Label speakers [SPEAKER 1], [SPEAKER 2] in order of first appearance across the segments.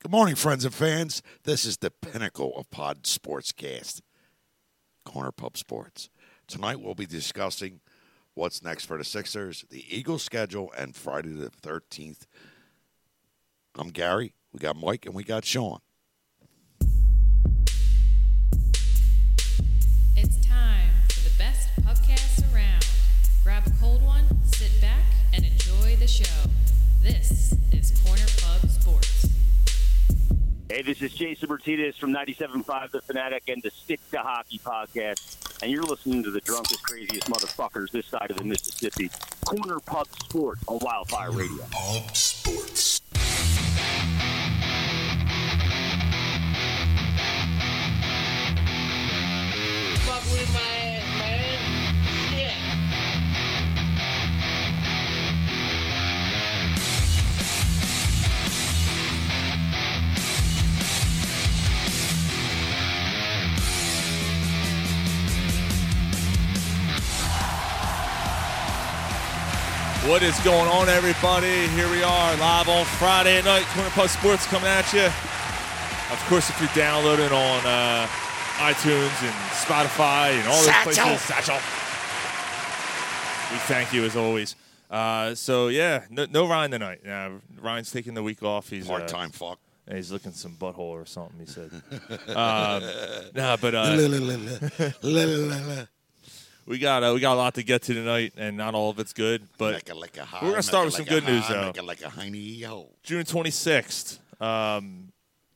[SPEAKER 1] Good morning, friends and fans. This is the pinnacle of Pod Sportscast, Corner Pub Sports. Tonight we'll be discussing what's next for the Sixers, the Eagles schedule, and Friday the 13th. I'm Gary. We got Mike and we got Sean.
[SPEAKER 2] It's time for the best podcast around. Grab a cold one, sit back, and enjoy the show. This is Corner Pub Sports.
[SPEAKER 3] Hey, this is Jason Martinez from 97.5 The Fanatic and the Stick to Hockey podcast. And you're listening to the drunkest, craziest motherfuckers this side of the Mississippi. Corner Pub Sport on Wildfire Radio.
[SPEAKER 4] Pub Sports.
[SPEAKER 5] fuck with my ass, man. Yeah.
[SPEAKER 6] What is going on, everybody? Here we are live on Friday night. Corner Puff Sports coming at you. Of course, if you're downloading on uh, iTunes and Spotify and all those places, Satchel. We thank you as always. Uh, so yeah, no, no Ryan tonight. Uh, Ryan's taking the week off. He's
[SPEAKER 1] Part
[SPEAKER 6] Uh,
[SPEAKER 1] time fuck.
[SPEAKER 6] and he's looking some butthole or something. He said. um, nah, but uh,
[SPEAKER 1] We're
[SPEAKER 6] we got uh, we got a lot to get to tonight, and not all of it's good. But We're gonna start with some good news, though.
[SPEAKER 1] Like a hiney yo.
[SPEAKER 6] June 26th, um,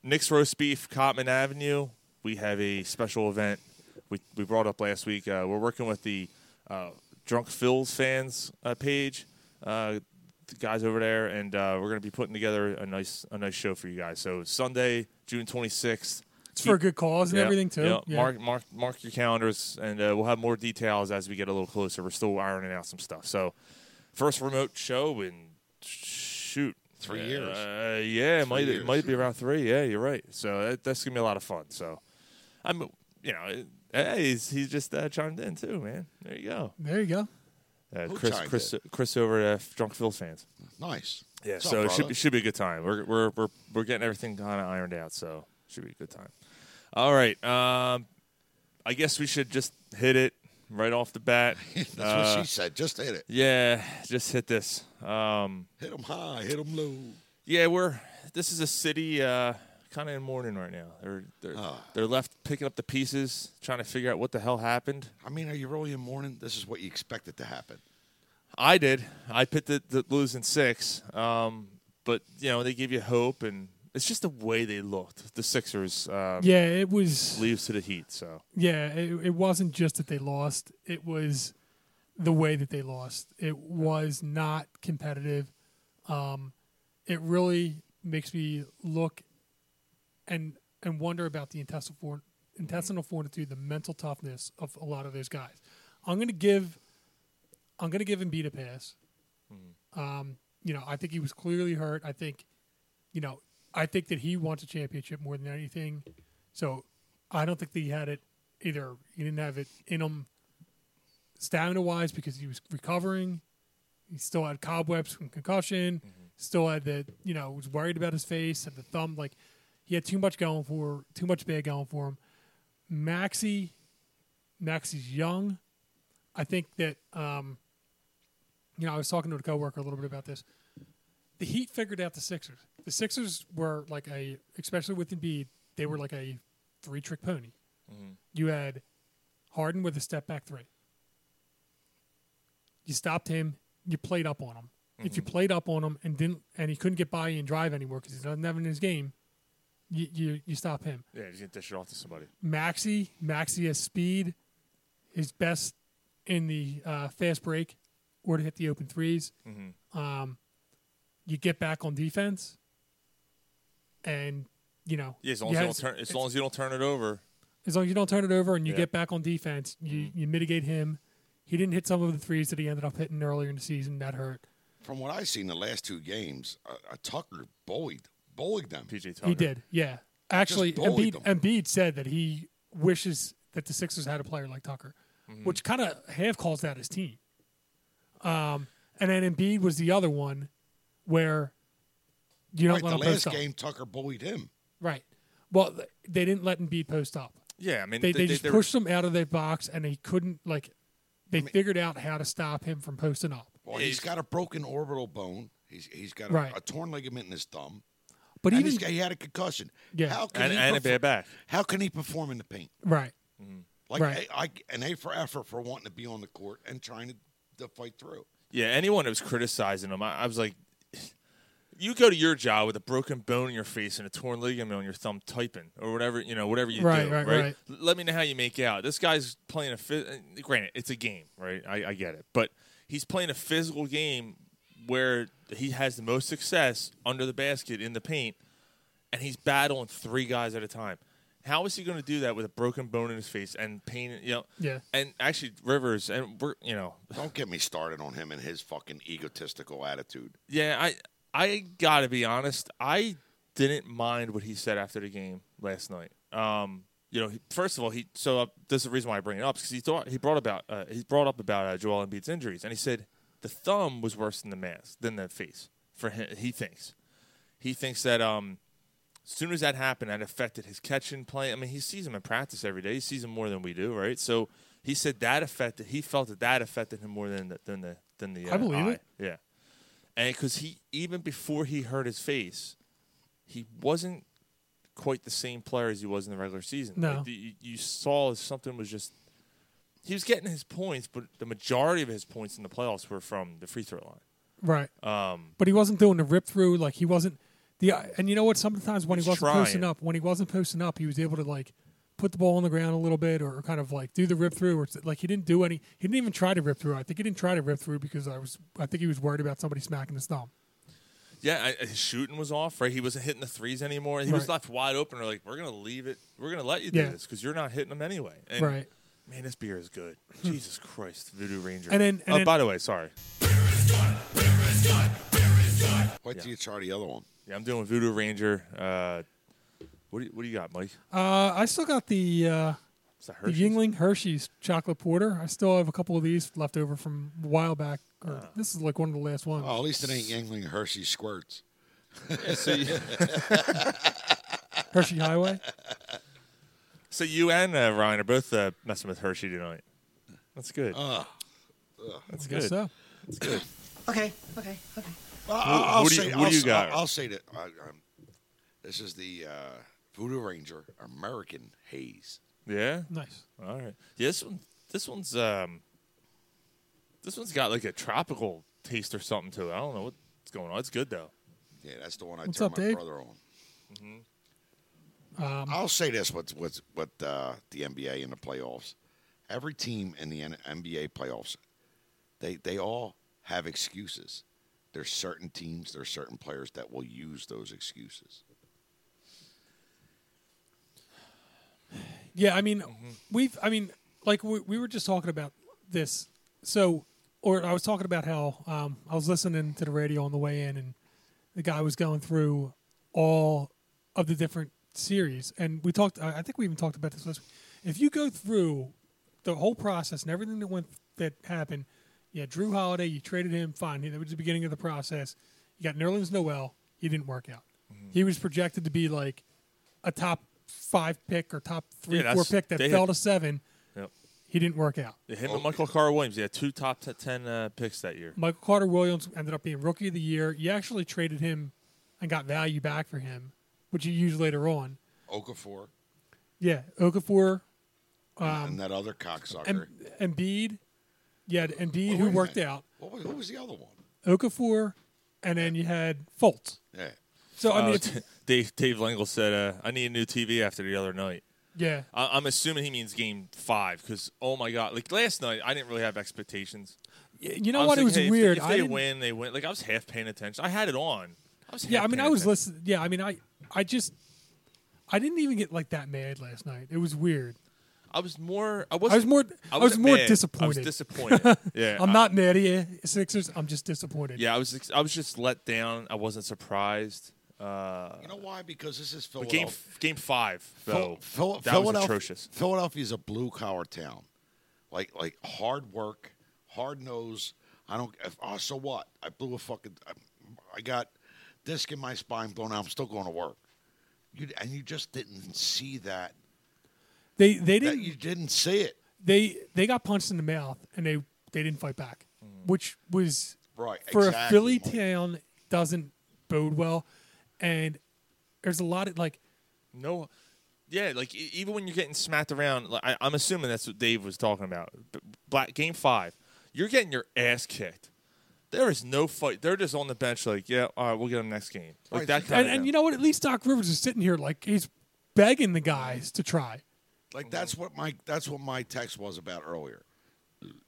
[SPEAKER 6] Nick's Roast Beef, Cotman Avenue. We have a special event we, we brought up last week. Uh, we're working with the uh, Drunk Phil's fans uh, page, uh, the guys over there, and uh, we're going to be putting together a nice a nice show for you guys. So Sunday, June 26th.
[SPEAKER 7] It's for a good cause and
[SPEAKER 6] Yeah,
[SPEAKER 7] everything too.
[SPEAKER 6] yeah.
[SPEAKER 7] Yeah.
[SPEAKER 6] Mark, mark, mark your calendars, and uh, we'll have more details as we get a little closer. We're still ironing out some stuff. So, first remote show in shoot
[SPEAKER 1] Three
[SPEAKER 6] Uh,
[SPEAKER 1] years.
[SPEAKER 6] yeah, it might
[SPEAKER 1] years.
[SPEAKER 6] it might be around three. Yeah, you're right. So that, that's gonna be a lot of fun. So, I'm you know, it, hey, he's, he's just uh, chimed in too, man. There you go,
[SPEAKER 7] There you go.
[SPEAKER 6] uh,
[SPEAKER 1] Who
[SPEAKER 6] Chris
[SPEAKER 1] chimed
[SPEAKER 6] Chris Chris over at uh, Drunk Phil's fans.
[SPEAKER 1] Nice.
[SPEAKER 6] Yeah,
[SPEAKER 1] What's up,
[SPEAKER 6] so it should
[SPEAKER 1] brother?
[SPEAKER 6] be, should be a good time. We're we're we're, we're getting everything kind of ironed out, so should be a good time. All right, um, I guess we should just hit it right off the bat.
[SPEAKER 1] That's
[SPEAKER 6] Uh,
[SPEAKER 1] what she said. Just hit it.
[SPEAKER 6] yeah, just hit this. Um,
[SPEAKER 1] Hit them high, hit them low.
[SPEAKER 6] yeah, we're this is a city uh, kind of in mourning right now. They're they're
[SPEAKER 1] Ah.
[SPEAKER 6] they're left picking up the pieces, trying to figure out what the hell happened.
[SPEAKER 1] I mean, are you really in mourning? This is what you expected to happen.
[SPEAKER 6] I did. I picked the, the Blues in six. Um, but you know they give you hope, and it's just the way they looked. The Sixers. Um,
[SPEAKER 7] Yeah, it was.
[SPEAKER 6] leaves to the Heat. So
[SPEAKER 7] Yeah, it, it wasn't just that they lost. It was the way that they lost. It was not competitive. Um, it really makes me look and and wonder about the intestinal for, intestinal fortitude, the mental toughness of a lot of those guys. I'm gonna give I'm gonna give Embiid a pass. Um, you know, I think he was clearly hurt. I think, you know, I think that he wants a championship more than anything. So I don't think that he had it either. He didn't have it in him stamina wise because he was recovering. He still had cobwebs from concussion. Still had the you know was worried about his face and the thumb. Like he had too much going for too much bad going for him. Maxi, Maxi's young. I think that um, you know I was talking to a coworker a little bit about this. The Heat figured out the Sixers. The Sixers were like a, especially with Embiid, they were like a three trick pony. You had Harden with a step back three. You stopped him. You played up on him. If you played up on him and didn't, and he couldn't get by you and drive anymore because he doesn't have it in his game, you you, you stop him.
[SPEAKER 6] yeah, he's gonna dish it off to somebody.
[SPEAKER 7] Maxi, Maxi has speed. His best in the uh, fast break or to hit the open 3s Um,
[SPEAKER 6] Mm-hmm.
[SPEAKER 7] you get back on defense, and you know
[SPEAKER 6] Yeah, as long
[SPEAKER 7] you
[SPEAKER 6] as you
[SPEAKER 7] have-
[SPEAKER 6] don't turn, as long as you don't turn it over.
[SPEAKER 7] as long as you don't turn it over and you
[SPEAKER 6] Yeah. Mm-hmm.
[SPEAKER 7] get back on defense, you, you mitigate him. He didn't hit some of the threes that he ended up hitting earlier in the season. That hurt.
[SPEAKER 1] From what I've seen the last two games, uh, uh, Tucker bullied bullied them.
[SPEAKER 6] PJ Tucker.
[SPEAKER 7] He did, yeah. Actually,
[SPEAKER 1] bullied
[SPEAKER 7] Embiid,
[SPEAKER 1] him.
[SPEAKER 7] Embiid said that he wishes that the Sixers had a player like Tucker,
[SPEAKER 1] Mm-hmm.
[SPEAKER 7] which kind of half calls that his team. Um, and then Embiid was the other one where You don't
[SPEAKER 1] Right,
[SPEAKER 7] let
[SPEAKER 1] the
[SPEAKER 7] them post
[SPEAKER 1] last
[SPEAKER 7] up.
[SPEAKER 1] game, Tucker bullied him.
[SPEAKER 7] Right. Well, th- they didn't let Embiid post up.
[SPEAKER 6] Yeah, I mean,
[SPEAKER 7] They, they, just
[SPEAKER 6] they're-
[SPEAKER 7] pushed him out of their box, and they couldn't like. They figured out how to stop him from posting up.
[SPEAKER 1] Well, he's got a broken orbital bone. He's he's got a,
[SPEAKER 7] Right.
[SPEAKER 1] a torn ligament in his thumb.
[SPEAKER 7] But
[SPEAKER 1] and
[SPEAKER 7] even
[SPEAKER 1] he's got- he had a concussion.
[SPEAKER 7] Yeah.
[SPEAKER 1] How can
[SPEAKER 6] and,
[SPEAKER 1] he
[SPEAKER 6] and a
[SPEAKER 1] perfor-
[SPEAKER 6] bad back.
[SPEAKER 1] How can he perform in the paint?
[SPEAKER 7] right,
[SPEAKER 1] Like
[SPEAKER 7] Right.
[SPEAKER 1] I, I, an A for effort for wanting to be on the court and trying to, to fight through.
[SPEAKER 6] Yeah, anyone that was criticizing him, I, I was like, you go to your job with a broken bone in your face and a torn ligament on your thumb, typing or whatever you know, whatever you
[SPEAKER 7] Right,
[SPEAKER 6] do,
[SPEAKER 7] right,
[SPEAKER 6] right,
[SPEAKER 7] right.
[SPEAKER 6] L- Let me know how you make out. This guy's playing a. Phys- uh, granted, it's a game, right? I, I get it, but he's playing a physical game where he has the most success under the basket in the paint, and he's battling three guys at a time. How is he going to do that with a broken bone in his face and pain? You know,
[SPEAKER 7] Yeah.
[SPEAKER 6] And actually, Rivers and we're you know
[SPEAKER 1] Don't get me started on him and his fucking egotistical attitude.
[SPEAKER 6] Yeah, I I gotta be honest. I didn't mind what he said after the game last night. Um, you know, he, first of all, he so uh, that's the reason why I bring it up because he thought he brought about uh, he brought up about uh, Joel Embiid's injuries, and he said the thumb was worse than the mask than the face for him. He thinks he thinks that um, as soon as that happened, that affected his catching play. I mean, he sees him in practice every day. He sees him more than we do, right? So he said that affected. He felt that that affected him more than the, than the than the. Uh,
[SPEAKER 7] I believe
[SPEAKER 6] eye.
[SPEAKER 7] it.
[SPEAKER 6] Yeah, and because he even before he hurt his face, he wasn't quite the same player as he was in the regular season.
[SPEAKER 7] No.
[SPEAKER 6] Like, the- you, you saw something was just. He was getting his points, but the majority of his points in the playoffs were from the free throw line.
[SPEAKER 7] right. Um, but he wasn't doing the rip through. Like he wasn't the. And you know what? Sometimes when he
[SPEAKER 6] He's
[SPEAKER 7] wasn't posting
[SPEAKER 6] trying.
[SPEAKER 7] up, when he wasn't posting up, he was able to like put the ball on the ground a little bit, or kind of like do the rip through, or s- like he didn't do any. He didn't even try to rip through. I think he didn't try to rip through because I was. I think he was worried about somebody smacking his thumb.
[SPEAKER 6] Yeah, I, his shooting was off. Right, he wasn't hitting the threes anymore. He was
[SPEAKER 7] Right.
[SPEAKER 6] left wide open. They're like, "We're gonna leave it. We're gonna let you
[SPEAKER 7] Yeah.
[SPEAKER 6] do this because you're not hitting them anyway." And
[SPEAKER 7] Right. Hmm.
[SPEAKER 6] Man, this beer is good. Jesus Christ, Voodoo Ranger.
[SPEAKER 7] And then- and
[SPEAKER 6] oh,
[SPEAKER 7] then-
[SPEAKER 6] by the way, sorry.
[SPEAKER 1] Wait till you try the other one.
[SPEAKER 6] Yeah, I'm doing Voodoo Ranger. Uh, what do you, what do you got, Mike?
[SPEAKER 7] Uh, I still got the. Uh,
[SPEAKER 6] Is that
[SPEAKER 7] The
[SPEAKER 6] Hershey's?
[SPEAKER 7] Yingling Hershey's chocolate porter. I still have a couple of these left over from a while back. Or
[SPEAKER 6] Uh.
[SPEAKER 7] this is like one of the last ones.
[SPEAKER 1] Oh, at least it ain't Yingling Hershey squirts.
[SPEAKER 6] so, you,
[SPEAKER 7] Hershey Highway.
[SPEAKER 6] so you and uh, Ryan are both uh, messing with Hershey tonight. That's good.
[SPEAKER 1] Uh,
[SPEAKER 6] That's
[SPEAKER 7] I
[SPEAKER 6] good.
[SPEAKER 7] guess so.
[SPEAKER 6] That's good.
[SPEAKER 4] Okay, okay, okay.
[SPEAKER 1] Well, I'll, I'll
[SPEAKER 6] what do you-
[SPEAKER 1] say,
[SPEAKER 6] what do
[SPEAKER 1] I'll,
[SPEAKER 6] you
[SPEAKER 1] s-
[SPEAKER 6] got?
[SPEAKER 1] I'll, I'll say that I, um, this is the uh, Voodoo Ranger American Haze.
[SPEAKER 6] Yeah.
[SPEAKER 7] Nice.
[SPEAKER 6] All right. Yeah, this one, this one's um, this one's got like a tropical taste or something to it. I don't know what's going on. It's good though.
[SPEAKER 1] Yeah, that's the one I
[SPEAKER 7] What's
[SPEAKER 1] turned
[SPEAKER 7] up,
[SPEAKER 1] my
[SPEAKER 7] Dave? Mm-hmm. Um,
[SPEAKER 1] brother on. I'll say this: what's what's what uh, the NBA and the playoffs? Every team in the N- NBA playoffs, they they all have excuses. There's certain teams, there's certain players that will use those excuses.
[SPEAKER 7] Yeah, I mean, we've. I mean, like we, we were just talking about this. So, or I was talking about how um, I was listening to the radio on the way in, and the guy was going through all of the different series, and we talked. I I think we even talked about this last. Week. If you go through the whole process and everything that went that happened, yeah, Drew Holiday, you traded him. Fine, that was the beginning of the process. You got Nerlens Noel. He didn't work out. He was projected to be like a top five pick or top three,
[SPEAKER 6] Yeah,
[SPEAKER 7] four
[SPEAKER 6] that's-
[SPEAKER 7] pick that
[SPEAKER 6] they
[SPEAKER 7] fell
[SPEAKER 6] had-
[SPEAKER 7] to seven.
[SPEAKER 6] Yep.
[SPEAKER 7] He didn't work out.
[SPEAKER 6] Yeah, him and Michael Carter Williams. He had two top t- ten uh, picks that year.
[SPEAKER 7] Michael Carter Williams ended up being rookie of the year. You actually traded him and got value back for him, which you use later on.
[SPEAKER 1] Okafor
[SPEAKER 7] Yeah, Okafor, Um,
[SPEAKER 1] and that other cocksucker. Oh,
[SPEAKER 7] em, Embiid, yeah, Embiid
[SPEAKER 1] Wait,
[SPEAKER 7] who
[SPEAKER 1] wait a
[SPEAKER 7] worked
[SPEAKER 1] minute.
[SPEAKER 7] out,
[SPEAKER 1] What was, what was the other one?
[SPEAKER 7] Okafor, and then you had Fultz.
[SPEAKER 1] Yeah,
[SPEAKER 7] So I mean,
[SPEAKER 6] Uh,
[SPEAKER 7] if-
[SPEAKER 6] Dave Dave Langle said, uh, "I need a new TV after the other night."
[SPEAKER 7] yeah,
[SPEAKER 6] I- I'm assuming he means game five because oh my god, like last night I didn't really have expectations.
[SPEAKER 7] Y- you know
[SPEAKER 6] I
[SPEAKER 7] what? it
[SPEAKER 6] thinking,
[SPEAKER 7] was
[SPEAKER 6] hey, if they-
[SPEAKER 7] weird.
[SPEAKER 6] If
[SPEAKER 7] I
[SPEAKER 6] they,
[SPEAKER 7] didn't-
[SPEAKER 6] win, they win. Like I was half paying attention. I had it on. I was
[SPEAKER 7] Yeah,
[SPEAKER 6] half
[SPEAKER 7] I mean,
[SPEAKER 6] paying
[SPEAKER 7] I was
[SPEAKER 6] attention.
[SPEAKER 7] listening. Yeah, I mean, I, I just, I didn't even get like that mad last night. It was weird.
[SPEAKER 6] I was more. I was.
[SPEAKER 7] I was more. I was more
[SPEAKER 6] I was
[SPEAKER 7] disappointed.
[SPEAKER 6] disappointed. yeah,
[SPEAKER 7] I'm
[SPEAKER 6] I-
[SPEAKER 7] not mad at you, Sixers. I'm just disappointed.
[SPEAKER 6] Yeah, I was. ex- I was just let down. I wasn't surprised. Uh,
[SPEAKER 1] you know why? Because this is
[SPEAKER 6] but
[SPEAKER 1] Philadelphia.
[SPEAKER 6] game game five though,
[SPEAKER 1] Phil- Phil-
[SPEAKER 6] that was
[SPEAKER 1] Philadelphia-
[SPEAKER 6] atrocious.
[SPEAKER 1] Philadelphia's a blue collar town, like like hard work, uh, hard nose. I don't. If, oh, so what? I blew a fucking. I, I got disc in my spine blown out. I'm still going to work. You and you just didn't see that.
[SPEAKER 7] They they
[SPEAKER 1] That
[SPEAKER 7] didn't
[SPEAKER 1] you didn't see it.
[SPEAKER 7] they they got punched in the mouth and they they didn't fight back, which
[SPEAKER 1] Mm.
[SPEAKER 7] was
[SPEAKER 1] Right,
[SPEAKER 7] for a
[SPEAKER 1] exactly,
[SPEAKER 7] Philly
[SPEAKER 1] Mike.
[SPEAKER 7] town doesn't bode well, and there's a lot of like
[SPEAKER 6] No, yeah, like e- even when you're getting smacked around, like, I, I'm assuming that's what Dave was talking about. B- Black game five, you're getting your ass kicked. There is no fight. They're just on the bench, like, yeah, all right, we'll get them next game. Like
[SPEAKER 1] Right,
[SPEAKER 6] that
[SPEAKER 1] so-
[SPEAKER 6] kind
[SPEAKER 7] and,
[SPEAKER 6] of.
[SPEAKER 7] and you know what? At least Doc Rivers is sitting here like he's begging the guys to try.
[SPEAKER 1] Like that's what my that's what my text was about earlier.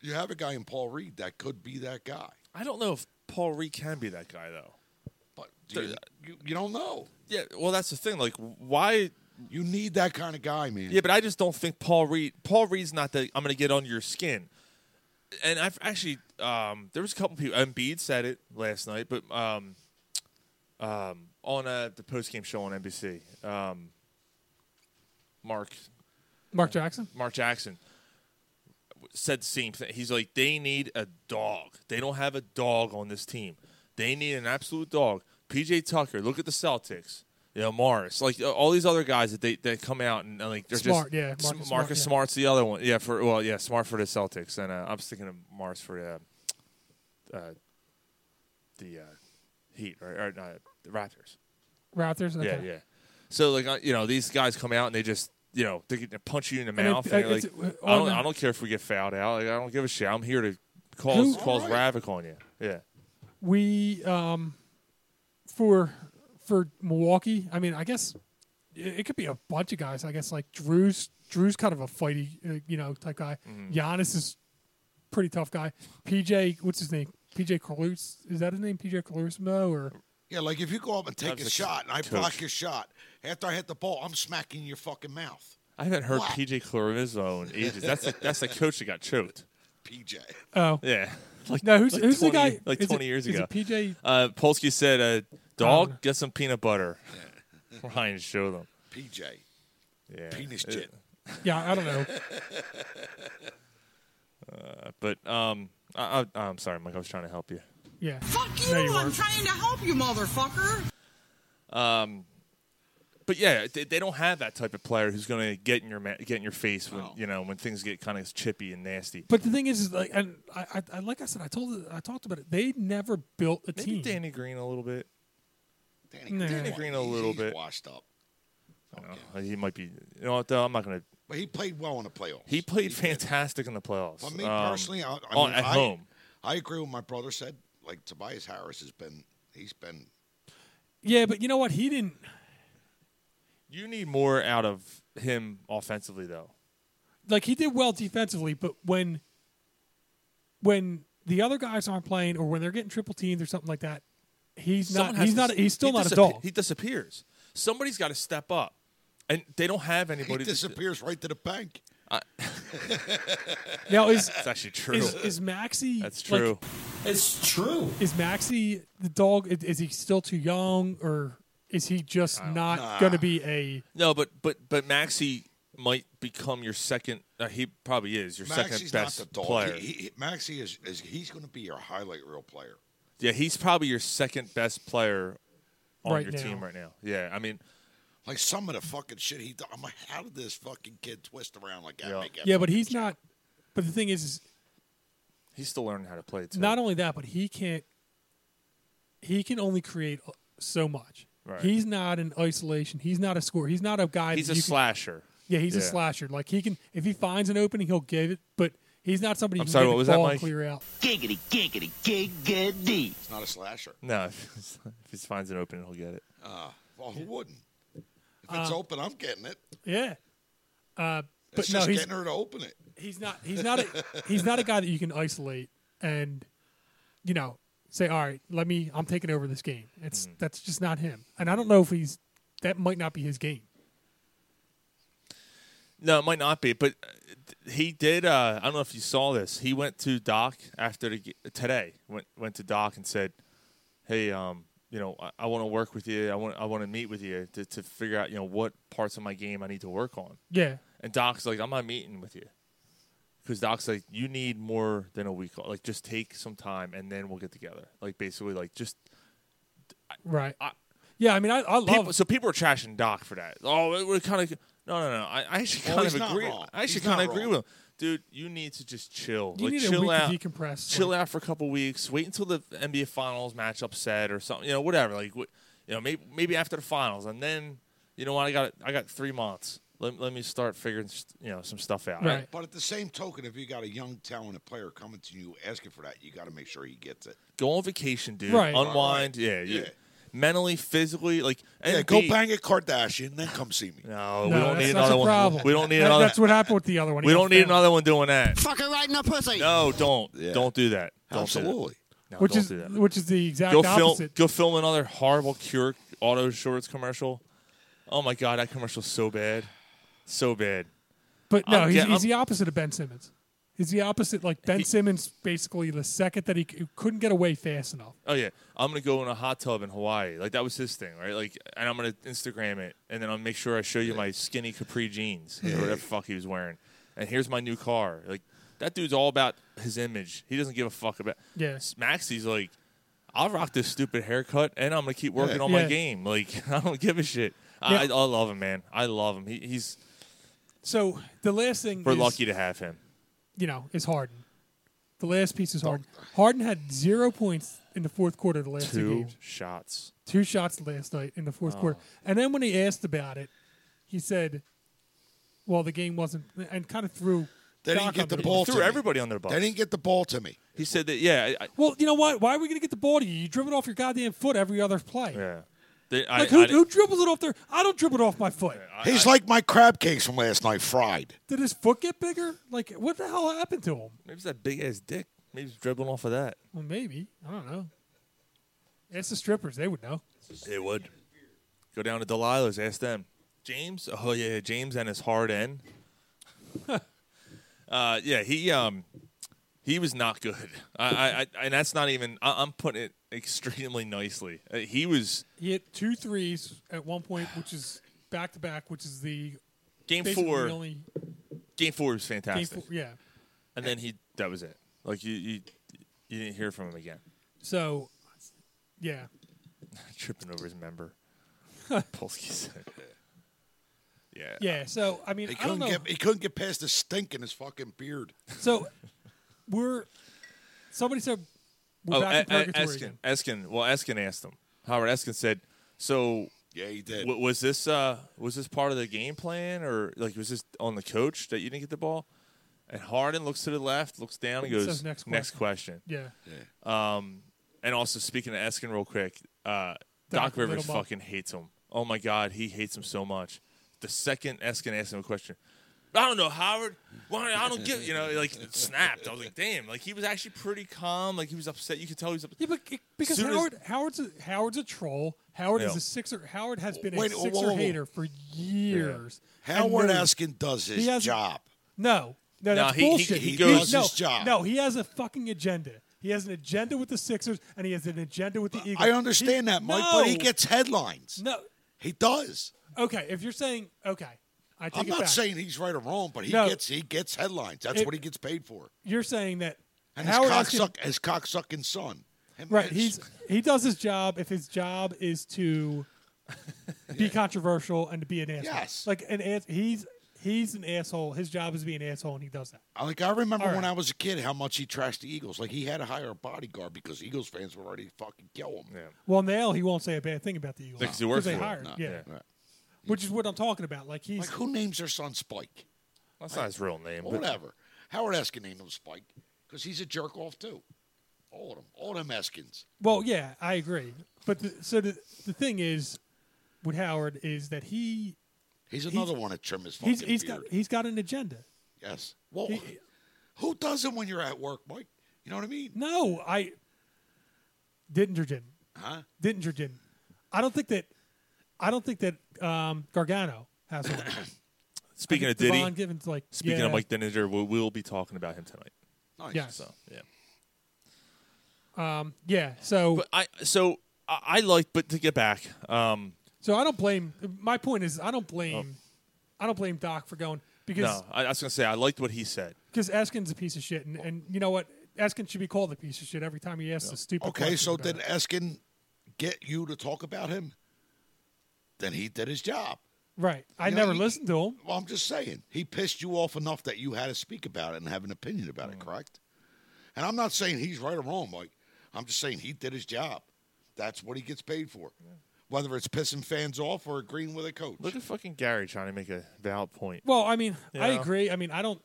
[SPEAKER 1] You have a guy in Paul Reed that could be that guy,
[SPEAKER 6] I don't know if Paul Reed can be that guy though.
[SPEAKER 1] but do you,
[SPEAKER 6] There-
[SPEAKER 1] you, you don't know.
[SPEAKER 6] Yeah, well, that's the thing. Like, why?
[SPEAKER 1] You need that kind of guy, man.
[SPEAKER 6] Yeah, but I just don't think Paul Reed. Paul Reed's not the. I'm going to get under your skin. And I've actually, um, there was a couple people. Embiid said it last night, but um, um, on uh, the post game show on NBC, um, Mark
[SPEAKER 7] Mark Jackson.
[SPEAKER 6] Mark Jackson said the same thing. He's like, they need a dog. They don't have a dog on this team. They need an absolute dog. PJ Tucker. Look at the Celtics. You know, Morris. Like uh, all these other guys that they that come out and uh, like they're
[SPEAKER 7] Smart,
[SPEAKER 6] just
[SPEAKER 7] yeah,
[SPEAKER 6] S- Marcus,
[SPEAKER 7] Marcus Smart, yeah.
[SPEAKER 6] Smart's the other one. Yeah, for well, yeah, Smart for the Celtics, and uh, I'm thinking of Morris for uh, uh, the uh, Heat right? or uh, the Raptors.
[SPEAKER 7] Raptors. Okay.
[SPEAKER 6] Yeah, yeah. So like uh, you know, these guys come out and they just you know they can punch you in the
[SPEAKER 7] it-
[SPEAKER 6] mouth.
[SPEAKER 7] uh,
[SPEAKER 6] and you're
[SPEAKER 7] it's-
[SPEAKER 6] like,
[SPEAKER 7] uh,
[SPEAKER 6] I
[SPEAKER 7] on
[SPEAKER 6] don't,
[SPEAKER 7] that-
[SPEAKER 6] I don't care if we get fouled out. Like, I don't give a shit. I'm here to cause
[SPEAKER 7] Who-
[SPEAKER 6] cause
[SPEAKER 1] Alright.
[SPEAKER 6] havoc on you. Yeah,
[SPEAKER 7] we um for for Milwaukee. I mean, I guess it, it could be a bunch of guys. I guess like Drew's Drew's kind of a fighty, uh, you know, type guy.
[SPEAKER 6] Mm-hmm.
[SPEAKER 7] Giannis is pretty tough guy. PJ, what's his name? PJ Carlus is that his name? PJ Carlus, no, or
[SPEAKER 1] Yeah, like if you go up and take
[SPEAKER 6] was
[SPEAKER 1] a
[SPEAKER 6] a
[SPEAKER 1] shot and I
[SPEAKER 6] coach.
[SPEAKER 1] block your shot, after I hit the ball, I'm smacking your fucking mouth.
[SPEAKER 6] I haven't heard
[SPEAKER 1] Wow.
[SPEAKER 6] PJ Clarizo in ages. That's the, that's the coach that got choked.
[SPEAKER 1] PJ.
[SPEAKER 7] oh
[SPEAKER 6] Yeah, like
[SPEAKER 7] no, who's
[SPEAKER 6] like
[SPEAKER 7] who's
[SPEAKER 6] 20
[SPEAKER 7] the guy?
[SPEAKER 6] Like
[SPEAKER 7] Is it-
[SPEAKER 6] 20 years
[SPEAKER 7] is it
[SPEAKER 6] ago.
[SPEAKER 7] PJ.
[SPEAKER 6] uh, Polsky said, uh, "Dog,
[SPEAKER 7] Um,
[SPEAKER 6] get some peanut butter." Ryan showed them.
[SPEAKER 1] PJ.
[SPEAKER 6] Yeah, Uh,
[SPEAKER 1] Penis
[SPEAKER 6] It-
[SPEAKER 1] jit.
[SPEAKER 7] Yeah, I don't know.
[SPEAKER 6] But um, I, I, I'm sorry, Mike. I was trying to help you.
[SPEAKER 7] Yeah.
[SPEAKER 8] Fuck
[SPEAKER 7] No, you
[SPEAKER 8] you! I'm
[SPEAKER 7] weren't.
[SPEAKER 8] trying to help you, motherfucker.
[SPEAKER 6] But yeah, they, they don't have that type of player who's going to get in your ma- get in your face when you know when things get kind of chippy and nasty.
[SPEAKER 7] But the thing is, is like, and I, I, I, like I said, I told, I talked about it. They never built a
[SPEAKER 6] Maybe
[SPEAKER 7] team.
[SPEAKER 6] Danny Green a little bit.
[SPEAKER 1] Danny,
[SPEAKER 7] Nah. Danny
[SPEAKER 1] Green,
[SPEAKER 6] Green a
[SPEAKER 1] he's-
[SPEAKER 6] little
[SPEAKER 1] he's
[SPEAKER 6] bit.
[SPEAKER 1] washed up.
[SPEAKER 6] Uh, he might be. You know what though? I'm not going to.
[SPEAKER 1] But he played well in the playoffs.
[SPEAKER 6] He played
[SPEAKER 1] did.
[SPEAKER 6] fantastic in the playoffs.
[SPEAKER 1] But me
[SPEAKER 6] Um,
[SPEAKER 1] personally, I, I
[SPEAKER 6] on-
[SPEAKER 1] mean,
[SPEAKER 6] at
[SPEAKER 1] I-
[SPEAKER 6] home.
[SPEAKER 1] I agree with my brother said. Like Tobias Harris has been, he's been
[SPEAKER 7] Yeah, but you know what? He didn't.
[SPEAKER 6] You need more out of him offensively though.
[SPEAKER 7] like he did well defensively, but when when the other guys aren't playing or when they're getting triple teamed or something like that, he's
[SPEAKER 6] Someone
[SPEAKER 7] not
[SPEAKER 6] has
[SPEAKER 7] he's
[SPEAKER 6] to
[SPEAKER 7] not
[SPEAKER 6] s-
[SPEAKER 7] he's still
[SPEAKER 6] he
[SPEAKER 7] not a
[SPEAKER 6] disappear-
[SPEAKER 7] dog.
[SPEAKER 6] He disappears. Somebody's got to step up, and they don't have
[SPEAKER 1] he
[SPEAKER 6] anybody. to-
[SPEAKER 1] disappears right to the bank.
[SPEAKER 7] now is
[SPEAKER 6] That's actually true.
[SPEAKER 7] is, is Maxi
[SPEAKER 6] That's
[SPEAKER 7] like,
[SPEAKER 6] true.
[SPEAKER 9] It's true.
[SPEAKER 7] is Maxi the dog is, is he still too young or is he just not going to be a
[SPEAKER 6] no, but but but Maxi might become your second. Uh, he probably is your second
[SPEAKER 1] Maxi's not
[SPEAKER 6] best
[SPEAKER 1] the dog.
[SPEAKER 6] player.
[SPEAKER 1] He, he, Maxi is, is he's going to be your highlight reel player.
[SPEAKER 6] Yeah, he's probably your second best player on
[SPEAKER 7] Right
[SPEAKER 6] your
[SPEAKER 7] now.
[SPEAKER 6] team right now. Yeah, I mean,
[SPEAKER 1] Like some of the fucking shit he. do- I'm like, how did this fucking kid twist around like that?
[SPEAKER 6] Yeah.
[SPEAKER 1] Make that
[SPEAKER 7] Yeah, but
[SPEAKER 1] fucking
[SPEAKER 7] he's
[SPEAKER 1] shot?
[SPEAKER 7] not but the thing is, is
[SPEAKER 6] he's still learning how to play too.
[SPEAKER 7] not only that, but he can't. He can only create so much.
[SPEAKER 6] Right.
[SPEAKER 7] He's not in isolation. He's not a scorer. He's not a guy.
[SPEAKER 6] he's
[SPEAKER 7] that
[SPEAKER 6] a
[SPEAKER 7] you can-
[SPEAKER 6] slasher.
[SPEAKER 7] Yeah, he's a
[SPEAKER 6] Yeah.
[SPEAKER 7] slasher. Like he can, if he finds an opening, he'll get it. But he's not somebody.
[SPEAKER 6] I'm
[SPEAKER 7] who can
[SPEAKER 6] sorry,
[SPEAKER 7] get
[SPEAKER 6] what
[SPEAKER 7] the
[SPEAKER 6] was that,
[SPEAKER 7] ball and
[SPEAKER 6] Mike?
[SPEAKER 7] Clear out.
[SPEAKER 9] Giggity, giggity, giggity.
[SPEAKER 1] He's not a slasher.
[SPEAKER 6] No, if he finds it open, he'll get it.
[SPEAKER 1] Well, who wouldn't? If it's open, I'm getting it.
[SPEAKER 7] Yeah. Uh, but
[SPEAKER 1] It's
[SPEAKER 7] no,
[SPEAKER 1] just
[SPEAKER 7] he's
[SPEAKER 1] getting her to open it.
[SPEAKER 7] he's not. He's not. A, he's not a guy that you can isolate and, you know, say, all right, let me. I'm taking over this game. It's
[SPEAKER 6] Mm-hmm.
[SPEAKER 7] that's just not him. And I don't know if he's. That might not be his game.
[SPEAKER 6] No, it might not be, but uh, th- he did. Uh, I don't know if you saw this. He went to Doc after the, g- today. Went went to Doc and said, "Hey, um, you know, I, I want to work with you. I want I want to meet with you to to figure out you know what parts of my game I need to work on."
[SPEAKER 7] Yeah.
[SPEAKER 6] And Doc's like, I'm not meeting with you. Because Doc's like, you need more than a week. off. Like, just take some time and then we'll get together. Like, basically, like, just
[SPEAKER 7] right. yeah, I mean, I, I love.
[SPEAKER 6] People, so people are trashing Doc for that. Oh, we're kind of no, no, no. I, I actually
[SPEAKER 1] Well,
[SPEAKER 6] kind
[SPEAKER 1] Oh, he's
[SPEAKER 6] of
[SPEAKER 1] not
[SPEAKER 6] agree.
[SPEAKER 1] wrong.
[SPEAKER 6] I actually
[SPEAKER 1] He's not
[SPEAKER 6] kind of agree
[SPEAKER 1] wrong.
[SPEAKER 6] with him, dude. You need to just chill.
[SPEAKER 7] You
[SPEAKER 6] like,
[SPEAKER 7] need a
[SPEAKER 6] chill
[SPEAKER 7] week to
[SPEAKER 6] out,
[SPEAKER 7] decompress,
[SPEAKER 6] Chill
[SPEAKER 7] like-
[SPEAKER 6] out for a couple weeks. Wait until the NBA Finals matchup set or something. You know, whatever. Like, wh- you know, maybe maybe after the finals, and then you know what? I got I got three months. Let, let me start figuring st- you know some stuff out.
[SPEAKER 7] Right.
[SPEAKER 1] But at the same token, if you got a young talented player coming to you asking for that, you got to make sure he gets it.
[SPEAKER 6] Go on vacation, dude.
[SPEAKER 7] Right.
[SPEAKER 6] Unwind. Yeah, yeah.
[SPEAKER 1] Yeah.
[SPEAKER 6] Mentally, physically, like
[SPEAKER 1] Yeah,
[SPEAKER 6] and
[SPEAKER 1] go
[SPEAKER 6] be-
[SPEAKER 1] bang at Kardashian, then come see me.
[SPEAKER 6] No, we
[SPEAKER 7] No,
[SPEAKER 6] don't
[SPEAKER 7] that's-
[SPEAKER 6] need
[SPEAKER 7] that's
[SPEAKER 6] another
[SPEAKER 7] a
[SPEAKER 6] one.
[SPEAKER 7] problem.
[SPEAKER 6] We don't need
[SPEAKER 7] That-
[SPEAKER 6] another.
[SPEAKER 7] That's what happened with the other one. He
[SPEAKER 6] We
[SPEAKER 7] got
[SPEAKER 6] don't need
[SPEAKER 7] found.
[SPEAKER 6] another one doing that.
[SPEAKER 9] Fucker right in the pussy.
[SPEAKER 6] No, don't.
[SPEAKER 1] Yeah.
[SPEAKER 6] Don't do that. Don't do that.
[SPEAKER 1] Absolutely.
[SPEAKER 6] No,
[SPEAKER 7] Which
[SPEAKER 6] don't
[SPEAKER 7] is
[SPEAKER 6] do that.
[SPEAKER 7] which is the exact
[SPEAKER 6] go
[SPEAKER 7] opposite.
[SPEAKER 6] film. Go film another horrible Cure Auto Shorts commercial. Oh my god, that commercial's so bad, so bad.
[SPEAKER 7] But no,
[SPEAKER 6] I'm
[SPEAKER 7] he's,
[SPEAKER 6] get-
[SPEAKER 7] he's
[SPEAKER 6] I'm-
[SPEAKER 7] the opposite of Ben Simmons. He's the opposite. Like Ben Simmons, basically, the second that he c- couldn't get away fast enough.
[SPEAKER 6] Oh yeah, I'm gonna go in a hot tub in Hawaii. Like that was his thing, right? Like, and I'm gonna Instagram it, and then I'll make sure I show you my skinny capri jeans or whatever the fuck he was wearing. And here's my new car. Like that dude's all about his image. He doesn't give a fuck about.
[SPEAKER 7] Yeah.
[SPEAKER 6] Maxie's like, I'll rock this stupid haircut, and I'm gonna keep working on my
[SPEAKER 7] Yeah.
[SPEAKER 6] game. Like I don't give a shit. I, I
[SPEAKER 7] Yeah.
[SPEAKER 6] love him, man. I love him. He, he's
[SPEAKER 7] So the last thing
[SPEAKER 6] we're
[SPEAKER 7] is,
[SPEAKER 6] lucky to have him.
[SPEAKER 7] you know, is Harden. The last piece is Harden. Harden had zero points in the fourth quarter of the last two,
[SPEAKER 6] Two Oh.
[SPEAKER 7] games.
[SPEAKER 6] shots.
[SPEAKER 7] Two shots last night in the fourth quarter. And then when he asked about it, he said, "Well, the game wasn't," and kind of threw.
[SPEAKER 1] They didn't
[SPEAKER 7] Doc
[SPEAKER 1] get
[SPEAKER 7] under
[SPEAKER 1] the
[SPEAKER 7] bus.
[SPEAKER 1] ball.
[SPEAKER 6] Threw
[SPEAKER 1] to me.
[SPEAKER 6] everybody under the bus.
[SPEAKER 1] They didn't get the ball to me.
[SPEAKER 6] He said that. Yeah. I, I,
[SPEAKER 7] Well, you know what? Why are we going to get the ball to you? You dribble it off your goddamn foot every other play.
[SPEAKER 6] yeah. They- I-
[SPEAKER 7] Like
[SPEAKER 6] I
[SPEAKER 7] who,
[SPEAKER 6] didn't-
[SPEAKER 7] who dribbles it off their? I don't dribble it off my foot.
[SPEAKER 1] He's like my crab cakes from last night, fried.
[SPEAKER 7] Did his foot get bigger? Like, what the hell happened to him?
[SPEAKER 6] Maybe it's that big ass dick. Maybe he's dribbling off of that.
[SPEAKER 7] Well, maybe. I don't know. It's the strippers. They would know.
[SPEAKER 6] It would. Go down to Delilah's, ask them. James? Oh yeah, James and his hard end. uh, yeah, he um he was not good. I, I, I and that's not even I, I'm putting it extremely nicely. Uh, he was
[SPEAKER 7] He hit two threes at one point, which is back to back, which is the
[SPEAKER 6] game
[SPEAKER 7] basically
[SPEAKER 6] four
[SPEAKER 7] the only
[SPEAKER 6] game four was
[SPEAKER 7] game
[SPEAKER 6] fantastic.
[SPEAKER 7] four. Yeah.
[SPEAKER 6] And then he that was it. Like you you, you didn't hear from him again.
[SPEAKER 7] So, yeah.
[SPEAKER 6] Tripping over his member. Polsky said. Yeah.
[SPEAKER 7] Yeah. So I mean,
[SPEAKER 1] He
[SPEAKER 7] I
[SPEAKER 1] couldn't
[SPEAKER 7] don't know.
[SPEAKER 1] get. He couldn't get past the stink in his fucking beard.
[SPEAKER 7] so we're somebody said we're
[SPEAKER 6] Oh,
[SPEAKER 7] back
[SPEAKER 6] E- E-
[SPEAKER 7] in purgatory
[SPEAKER 6] Eskin.
[SPEAKER 7] again.
[SPEAKER 6] Eskin. Well, Eskin asked him. Howard Eskin said, "So
[SPEAKER 1] Yeah, he did.
[SPEAKER 6] w- was this uh, was this part of the game plan, or like was this on the coach that you didn't get the ball?" And Harden looks to the left, looks down, and
[SPEAKER 7] It
[SPEAKER 6] goes,
[SPEAKER 7] says next
[SPEAKER 6] question."
[SPEAKER 7] Yeah.
[SPEAKER 6] And also speaking to Eskin real quick, uh, Doc,
[SPEAKER 7] Doc
[SPEAKER 6] Rivers
[SPEAKER 7] Middlebaugh.
[SPEAKER 6] fucking hates him. Oh my god, he hates him so much. The second Eskin asked him a question, I don't know Howard. Why I don't get you know like it snapped. I was like, damn. Like he was actually pretty calm. Like he was upset. You could tell he was upset.
[SPEAKER 7] Yeah, but because
[SPEAKER 6] Soon as-
[SPEAKER 7] Howard Howard's a, Howard's a troll. Howard is
[SPEAKER 6] Yeah.
[SPEAKER 7] a sixer. Howard has been
[SPEAKER 1] Wait,
[SPEAKER 7] a
[SPEAKER 1] whoa,
[SPEAKER 7] sixer
[SPEAKER 1] whoa, whoa.
[SPEAKER 7] hater for years. And
[SPEAKER 1] Howard
[SPEAKER 7] no-
[SPEAKER 1] Askin does his
[SPEAKER 7] He has-
[SPEAKER 1] job.
[SPEAKER 7] No, no, that's
[SPEAKER 6] he- he-
[SPEAKER 7] bullshit.
[SPEAKER 6] he
[SPEAKER 7] He-
[SPEAKER 6] goes-
[SPEAKER 7] no,
[SPEAKER 1] his job.
[SPEAKER 7] No, he has a fucking agenda. He has an agenda with the Sixers, and he has an agenda with the Eagles.
[SPEAKER 1] I understand that, Mike, but he
[SPEAKER 7] no.
[SPEAKER 1] gets headlines.
[SPEAKER 7] no.
[SPEAKER 1] He does.
[SPEAKER 7] Okay, if you're saying okay, I take
[SPEAKER 1] I'm
[SPEAKER 7] it
[SPEAKER 1] not
[SPEAKER 7] back.
[SPEAKER 1] saying he's right or wrong, but he
[SPEAKER 7] No.
[SPEAKER 1] gets he gets headlines. That's
[SPEAKER 7] It-
[SPEAKER 1] what he gets paid for.
[SPEAKER 7] you're saying that
[SPEAKER 1] And his
[SPEAKER 7] Howard Eskin-
[SPEAKER 1] cocksuck, his cocksucking son. Him-
[SPEAKER 7] Right,
[SPEAKER 1] it's-
[SPEAKER 7] he's he does his job. If his job is to be controversial and to be an asshole,
[SPEAKER 1] Yes.
[SPEAKER 7] like an ass, he's he's an asshole. His job is to be an asshole, and he does that.
[SPEAKER 1] like I remember
[SPEAKER 7] All
[SPEAKER 1] when
[SPEAKER 7] right.
[SPEAKER 1] I was a kid how much he trashed the Eagles. Like he had to hire a bodyguard because Eagles fans would already fucking kill him.
[SPEAKER 6] Yeah.
[SPEAKER 7] Well, now he won't say a bad thing about the Eagles
[SPEAKER 6] No, 'cause he works
[SPEAKER 7] they
[SPEAKER 6] for them.
[SPEAKER 7] hired,
[SPEAKER 1] No,
[SPEAKER 7] yeah.
[SPEAKER 6] yeah.
[SPEAKER 1] Right.
[SPEAKER 7] which is what I'm talking about. Like he's
[SPEAKER 1] Like who names their son Spike?
[SPEAKER 6] That's not his real name. but-
[SPEAKER 1] Whatever. Howard Eskin named him Spike because he's a jerk off too. All of them, all them Eskins.
[SPEAKER 7] Well, yeah, I agree. But the, so the the thing is with Howard is that he
[SPEAKER 1] He's another one to trim his fucking
[SPEAKER 7] he's he's
[SPEAKER 1] beard.
[SPEAKER 7] got he's got an agenda.
[SPEAKER 1] yes. Well,
[SPEAKER 7] he-
[SPEAKER 1] who doesn't when you're at work, Mike? You know what I mean?
[SPEAKER 7] No, I Dittinger didn't.
[SPEAKER 1] Huh?
[SPEAKER 7] Dittinger didn't. I don't think that I don't think that um, Gargano has one.
[SPEAKER 6] Speaking of Diddy,
[SPEAKER 7] Devon Givens, like
[SPEAKER 6] Speaking
[SPEAKER 7] yeah,
[SPEAKER 6] of Mike Denninger, we will be talking about him tonight.
[SPEAKER 1] Nice.
[SPEAKER 7] Yes.
[SPEAKER 6] So yeah,
[SPEAKER 7] yeah. So
[SPEAKER 6] but I so I, I like, but to get back, um,
[SPEAKER 7] so I don't blame. My point is I don't blame I don't blame Doc for going because
[SPEAKER 6] Oh. no, I, I was gonna say I liked what he said.
[SPEAKER 7] Because Eskin's a piece of shit, and, and you know what? Eskin should be called a piece of shit every time he asks a stupid.
[SPEAKER 1] Okay,
[SPEAKER 7] question
[SPEAKER 1] so E-
[SPEAKER 7] about
[SPEAKER 1] did
[SPEAKER 7] it.
[SPEAKER 1] Eskin get you to talk about him, then he did his job.
[SPEAKER 7] Right. I
[SPEAKER 1] You know,
[SPEAKER 7] never
[SPEAKER 1] you-
[SPEAKER 7] listened to him.
[SPEAKER 1] Well, I'm just saying, he pissed you off enough that you had to speak about it and have an opinion about it, correct? And I'm not saying he's right or wrong, Mike. I'm just saying he did his job. That's what he gets paid for. Whether it's pissing fans off or agreeing with a coach.
[SPEAKER 6] Look at fucking Gary trying to make a valid point.
[SPEAKER 7] Well, I mean, I
[SPEAKER 6] Yeah.
[SPEAKER 7] agree. I mean, I don't.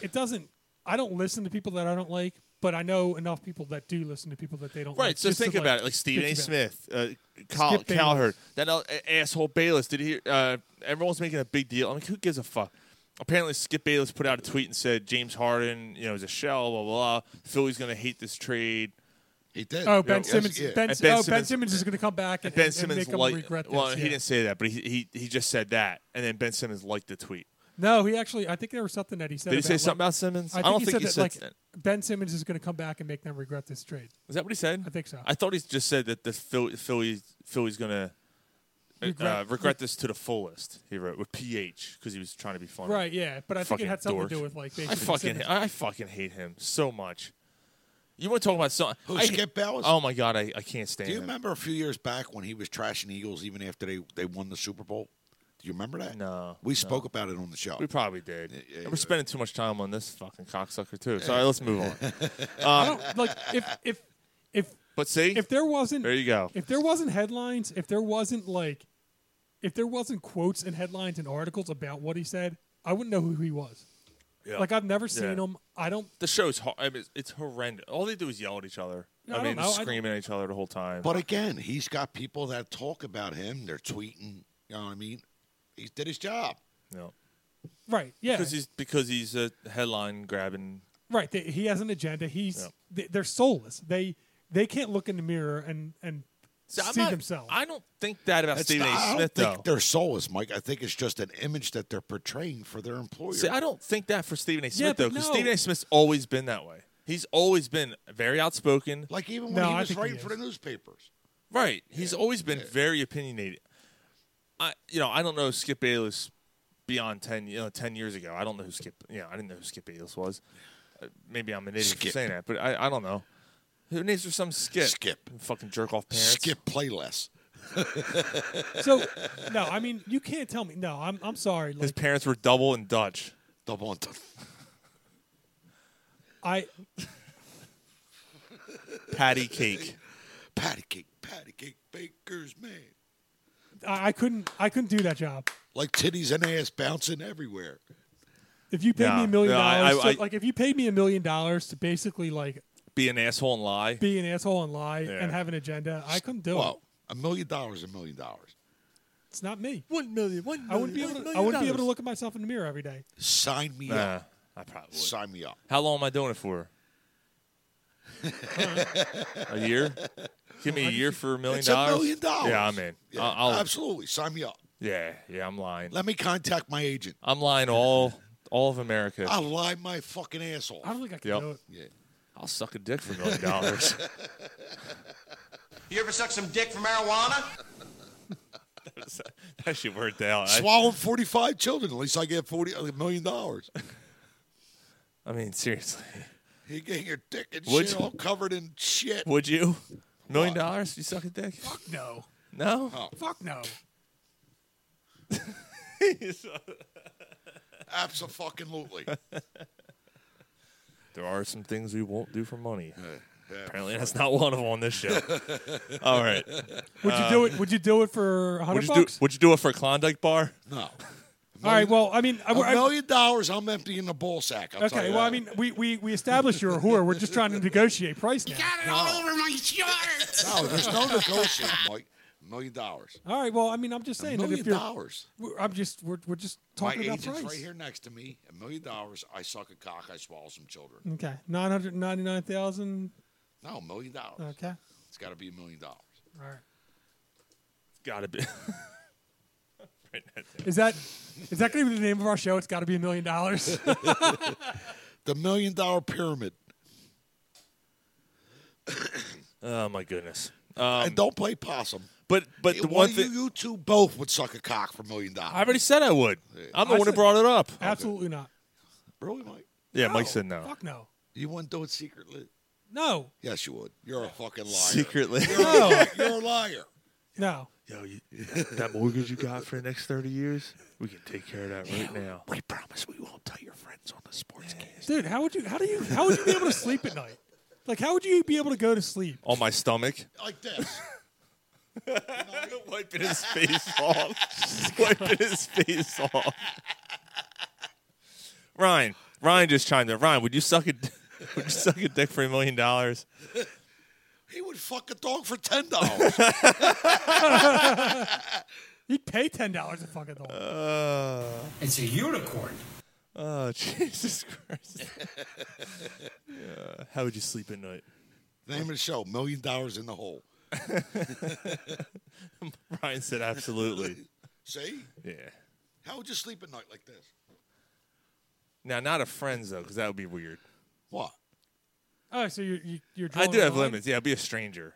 [SPEAKER 7] It doesn't. I don't listen to people that I don't like, but I know enough people that do listen to people that they don't.
[SPEAKER 6] Right.
[SPEAKER 7] like,
[SPEAKER 6] So
[SPEAKER 7] just to,
[SPEAKER 6] think about it, like Stephen A.
[SPEAKER 7] bitch about-
[SPEAKER 6] Smith, uh, Cal-
[SPEAKER 7] Skip Bayless.
[SPEAKER 6] Calherd, that uh, asshole Bayless. Did he? Uh, everyone's making a big deal. I mean, who gives a fuck? Apparently, Skip Bayless put out a tweet and said James Harden, you know, is a shell. Blah blah. blah. Philly's going to hate this trade.
[SPEAKER 1] He did.
[SPEAKER 7] Oh, Ben
[SPEAKER 6] Yeah,
[SPEAKER 7] Simmons.
[SPEAKER 1] yeah.
[SPEAKER 7] Ben,
[SPEAKER 6] And Ben
[SPEAKER 7] oh, Ben
[SPEAKER 6] Simmons-
[SPEAKER 7] Simmons is going to come back and,
[SPEAKER 6] And Ben
[SPEAKER 7] and
[SPEAKER 6] Simmons
[SPEAKER 7] make him
[SPEAKER 6] like
[SPEAKER 7] regret this.
[SPEAKER 6] well, he
[SPEAKER 7] yeah.
[SPEAKER 6] didn't say that, but he, he he just said that, and then Ben Simmons liked the tweet.
[SPEAKER 7] No, he actually. I think there was something that he said.
[SPEAKER 6] Did he say
[SPEAKER 7] like-
[SPEAKER 6] something about Simmons?
[SPEAKER 7] I,
[SPEAKER 6] don't
[SPEAKER 7] he
[SPEAKER 6] think
[SPEAKER 7] said
[SPEAKER 6] he
[SPEAKER 7] that,
[SPEAKER 6] said.
[SPEAKER 7] like
[SPEAKER 6] that.
[SPEAKER 7] Ben Simmons is going to come back and make them regret this trade.
[SPEAKER 6] Is that what he said?
[SPEAKER 7] I think so.
[SPEAKER 6] I thought he just said that the Philly, Philly Philly's gonna uh, regret,
[SPEAKER 7] Regret-
[SPEAKER 6] this to the fullest. He wrote with PH because he was trying to be funny.
[SPEAKER 7] Right. Yeah. But I think
[SPEAKER 6] Fucking
[SPEAKER 7] it had something
[SPEAKER 6] dork.
[SPEAKER 7] to do with like.
[SPEAKER 6] I
[SPEAKER 7] basically
[SPEAKER 6] fucking
[SPEAKER 7] Simmons-
[SPEAKER 6] I fucking hate him so much. You want to talk about something?
[SPEAKER 1] Who,
[SPEAKER 6] I,
[SPEAKER 1] Skip Bayless?
[SPEAKER 6] Oh my god, I, I can't stand
[SPEAKER 1] Do you
[SPEAKER 6] him.
[SPEAKER 1] remember a few years back when he was trashing Eagles even after they, they won the Super Bowl? Do you remember that?
[SPEAKER 6] No,
[SPEAKER 1] We
[SPEAKER 6] no.
[SPEAKER 1] spoke about it on the show.
[SPEAKER 6] We probably did.
[SPEAKER 1] yeah,
[SPEAKER 6] And
[SPEAKER 1] yeah.
[SPEAKER 6] We're spending too much time on this fucking cocksucker too. Sorry, let's move on.
[SPEAKER 7] I don't like if if if
[SPEAKER 6] But see,
[SPEAKER 7] if there wasn't
[SPEAKER 6] there you go.
[SPEAKER 7] if there wasn't headlines, if there wasn't like, if there wasn't quotes and headlines and articles about what he said, I wouldn't know who he was.
[SPEAKER 6] Yeah.
[SPEAKER 7] Like I've never seen
[SPEAKER 6] Yeah.
[SPEAKER 7] him. I don't.
[SPEAKER 6] The show's ho- I mean, it's, it's horrendous. All they do is yell at each other.
[SPEAKER 7] No,
[SPEAKER 6] I
[SPEAKER 7] I
[SPEAKER 6] mean,
[SPEAKER 7] don't know. I-
[SPEAKER 6] screaming at each other the whole time.
[SPEAKER 1] But again, he's got people that talk about him. They're tweeting. You know what I mean? He did his job.
[SPEAKER 6] no.
[SPEAKER 7] Right. Yeah.
[SPEAKER 6] because he's because he's a headline grabbing.
[SPEAKER 7] right. They, he has an agenda. He's
[SPEAKER 6] Yeah.
[SPEAKER 7] they, they're soulless. They they can't look in the mirror and and
[SPEAKER 6] See, I'm
[SPEAKER 7] see
[SPEAKER 6] not-
[SPEAKER 7] themselves.
[SPEAKER 6] I don't think that about
[SPEAKER 1] That's
[SPEAKER 6] Stephen
[SPEAKER 1] not-
[SPEAKER 6] A.
[SPEAKER 1] I
[SPEAKER 6] Smith
[SPEAKER 1] don't think
[SPEAKER 6] though.
[SPEAKER 1] their soul is, Mike. I think it's just an image that they're portraying for their employer.
[SPEAKER 6] See, I don't think that for Stephen A. Smith
[SPEAKER 7] Yeah,
[SPEAKER 6] though,
[SPEAKER 7] but
[SPEAKER 6] because
[SPEAKER 7] no.
[SPEAKER 6] Stephen A. Smith's always been that way. He's always been very outspoken.
[SPEAKER 1] like even when
[SPEAKER 7] No,
[SPEAKER 1] he
[SPEAKER 7] I
[SPEAKER 1] was
[SPEAKER 7] think he
[SPEAKER 1] writing for the
[SPEAKER 7] is.
[SPEAKER 1] newspapers.
[SPEAKER 6] Right. He's always been very opinionated. I you know, I don't know Skip Bayless beyond 10 you know 10 years ago. I don't know who Skip you know, I didn't know who Skip Bayless was. Uh, maybe I'm an idiot
[SPEAKER 1] Skip.
[SPEAKER 6] for saying that, but I, I don't know. Who names for some Skip?
[SPEAKER 1] Skip.
[SPEAKER 6] Fucking jerk off parents.
[SPEAKER 1] Skip play less.
[SPEAKER 7] so no. I mean, you can't tell me. No. I'm I'm sorry.
[SPEAKER 6] His
[SPEAKER 7] Like
[SPEAKER 6] parents were double and Dutch.
[SPEAKER 1] Double on top.
[SPEAKER 7] I
[SPEAKER 6] Patty cake.
[SPEAKER 1] patty cake, patty cake, baker's man.
[SPEAKER 7] I I couldn't I couldn't do that job.
[SPEAKER 1] Like titties and ass bouncing everywhere.
[SPEAKER 7] If you paid me
[SPEAKER 6] No,
[SPEAKER 7] a million
[SPEAKER 6] no, I-
[SPEAKER 7] dollars,
[SPEAKER 6] I-
[SPEAKER 7] to- like if you paid me a million dollars to basically like
[SPEAKER 6] Be an asshole and lie.
[SPEAKER 7] be an asshole and lie
[SPEAKER 6] Yeah.
[SPEAKER 7] and have an agenda. I couldn't do
[SPEAKER 1] Well,
[SPEAKER 7] it.
[SPEAKER 1] a million dollars, is a million dollars.
[SPEAKER 7] It's not me.
[SPEAKER 6] One million, one
[SPEAKER 7] I wouldn't be able to. I wouldn't be able to look at myself in the mirror every day.
[SPEAKER 1] Sign me
[SPEAKER 6] Nah,
[SPEAKER 1] up.
[SPEAKER 6] I probably would.
[SPEAKER 1] Sign me up.
[SPEAKER 6] How long am I doing it for? a year? Give me a year for a million
[SPEAKER 1] It's a
[SPEAKER 6] dollars.
[SPEAKER 1] million dollars.
[SPEAKER 6] Yeah, I'm in.
[SPEAKER 1] Yeah,
[SPEAKER 6] I- I'll,
[SPEAKER 1] absolutely. Sign me up.
[SPEAKER 6] yeah, yeah, I'm lying.
[SPEAKER 1] Let me contact my agent.
[SPEAKER 6] I'm lying to all all of America.
[SPEAKER 1] I'll lie my fucking asshole.
[SPEAKER 7] I don't think I can
[SPEAKER 6] Yep.
[SPEAKER 7] do it.
[SPEAKER 1] Yeah.
[SPEAKER 6] I'll suck a dick for a million dollars.
[SPEAKER 9] You ever suck some dick from marijuana?
[SPEAKER 6] that should work out. I,
[SPEAKER 1] Swallowed 45 children. At least I get 40, a million dollars.
[SPEAKER 6] I mean, seriously,
[SPEAKER 1] You get your dick and
[SPEAKER 6] Would
[SPEAKER 1] shit
[SPEAKER 6] you-
[SPEAKER 1] all covered in shit.
[SPEAKER 6] would you? Million dollars? You suck a dick?
[SPEAKER 7] No.
[SPEAKER 6] No.
[SPEAKER 7] Fuck no.
[SPEAKER 1] Absolutely.
[SPEAKER 6] There are some things we won't do for money.
[SPEAKER 1] yeah.
[SPEAKER 6] Apparently, that's not one of them on this show. All right.
[SPEAKER 7] Would you do it? Would you do it for
[SPEAKER 6] Uh,
[SPEAKER 7] a
[SPEAKER 6] Would
[SPEAKER 7] hundred
[SPEAKER 6] you do?
[SPEAKER 7] bucks?
[SPEAKER 6] Would you do it for a Klondike bar?
[SPEAKER 1] No.
[SPEAKER 7] All right. Well, I mean, I,
[SPEAKER 1] A
[SPEAKER 7] I-
[SPEAKER 1] million dollars, I'm emptying the ball sack. I'll tell
[SPEAKER 7] okay.
[SPEAKER 1] you
[SPEAKER 7] Well,
[SPEAKER 1] that.
[SPEAKER 7] I mean, we, we we established you're a whore. We're just trying to negotiate price now.
[SPEAKER 9] Got it all over my shirt.
[SPEAKER 1] no, there's no negotiating, Mike. A million dollars.
[SPEAKER 7] All right. Well, I mean, I'm just
[SPEAKER 1] A
[SPEAKER 7] saying that if
[SPEAKER 1] million
[SPEAKER 7] you're,
[SPEAKER 1] dollars.
[SPEAKER 7] we're- I'm just we're, we're just
[SPEAKER 1] My
[SPEAKER 7] talking about
[SPEAKER 1] agent's
[SPEAKER 7] price.
[SPEAKER 1] right here next to me. A million dollars. I suck a cock. I swallow some children.
[SPEAKER 7] Okay. Nine hundred ninety nine thousand.
[SPEAKER 1] No, a million dollars.
[SPEAKER 7] Okay.
[SPEAKER 1] It's got to be a million dollars.
[SPEAKER 7] All right.
[SPEAKER 6] Gotta be.
[SPEAKER 7] Is that is that going to be the name of our show? It's got to be a million dollars.
[SPEAKER 1] The million dollar pyramid.
[SPEAKER 6] oh my goodness.
[SPEAKER 1] and don't play possum.
[SPEAKER 6] But but
[SPEAKER 1] Hey,
[SPEAKER 6] Um, the
[SPEAKER 1] why
[SPEAKER 6] one
[SPEAKER 1] you,
[SPEAKER 6] thing
[SPEAKER 1] you two both would suck a cock for a million dollars.
[SPEAKER 6] I already said I would. I'm the
[SPEAKER 7] I
[SPEAKER 6] one who
[SPEAKER 7] said-
[SPEAKER 6] brought it up.
[SPEAKER 7] Absolutely not.
[SPEAKER 1] really, Mike.
[SPEAKER 6] Yeah, Mike
[SPEAKER 7] No.
[SPEAKER 6] said no.
[SPEAKER 7] Fuck no.
[SPEAKER 1] You wouldn't do it secretly.
[SPEAKER 7] No,
[SPEAKER 1] Yes, you would. You're a fucking liar.
[SPEAKER 6] Secretly.
[SPEAKER 1] You're, a liar. You're a liar.
[SPEAKER 7] no.
[SPEAKER 6] Yo, you, that mortgage you got for the next 30 years, we can take care of that right now.
[SPEAKER 1] We promise we won't tell your friends on the sportscast.
[SPEAKER 7] Dude, how would you? How do you? How would you be able to sleep at night? Like, how would you be able to go to sleep?
[SPEAKER 6] On my stomach.
[SPEAKER 1] Like this.
[SPEAKER 6] Wiping his face off. Wiping his face off. Ryan. Ryan just chimed in. Ryan, would you suck a, would you suck a dick for a million dollars?
[SPEAKER 1] He would fuck a dog for ten dollars.
[SPEAKER 7] You'd pay ten dollars to fucking dog.
[SPEAKER 6] Uh,
[SPEAKER 10] It's a unicorn.
[SPEAKER 6] Oh, Jesus Christ. Yeah, How would you sleep at night?
[SPEAKER 1] Name of the show: Million Dollars in the Hole.
[SPEAKER 6] Ryan said, absolutely.
[SPEAKER 1] See?
[SPEAKER 6] Yeah.
[SPEAKER 1] How would you sleep at night like this?
[SPEAKER 6] Now, not a friend's, though, because that would be weird.
[SPEAKER 1] What?
[SPEAKER 7] oh, Oh, so you're you, you're.
[SPEAKER 6] I
[SPEAKER 7] drawing
[SPEAKER 6] do
[SPEAKER 7] a
[SPEAKER 6] have
[SPEAKER 7] line?
[SPEAKER 6] limits. Yeah, I'll be a stranger.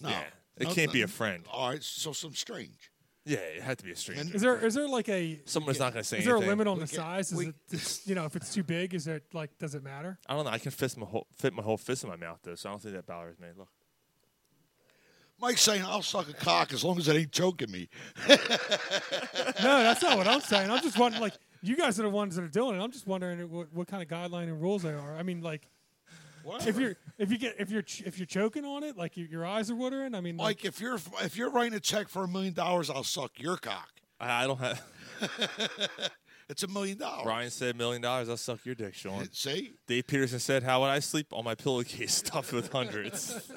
[SPEAKER 1] No.
[SPEAKER 6] Yeah. It
[SPEAKER 1] No,
[SPEAKER 6] can't be
[SPEAKER 1] no.
[SPEAKER 6] a friend.
[SPEAKER 1] All right. So some strange.
[SPEAKER 6] Yeah, it had to be a stranger.
[SPEAKER 1] And-
[SPEAKER 7] Is there is there like a
[SPEAKER 6] Someone that's not going to say
[SPEAKER 7] is there a
[SPEAKER 6] anything.
[SPEAKER 7] limit on
[SPEAKER 1] We
[SPEAKER 7] the
[SPEAKER 1] get-
[SPEAKER 7] size? Is
[SPEAKER 1] we-
[SPEAKER 7] it it's- you know if it's too big? Is it like does it matter?
[SPEAKER 6] I don't know. I can fist my whole, fit my whole fist in my mouth, though, so I don't think that bothers me. Look.
[SPEAKER 1] Mike's saying I'll suck a cock as long as it ain't choking me.
[SPEAKER 7] No, that's not what I'm saying. I'm just wondering like you guys are the ones that are doing it. I'm just wondering what, what kind of guideline and rules there are. I mean like. If you're if you get if you're ch- if you're choking on it like your, your eyes are watering, I mean
[SPEAKER 1] Mike,
[SPEAKER 7] like
[SPEAKER 1] if you're if you're writing a check for a million dollars, I'll suck your cock.
[SPEAKER 6] I, I don't have.
[SPEAKER 1] It's a million dollars.
[SPEAKER 6] Ryan said, million dollars, I'll suck your dick, Sean.
[SPEAKER 1] See?
[SPEAKER 6] Dave Peterson said, How would I sleep on my pillowcase stuffed with hundreds?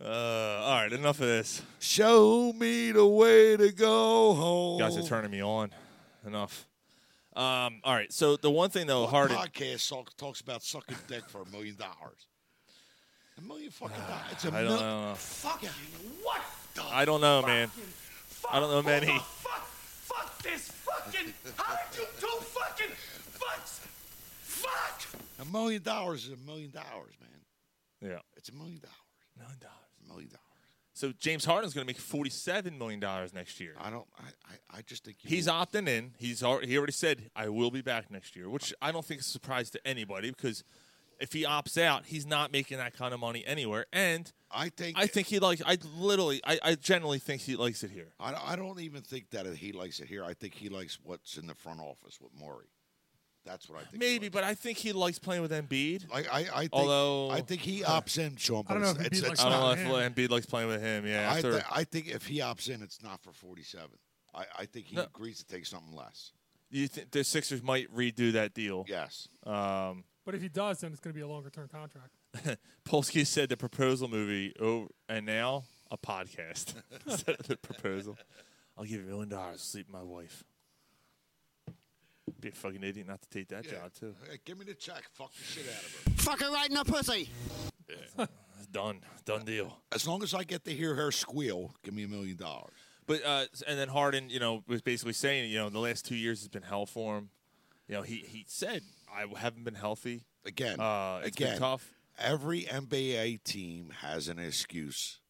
[SPEAKER 6] uh, all right, enough of this.
[SPEAKER 1] Show me the way to go home.
[SPEAKER 6] You guys are turning me on. Enough. Um, all right, so the one thing, though, Harden.
[SPEAKER 1] podcast talk, talks about sucking dick for a million dollars. A million fucking dollars. It's a
[SPEAKER 6] I don't, I
[SPEAKER 1] mil-
[SPEAKER 6] don't know.
[SPEAKER 1] Fucking what the?
[SPEAKER 6] I don't know, man. I don't know many.
[SPEAKER 9] Fuck, fuck this fucking. How did you do fucking. Fucks. Fuck.
[SPEAKER 1] A million dollars is a million dollars, man.
[SPEAKER 6] Yeah.
[SPEAKER 1] It's a million dollars.
[SPEAKER 6] Million dollars.
[SPEAKER 1] A million dollars.
[SPEAKER 6] So James Harden's going to make forty-seven million dollars next year.
[SPEAKER 1] I don't. I. I, I just think you
[SPEAKER 6] He's opting in. He's al- he already said I will be back next year, which I don't think is a surprise to anybody because if he opts out, he's not making that kind of money anywhere. And
[SPEAKER 1] I think.
[SPEAKER 6] I think he likes. I literally. I, I generally think he likes it here.
[SPEAKER 1] I, don't- I don't even think that he likes it here. I think he likes what's in the front office with Maury. That's what I think. he
[SPEAKER 6] Maybe,
[SPEAKER 1] likes.
[SPEAKER 6] but I think he likes playing with Embiid.
[SPEAKER 1] Like I, I think,
[SPEAKER 6] Although-
[SPEAKER 1] I think he opts in, Sean. But
[SPEAKER 7] I don't
[SPEAKER 1] it's,
[SPEAKER 7] know if he'd
[SPEAKER 1] it's,
[SPEAKER 7] be
[SPEAKER 1] it's
[SPEAKER 6] I
[SPEAKER 7] like
[SPEAKER 6] don't know
[SPEAKER 1] not.
[SPEAKER 6] if
[SPEAKER 7] not
[SPEAKER 6] Embiid likes playing with him. Yeah,
[SPEAKER 1] I,
[SPEAKER 6] after
[SPEAKER 1] th- I think if he opts in, it's not for forty-seven. I, I think he
[SPEAKER 6] No.
[SPEAKER 1] agrees to take something less.
[SPEAKER 6] you think the Sixers might redo that deal. Um,
[SPEAKER 1] Yes,
[SPEAKER 7] but if he does then it's going to be a longer term contract.
[SPEAKER 6] Polsky said the proposal movie, oh, and now a podcast. Instead of the proposal, I'll give you a million dollars to sleep with my wife. Be a fucking idiot not to take that job too.
[SPEAKER 1] Hey, give me the check. Fuck the shit out of her.
[SPEAKER 9] Fuck her right in the pussy.
[SPEAKER 6] It's done, done deal.
[SPEAKER 1] As long as I get to hear her squeal, give me a million dollars.
[SPEAKER 6] But uh, and then Harden, you know, was basically saying, you know, the last two years has been hell for him. You know, he he said I haven't been healthy.
[SPEAKER 1] Again,
[SPEAKER 6] Uh, it's been
[SPEAKER 1] again,
[SPEAKER 6] tough.
[SPEAKER 1] Every NBA team has an excuse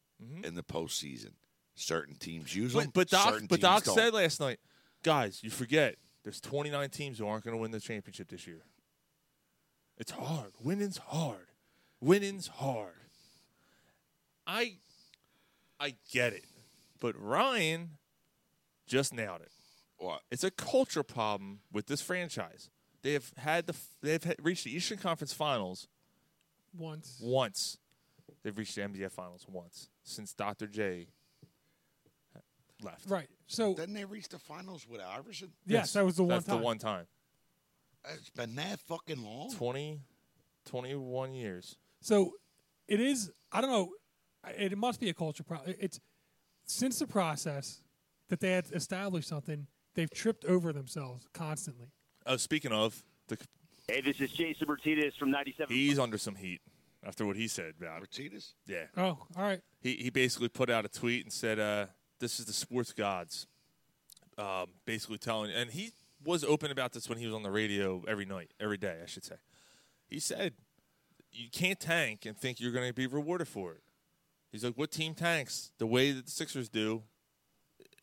[SPEAKER 1] in the postseason. Certain teams use them.
[SPEAKER 6] Mm-hmm. But, but Doc,
[SPEAKER 1] certain
[SPEAKER 6] but
[SPEAKER 1] teams
[SPEAKER 6] Doc
[SPEAKER 1] don't.
[SPEAKER 6] said last night, guys, you forget there's 29 teams who aren't going to win the championship this year. It's hard. Winning's hard. Winning's hard. I, I get it, but Ryan just nailed it.
[SPEAKER 1] what?
[SPEAKER 6] It's a culture problem with this franchise. They have had the f- they've had reached the Eastern Conference Finals
[SPEAKER 7] Once
[SPEAKER 6] once. They've reached the NBA Finals once since Dr. J left.
[SPEAKER 7] right, so
[SPEAKER 1] Didn't they reach the finals with Iverson?
[SPEAKER 7] yes, that was the one
[SPEAKER 6] That's
[SPEAKER 7] time.
[SPEAKER 6] the one time.
[SPEAKER 1] It's been that fucking long.
[SPEAKER 6] 20, 21 years.
[SPEAKER 7] So it is. I don't know. It must be a culture problem. It's since the process that they had established something, they've tripped over themselves constantly.
[SPEAKER 6] Oh, speaking of, the,
[SPEAKER 3] Hey, this is Jason Martinez from 97.
[SPEAKER 6] he's under some heat after what he said about it.
[SPEAKER 1] Martinez?
[SPEAKER 6] Yeah.
[SPEAKER 7] Oh, all right.
[SPEAKER 6] He, he basically put out a tweet and said, uh, This is the sports gods. Um, basically telling, and he was open about this when he was on the radio every night, every day, I should say. He said, You can't tank and think you're going to be rewarded for it. He's like, What team tanks the way that the Sixers do?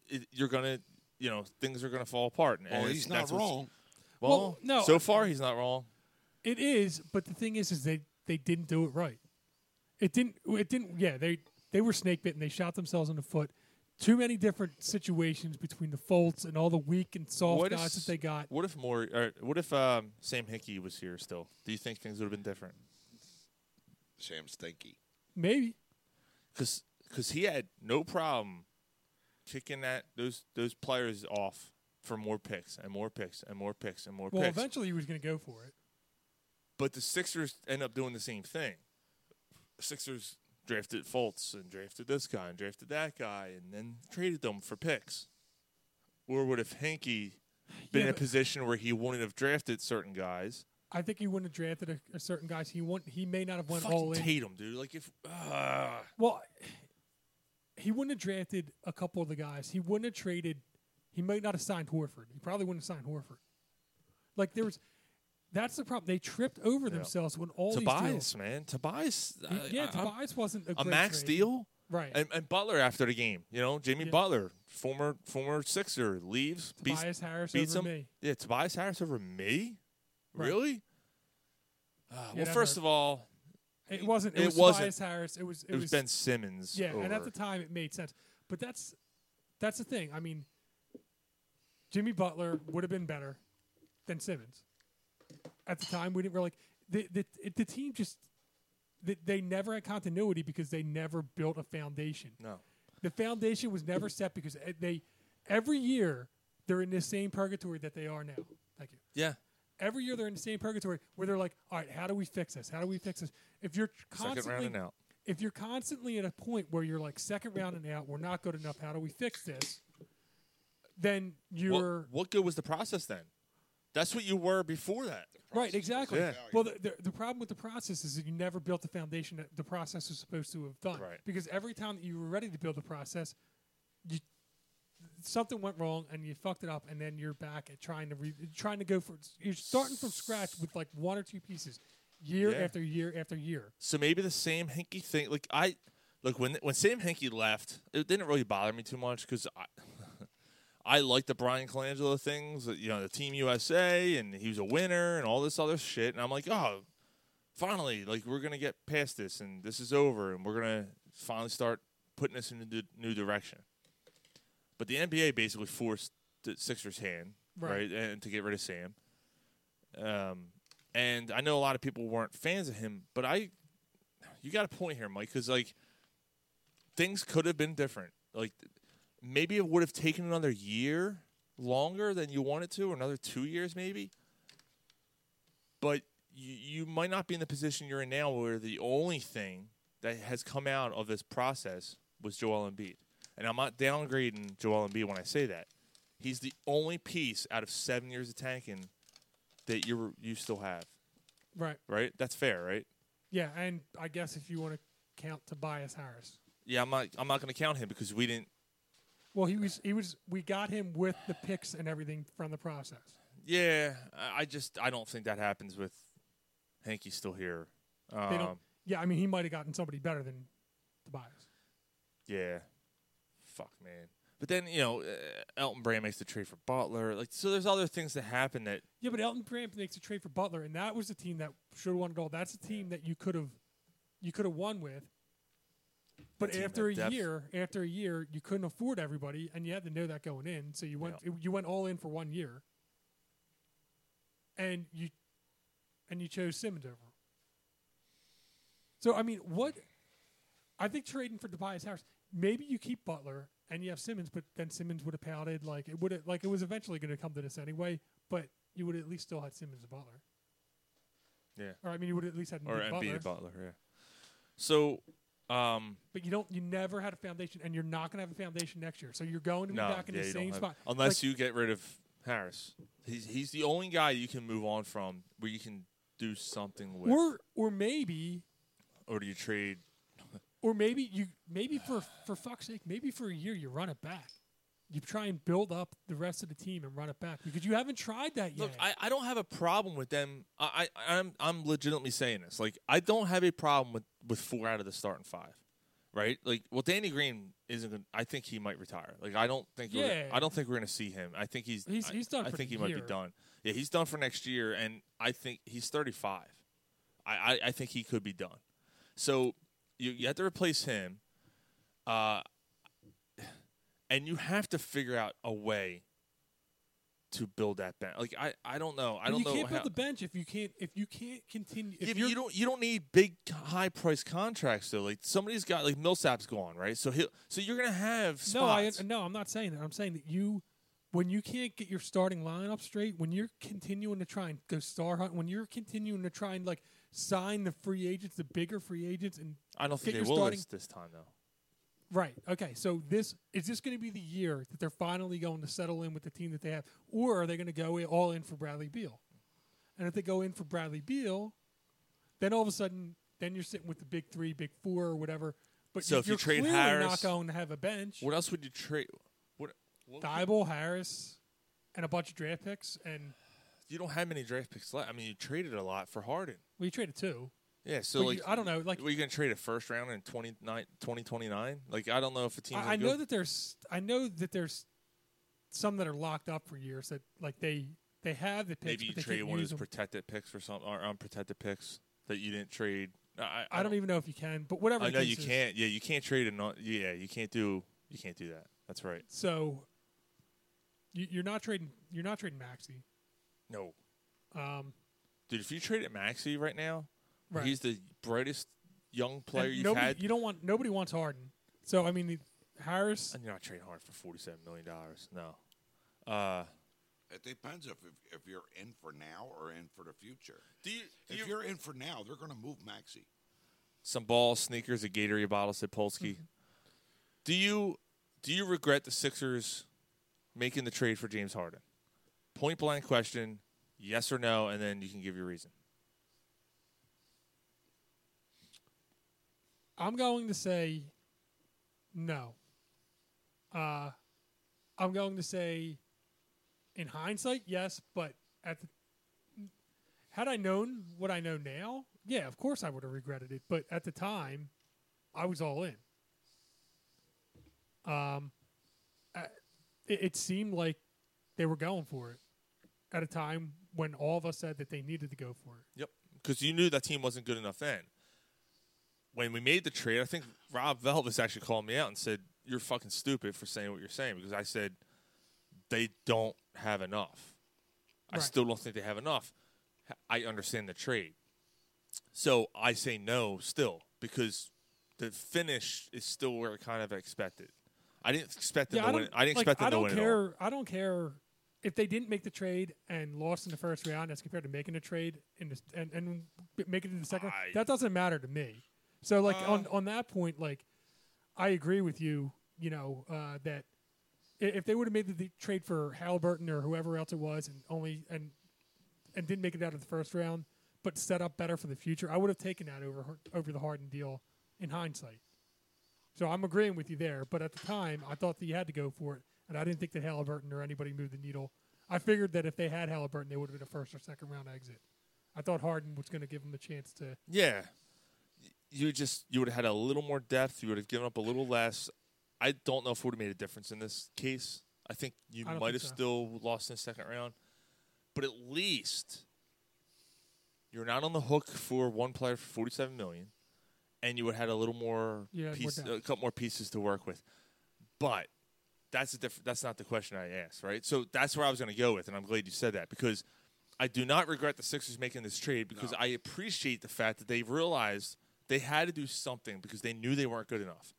[SPEAKER 6] It, you're going to, you know, things are going to fall apart. And
[SPEAKER 1] Oh,
[SPEAKER 6] it's-
[SPEAKER 1] he's not
[SPEAKER 6] that's what's-
[SPEAKER 1] wrong.
[SPEAKER 6] Well,
[SPEAKER 7] Well, no,
[SPEAKER 6] So
[SPEAKER 7] I-
[SPEAKER 6] far, he's not wrong.
[SPEAKER 7] It is, but the thing is, is they they didn't do it right. It didn't. It didn't. Yeah, they they were snake bitten. They shot themselves in the foot. Too many different situations between the Foltz and all the weak and soft
[SPEAKER 6] What if
[SPEAKER 7] guys that they got.
[SPEAKER 6] What if more? Or what if um, Sam Hickey was here still? Do you think things would have been different?
[SPEAKER 1] Sam Stinky.
[SPEAKER 7] Maybe
[SPEAKER 6] because he had no problem kicking that those those players off for more picks and more picks and more picks and more
[SPEAKER 7] Well,
[SPEAKER 6] picks.
[SPEAKER 7] eventually he was going to go for it.
[SPEAKER 6] But the Sixers end up doing the same thing. Sixers drafted Fultz and drafted this guy and drafted that guy and then traded them for picks. Or would have Hanky been in a
[SPEAKER 7] but-
[SPEAKER 6] position where he wouldn't have drafted certain guys?
[SPEAKER 7] I think he wouldn't have drafted a, a certain guys. He won. He may not have went all
[SPEAKER 6] Fucking
[SPEAKER 7] in.
[SPEAKER 6] Tatum, dude. Like if uh,
[SPEAKER 7] Well, he wouldn't have drafted a couple of the guys. He wouldn't have traded. He might not have signed Horford. He probably wouldn't have signed Horford. Like there was, that's the problem. They tripped over themselves when all
[SPEAKER 6] Tobias,
[SPEAKER 7] these deals.
[SPEAKER 6] man, Tobias. I-
[SPEAKER 7] yeah,
[SPEAKER 6] I'm-
[SPEAKER 7] Tobias wasn't a,
[SPEAKER 6] a
[SPEAKER 7] great
[SPEAKER 6] max
[SPEAKER 7] trade.
[SPEAKER 6] deal,
[SPEAKER 7] Right.
[SPEAKER 6] And, and Butler after the game, you know, Jimmy
[SPEAKER 7] Yeah.
[SPEAKER 6] Butler, former former Sixer, leaves. beats-
[SPEAKER 7] Tobias Harris
[SPEAKER 6] beats
[SPEAKER 7] over
[SPEAKER 6] him.
[SPEAKER 7] me.
[SPEAKER 6] Yeah, Tobias Harris over me.
[SPEAKER 7] Right.
[SPEAKER 6] Really? Uh,
[SPEAKER 7] Yeah,
[SPEAKER 6] well,
[SPEAKER 7] that
[SPEAKER 6] first
[SPEAKER 7] hurt.
[SPEAKER 6] of all,
[SPEAKER 7] It wasn't. It,
[SPEAKER 6] it
[SPEAKER 7] was
[SPEAKER 6] wasn't.
[SPEAKER 7] Tobias Harris. It was. It,
[SPEAKER 6] it was Ben Simmons
[SPEAKER 7] Yeah, and at
[SPEAKER 6] over.
[SPEAKER 7] the time it made sense. But that's that's the thing. I mean, Jimmy Butler would have been better than Simmons. At the time, we didn't really the the it, the team just they, they never had continuity because they never built a foundation.
[SPEAKER 6] no.
[SPEAKER 7] The foundation was never set because e- they every year they're in the same purgatory that they are now. Thank you
[SPEAKER 6] Yeah,
[SPEAKER 7] every year they're in the same purgatory where they're like, all right, how do we fix this? How do we fix this? If you're
[SPEAKER 6] Second round
[SPEAKER 7] constantly
[SPEAKER 6] and out.
[SPEAKER 7] if you're constantly at a point where you're like second round and out, we're not good enough. How do we fix this? Then
[SPEAKER 6] What-
[SPEAKER 7] you're
[SPEAKER 6] what, good was the process then? That's what you were before that.
[SPEAKER 7] right, exactly.
[SPEAKER 6] Yeah.
[SPEAKER 7] Well, the, the, the problem with the process is that you never built the foundation that the process was supposed to have done.
[SPEAKER 6] Right.
[SPEAKER 7] Because every time that you were ready to build the process, you something went wrong and you fucked it up, and then you're back at trying to re, trying to go for you're starting from scratch with like one or two pieces, year
[SPEAKER 6] Yeah.
[SPEAKER 7] after year after year.
[SPEAKER 6] So maybe the Sam Hinkie thing. Like I, look when when Sam Hinkie left, it didn't really bother me too much because I, I liked the Brian Colangelo things. You know, the Team USA, and he was a winner, and all this other shit. And I'm like, oh, finally, like we're gonna get past this, and this is over, and we're gonna finally start putting this in a d- new direction. But the NBA basically forced the Sixers' hand,
[SPEAKER 7] Right.
[SPEAKER 6] right, and to get rid of Sam. Um, and I know a lot of people weren't fans of him, but I, you got a point here, Mike, because like things could have been different. Like th- maybe it would have taken another year longer than you wanted to, or another two years maybe. But you, you might not be in the position you're in now, where the only thing that has come out of this process was Joel Embiid. And I'm not downgrading Joel Embiid when I say that. He's the only piece out of seven years of tanking that you are you still have,
[SPEAKER 7] Right.
[SPEAKER 6] right? That's fair, right?
[SPEAKER 7] Yeah, and I guess if you want to count Tobias Harris,
[SPEAKER 6] Yeah, I'm not I'm not going to count him because we didn't.
[SPEAKER 7] well, he was he was we got him with the picks and everything from the process.
[SPEAKER 6] Yeah, I I just I don't think that happens with Hanky's still here. Um,
[SPEAKER 7] They don't. Yeah, I mean, he might have gotten somebody better than Tobias.
[SPEAKER 6] Yeah, fuck man. But then you know, uh, Elton Brand makes the trade for Butler. Like, so there's other things that happen that
[SPEAKER 7] Yeah, but Elton Brand makes a trade for Butler, and that was the team that should have won it all. That's the team that you could have, you could have won with. But
[SPEAKER 6] team,
[SPEAKER 7] after
[SPEAKER 6] that
[SPEAKER 7] a
[SPEAKER 6] depth.
[SPEAKER 7] year, after a year, you couldn't afford everybody, and you had to know that going in. So you went, you went all in for one year, and you, and you chose Simmons over. him. So I mean, what? I think trading for Tobias Harris, maybe you keep Butler and you have Simmons, but then Simmons would have pouted like it would have like it was eventually going to come to this anyway. But you would at least still had Simmons and Butler,
[SPEAKER 6] yeah,
[SPEAKER 7] or I mean, you would at least had
[SPEAKER 6] or Embiid
[SPEAKER 7] Embiid Butler.
[SPEAKER 6] and Butler. Yeah. So, um,
[SPEAKER 7] But you don't, you never had a foundation, and you're not going to have a foundation next year. So you're going to be
[SPEAKER 6] no,
[SPEAKER 7] back in
[SPEAKER 6] yeah,
[SPEAKER 7] the
[SPEAKER 6] you don't
[SPEAKER 7] same
[SPEAKER 6] have-
[SPEAKER 7] spot
[SPEAKER 6] unless
[SPEAKER 7] Like,
[SPEAKER 6] you get rid of Harris. He's he's the only guy you can move on from where you can do something with,
[SPEAKER 7] or or maybe
[SPEAKER 6] or do you trade?
[SPEAKER 7] or maybe you maybe for for fuck's sake, maybe for a year you run it back. You try and build up the rest of the team and run it back because you haven't tried that yet.
[SPEAKER 6] Look, I, I don't have a problem with them. I, I I'm I'm legitimately saying this. Like I don't have a problem with with four out of the starting five, right? Like well, Danny Green isn't. Gonna, I think he might retire. Like I don't think
[SPEAKER 7] Yeah.
[SPEAKER 6] we're, I don't think we're gonna see him. I think he's
[SPEAKER 7] He's-
[SPEAKER 6] I-
[SPEAKER 7] he's done
[SPEAKER 6] I
[SPEAKER 7] for
[SPEAKER 6] think
[SPEAKER 7] the
[SPEAKER 6] he might
[SPEAKER 7] year.
[SPEAKER 6] be done. Yeah, he's done for next year, and I think he's 35. I, I, I think he could be done. So you, you have to replace him, uh, and you have to figure out a way to build that bench. Like I, I don't know. I
[SPEAKER 7] And
[SPEAKER 6] don't
[SPEAKER 7] you
[SPEAKER 6] know.
[SPEAKER 7] can't
[SPEAKER 6] how,
[SPEAKER 7] build the bench if you can't if you can't continue. If
[SPEAKER 6] yeah, but
[SPEAKER 7] you're-
[SPEAKER 6] you don't you don't need big high price contracts though. Like somebody's got like Millsap's gone right, so he so you're gonna have spots.
[SPEAKER 7] no, I no, I'm not saying that. I'm saying that you when you can't get your starting lineup straight, when you're continuing to try and go star hunt, when you're continuing to try and like sign the free agents, the bigger free agents, and
[SPEAKER 6] I don't think
[SPEAKER 7] get
[SPEAKER 6] they
[SPEAKER 7] your
[SPEAKER 6] will
[SPEAKER 7] starting
[SPEAKER 6] this, this time though.
[SPEAKER 7] Right. Okay. So this is this going to be the year that they're finally going to settle in with the team that they have, or are they going to go in- all in for Bradley Beal? And if they go in for Bradley Beal, then all of a sudden, then you're sitting with the big three, big four, or whatever. But
[SPEAKER 6] So if you
[SPEAKER 7] you're
[SPEAKER 6] trade
[SPEAKER 7] clearly
[SPEAKER 6] Harris-
[SPEAKER 7] not going to have a bench.
[SPEAKER 6] What else would you trade? What, what
[SPEAKER 7] Thibault, Harris, and a bunch of draft picks, and
[SPEAKER 6] You don't have many draft picks left. I mean, you traded a lot for Harden.
[SPEAKER 7] we traded two.
[SPEAKER 6] Yeah, so
[SPEAKER 7] But
[SPEAKER 6] like
[SPEAKER 7] you- I don't know, like-
[SPEAKER 6] were you going to trade a first round in 29 2029? Like I don't know if a team.
[SPEAKER 7] I, I know that there's I know that there's some that are locked up for years that like they they have the picks.
[SPEAKER 6] maybe you
[SPEAKER 7] but they
[SPEAKER 6] trade
[SPEAKER 7] can't
[SPEAKER 6] one of
[SPEAKER 7] use
[SPEAKER 6] his
[SPEAKER 7] them.
[SPEAKER 6] protected picks or something or unprotected picks that you didn't trade. I, I,
[SPEAKER 7] I don't even know if you can, but whatever.
[SPEAKER 6] I
[SPEAKER 7] the
[SPEAKER 6] know
[SPEAKER 7] case
[SPEAKER 6] you
[SPEAKER 7] is.
[SPEAKER 6] can't. Yeah, you can't trade a non. Yeah, you can't do. You can't do that. That's right.
[SPEAKER 7] So you, you're not trading. You're not trading Maxi.
[SPEAKER 6] No,
[SPEAKER 7] Um,
[SPEAKER 6] dude. If you trade at Maxi right now,
[SPEAKER 7] Right.
[SPEAKER 6] he's the brightest young player
[SPEAKER 7] and
[SPEAKER 6] you've
[SPEAKER 7] nobody,
[SPEAKER 6] had.
[SPEAKER 7] You don't want. Nobody wants Harden. So I mean, the- Harris.
[SPEAKER 6] and you're not trading hard for forty-seven million dollars. No. Uh,
[SPEAKER 1] It depends if if- if you're in for now or in for the future.
[SPEAKER 6] Do you,
[SPEAKER 1] if you, are in for now, they're going to move Maxi.
[SPEAKER 6] some balls, sneakers, a Gatorade bottle, said Polsky. Do you do you regret the Sixers making the trade for James Harden? Point blank question, yes or no, and then you can give your reason.
[SPEAKER 7] I'm going to say no. Uh, I'm going to say, in hindsight, yes, but at the had I known what I know now, yeah, of course I would have regretted it. But at the time, I was all in. Um, I, it, it seemed like they were going for it at a time when all of us said that they needed to go for it.
[SPEAKER 6] Yep, because you knew that team wasn't good enough then. When we made the trade, I think Rob Velvis actually called me out and said, "You're fucking stupid for saying what you're saying," because I said they don't have enough. I
[SPEAKER 7] Right.
[SPEAKER 6] still don't think they have enough. H- I understand the trade, so I say no still because the finish is still where I kind of expected. I didn't expect them
[SPEAKER 7] I
[SPEAKER 6] to
[SPEAKER 7] don't,
[SPEAKER 6] win. I didn't
[SPEAKER 7] like,
[SPEAKER 6] expect them
[SPEAKER 7] I
[SPEAKER 6] to
[SPEAKER 7] don't
[SPEAKER 6] win at all.
[SPEAKER 7] care. I don't care if they didn't make the trade and lost in the first round as compared to making a trade in the, and and b- making it in the second.
[SPEAKER 6] I- Uh,
[SPEAKER 7] round. That doesn't matter to me. So like on on that point, like I agree with you. You know uh, that i- if they would have made the, the trade for Halliburton or whoever else it was, and only and and didn't make it out of the first round, but set up better for the future, I would have taken that over Har- over the Harden deal in hindsight. So I'm agreeing with you there. But at the time, I thought that you had to go for it, and I didn't think that Halliburton or anybody moved the needle. I figured that if they had Halliburton, they would have been a first or second round exit. I thought Harden was going to give them a chance to.
[SPEAKER 6] Yeah. Y- You just you would have had a little more depth. You would have given up a little less. I don't know if it would have made a difference in this case. I think you
[SPEAKER 7] I don't
[SPEAKER 6] might
[SPEAKER 7] think
[SPEAKER 6] have
[SPEAKER 7] so.
[SPEAKER 6] still lost in the second round, but at least you're not on the hook for one player for 47 million, and you would have had a little more
[SPEAKER 7] Yeah, more
[SPEAKER 6] piece,
[SPEAKER 7] depth.
[SPEAKER 6] a couple more pieces to work with. But that's a diff- that's not the question I asked, right? So that's where I was going to go with, and I'm glad you said that because I do not regret the Sixers making this trade because I appreciate the fact that they realized they had to do something because they knew they weren't good enough.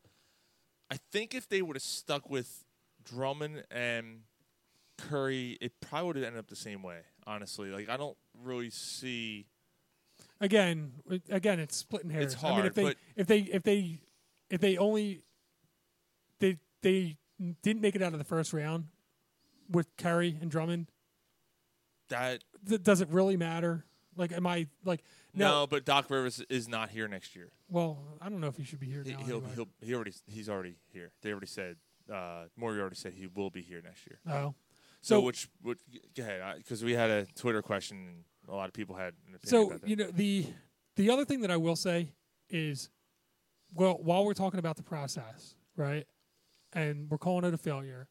[SPEAKER 6] I think if they would have stuck with Drummond and Curry, it probably would have ended up the same way. Honestly, like I don't really see.
[SPEAKER 7] Again, it- again, it's splitting hairs.
[SPEAKER 6] It's
[SPEAKER 7] I mean,
[SPEAKER 6] hard,
[SPEAKER 7] if they
[SPEAKER 6] but-
[SPEAKER 7] if they if they if they only they they didn't make it out of the first round with Curry and Drummond,
[SPEAKER 6] That
[SPEAKER 7] th- does it really matter? Like, am I like
[SPEAKER 6] no,
[SPEAKER 7] now-
[SPEAKER 6] but Doc Rivers is not here next year.
[SPEAKER 7] Well, I don't know if he should be here
[SPEAKER 6] He,
[SPEAKER 7] now.
[SPEAKER 6] he'll,
[SPEAKER 7] anyway.
[SPEAKER 6] he'll he already he's already here. They already said uh, Morey already said he will be here next year.
[SPEAKER 7] Oh.
[SPEAKER 6] So,
[SPEAKER 7] So-
[SPEAKER 6] which would go ahead because we had a Twitter question and a lot of people had an opinion
[SPEAKER 7] so
[SPEAKER 6] about that.
[SPEAKER 7] you know the the other thing that I will say is, well, while we're talking about the process, right, and we're calling it a failure,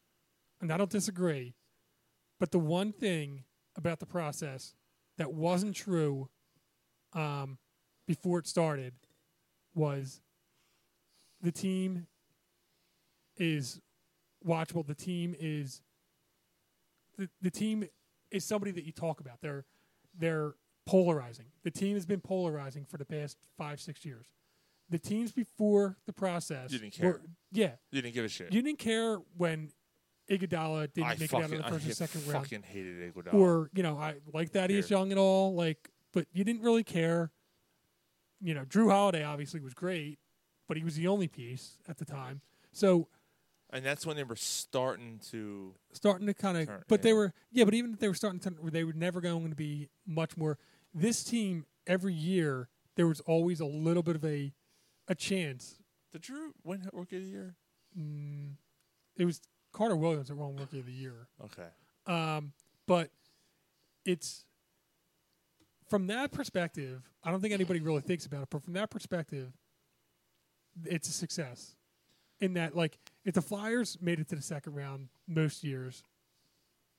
[SPEAKER 7] and I don't disagree, but the one thing about the process that wasn't true, um, before it started was the team is watchable. The team is the, the team is somebody that you talk about. They're they're polarizing. The team has been polarizing for the past five six years. The teams before the process,
[SPEAKER 6] You didn't care.
[SPEAKER 7] were- yeah,
[SPEAKER 6] You didn't give a shit.
[SPEAKER 7] you didn't care when Iguodala didn't
[SPEAKER 6] I
[SPEAKER 7] make
[SPEAKER 6] fucking,
[SPEAKER 7] it out of the first
[SPEAKER 6] I
[SPEAKER 7] or second round
[SPEAKER 6] fucking hated Iguodala.
[SPEAKER 7] or you know, I like Thaddeus
[SPEAKER 6] Here.
[SPEAKER 7] Young at all. Like, but you didn't really care. You know, Drew Holiday obviously was great, but he was the only piece at the time. So
[SPEAKER 6] and that's when they were starting to.
[SPEAKER 7] starting to kind of,
[SPEAKER 6] Turn-
[SPEAKER 7] but they
[SPEAKER 6] yeah.
[SPEAKER 7] were, yeah. But even if they were starting to, they were never going to be much more. This team every year there was always a little bit of a, a chance.
[SPEAKER 6] Did Drew win Rookie of the Year?
[SPEAKER 7] Mm, it was Carter Williams that won Rookie of the Year.
[SPEAKER 6] Okay.
[SPEAKER 7] Um, but it's from that perspective, I don't think anybody really thinks about it, but from that perspective, it's a success. In that, like, if the Flyers made it to the second round most years,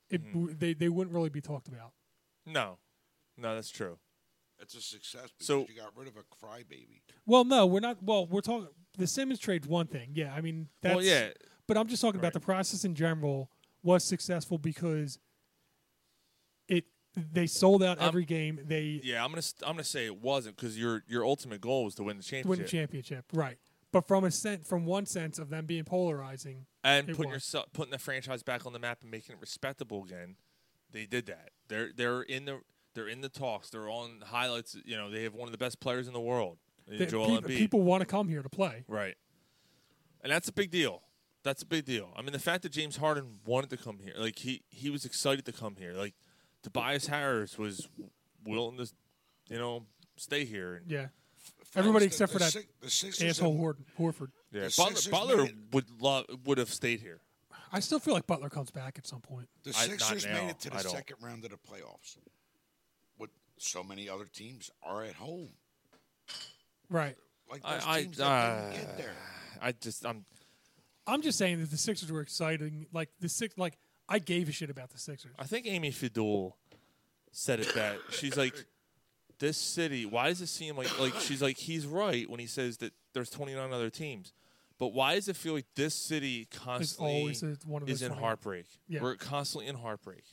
[SPEAKER 7] it
[SPEAKER 6] Mm-hmm.
[SPEAKER 7] w they they wouldn't really be talked about.
[SPEAKER 6] No, no, that's true.
[SPEAKER 1] It's a success because
[SPEAKER 6] So-
[SPEAKER 1] you got rid of a crybaby.
[SPEAKER 7] Well, no, we're not. Well, we're talking the Simmons trade's one thing. Yeah, I mean, that's,
[SPEAKER 6] Well, yeah.
[SPEAKER 7] But I'm just talking about the process in general was successful because it they sold out
[SPEAKER 6] I'm-
[SPEAKER 7] every game. They
[SPEAKER 6] Yeah, I'm gonna st- I'm gonna say it wasn't because your your ultimate goal was to win the championship.
[SPEAKER 7] to win the championship, right? But from a sense, from one sense of them being polarizing,
[SPEAKER 6] and
[SPEAKER 7] it
[SPEAKER 6] putting
[SPEAKER 7] was.
[SPEAKER 6] yourself putting the franchise back on the map and making it respectable again. They did that. They're they're in the they're in the talks. They're on highlights. You know they have one of the best players in the world, uh,
[SPEAKER 7] that
[SPEAKER 6] Joel
[SPEAKER 7] peop-
[SPEAKER 6] Embiid.
[SPEAKER 7] people want to come here to play.
[SPEAKER 6] right, and that's a big deal. That's a big deal. I mean, the fact that James Harden wanted to come here, like he he was excited to come here. Like Tobias Harris was willing to, you know, stay here. And,
[SPEAKER 7] Yeah,
[SPEAKER 1] Folks,
[SPEAKER 7] everybody
[SPEAKER 1] the-
[SPEAKER 7] except for
[SPEAKER 1] the
[SPEAKER 7] that
[SPEAKER 1] Sic- the Sixers
[SPEAKER 7] asshole
[SPEAKER 1] have-
[SPEAKER 7] Hor- Horford.
[SPEAKER 6] yeah.
[SPEAKER 1] The Sixers
[SPEAKER 6] Butler, Butler
[SPEAKER 1] made it-
[SPEAKER 6] would love would have stayed here.
[SPEAKER 7] I still feel like Butler comes back at some point.
[SPEAKER 1] The
[SPEAKER 6] I- not
[SPEAKER 1] Sixers
[SPEAKER 6] now.
[SPEAKER 1] made it to the
[SPEAKER 6] I don't.
[SPEAKER 1] second round of the playoffs. What so many other teams are at home.
[SPEAKER 7] Right.
[SPEAKER 1] Like
[SPEAKER 6] I-
[SPEAKER 1] those
[SPEAKER 6] I-
[SPEAKER 1] teams that didn't
[SPEAKER 6] uh,
[SPEAKER 1] get there.
[SPEAKER 6] I just I'm
[SPEAKER 7] I'm just saying that the Sixers were exciting. Like the six, like I gave a shit about the Sixers.
[SPEAKER 6] I think Amy Fadul said it that she's like, this city. Why does it seem like like she's like he's right when he says that there's 29 other teams, but why does it feel like this city constantly
[SPEAKER 7] always a- one of
[SPEAKER 6] is in
[SPEAKER 7] those 29.
[SPEAKER 6] heartbreak?
[SPEAKER 7] Yeah.
[SPEAKER 6] We're constantly in heartbreak.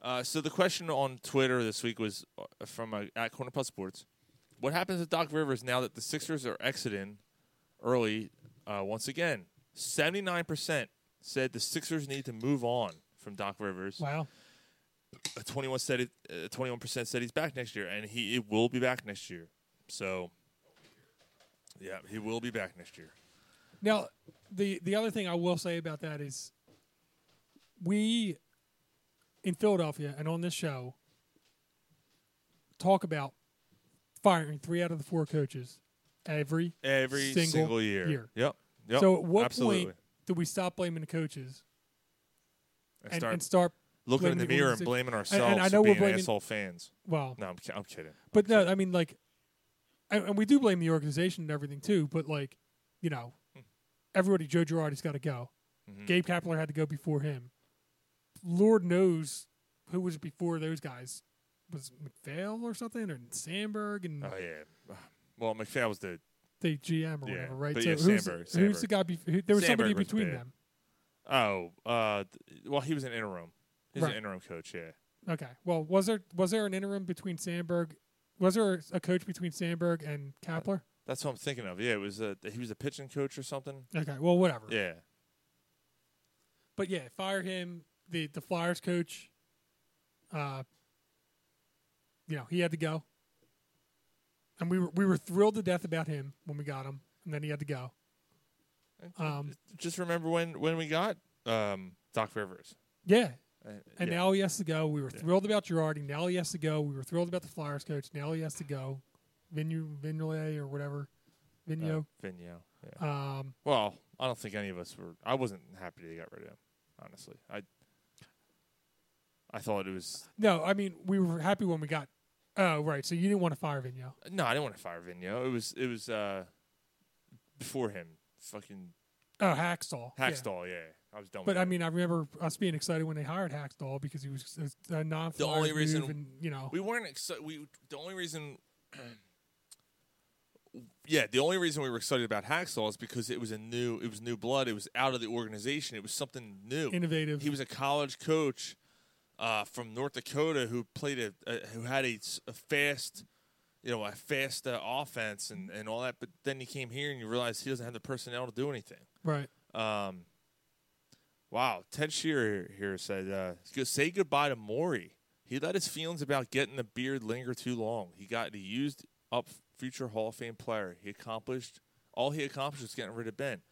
[SPEAKER 6] Uh, so the question on Twitter this week was uh, from uh, at Corner Plus Sports. What happens to Doc Rivers now that the Sixers are exiting early uh, once again? 79% said the Sixers need to move on from Doc Rivers
[SPEAKER 7] Wow.
[SPEAKER 6] a 21 said it, uh, 21% said he's back next year and he it will be back next year. So yeah, he will be back next year.
[SPEAKER 7] Now, the the other thing I will say about that is, we in Philadelphia and on this show talk about firing three out of the four coaches every
[SPEAKER 6] Every single,
[SPEAKER 7] Single
[SPEAKER 6] year.
[SPEAKER 7] year.
[SPEAKER 6] Yep. Yep.
[SPEAKER 7] So at what
[SPEAKER 6] Absolutely.
[SPEAKER 7] point do we stop blaming the coaches
[SPEAKER 6] and,
[SPEAKER 7] and,
[SPEAKER 6] start
[SPEAKER 7] and start
[SPEAKER 6] looking in
[SPEAKER 7] blaming
[SPEAKER 6] the
[SPEAKER 7] people
[SPEAKER 6] mirror and
[SPEAKER 7] who-
[SPEAKER 6] blaming
[SPEAKER 7] and-
[SPEAKER 6] ourselves
[SPEAKER 7] And I
[SPEAKER 6] for
[SPEAKER 7] know we're
[SPEAKER 6] being
[SPEAKER 7] blaming.
[SPEAKER 6] asshole fans?
[SPEAKER 7] Well,
[SPEAKER 6] No, I'm, ki- I'm kidding.
[SPEAKER 7] but no, I mean like, and, and we do blame the organization and everything too. But like, you know,
[SPEAKER 6] Hmm.
[SPEAKER 7] everybody Joe Girardi's got to go.
[SPEAKER 6] Mm-hmm.
[SPEAKER 7] Gabe Kapler had to go before him. Lord knows who was before those guys. Was McPhail or something, or Sandberg, and
[SPEAKER 6] Oh yeah. Well, McPhail was the
[SPEAKER 7] the GM or
[SPEAKER 6] Yeah,
[SPEAKER 7] whatever, right?
[SPEAKER 6] but yeah,
[SPEAKER 7] who's,
[SPEAKER 6] Sandberg,
[SPEAKER 7] who's
[SPEAKER 6] Sandberg.
[SPEAKER 7] the guy? Bef- who, there was somebody
[SPEAKER 6] Sandberg was
[SPEAKER 7] between
[SPEAKER 6] bad.
[SPEAKER 7] them.
[SPEAKER 6] oh uh th- well he was an interim. He's
[SPEAKER 7] Right.
[SPEAKER 6] an interim coach. Yeah.
[SPEAKER 7] Okay. Well, was there was there an interim between Sandberg? Was there a coach between Sandberg and Kapler?
[SPEAKER 6] That's what I'm thinking of. Yeah, it was a he was a pitching coach or something.
[SPEAKER 7] Okay. Well, whatever.
[SPEAKER 6] Yeah.
[SPEAKER 7] But yeah, fire him. The the Flyers coach. Uh, you know he had to go. And we were we were thrilled to death about him when we got him, and then he had to go. Um,
[SPEAKER 6] Just remember when when we got um Doc Rivers.
[SPEAKER 7] yeah.
[SPEAKER 6] Uh,
[SPEAKER 7] And
[SPEAKER 6] yeah.
[SPEAKER 7] now he has to go. We were thrilled about Girardi. Now he has to go. We were thrilled about the Flyers coach. Now he has to go. Vinu Vignolet or whatever.
[SPEAKER 6] Uh,
[SPEAKER 7] Vigneault.
[SPEAKER 6] Vigneault, yeah.
[SPEAKER 7] um,
[SPEAKER 6] Well, I don't think any of us were. I wasn't happy they got rid of him. Honestly, I I thought it was
[SPEAKER 7] no, I mean we were happy when we got. Oh right, so you didn't want to fire Vigneault.
[SPEAKER 6] no. I didn't want to fire Vigneault. It was it was uh before him. Fucking
[SPEAKER 7] Oh Hackstall. Yeah.
[SPEAKER 6] Hackstall. Yeah. I was done. with
[SPEAKER 7] But I
[SPEAKER 6] him.
[SPEAKER 7] mean, I remember us being excited when they hired Hackstall because he was a non
[SPEAKER 6] The only reason-
[SPEAKER 7] and, you know,
[SPEAKER 6] we weren't excited. We the only reason yeah, the only reason we were excited about Hacksaw is because it was a new, it was new blood. It was out of the organization. It was something new,
[SPEAKER 7] Innovative.
[SPEAKER 6] He was a college coach uh, from North Dakota who played a, a who had a, s- a fast, you know, a fast uh, offense and and all that. But then he came here and you realize he doesn't have the personnel to do anything.
[SPEAKER 7] Right.
[SPEAKER 6] Um, wow, Ted Shearer here said, uh, he's gonna "Say goodbye to Maury. He let his feelings about getting the beard linger too long. He got he used up future Hall of Fame player. He accomplished all he accomplished was getting rid of Ben.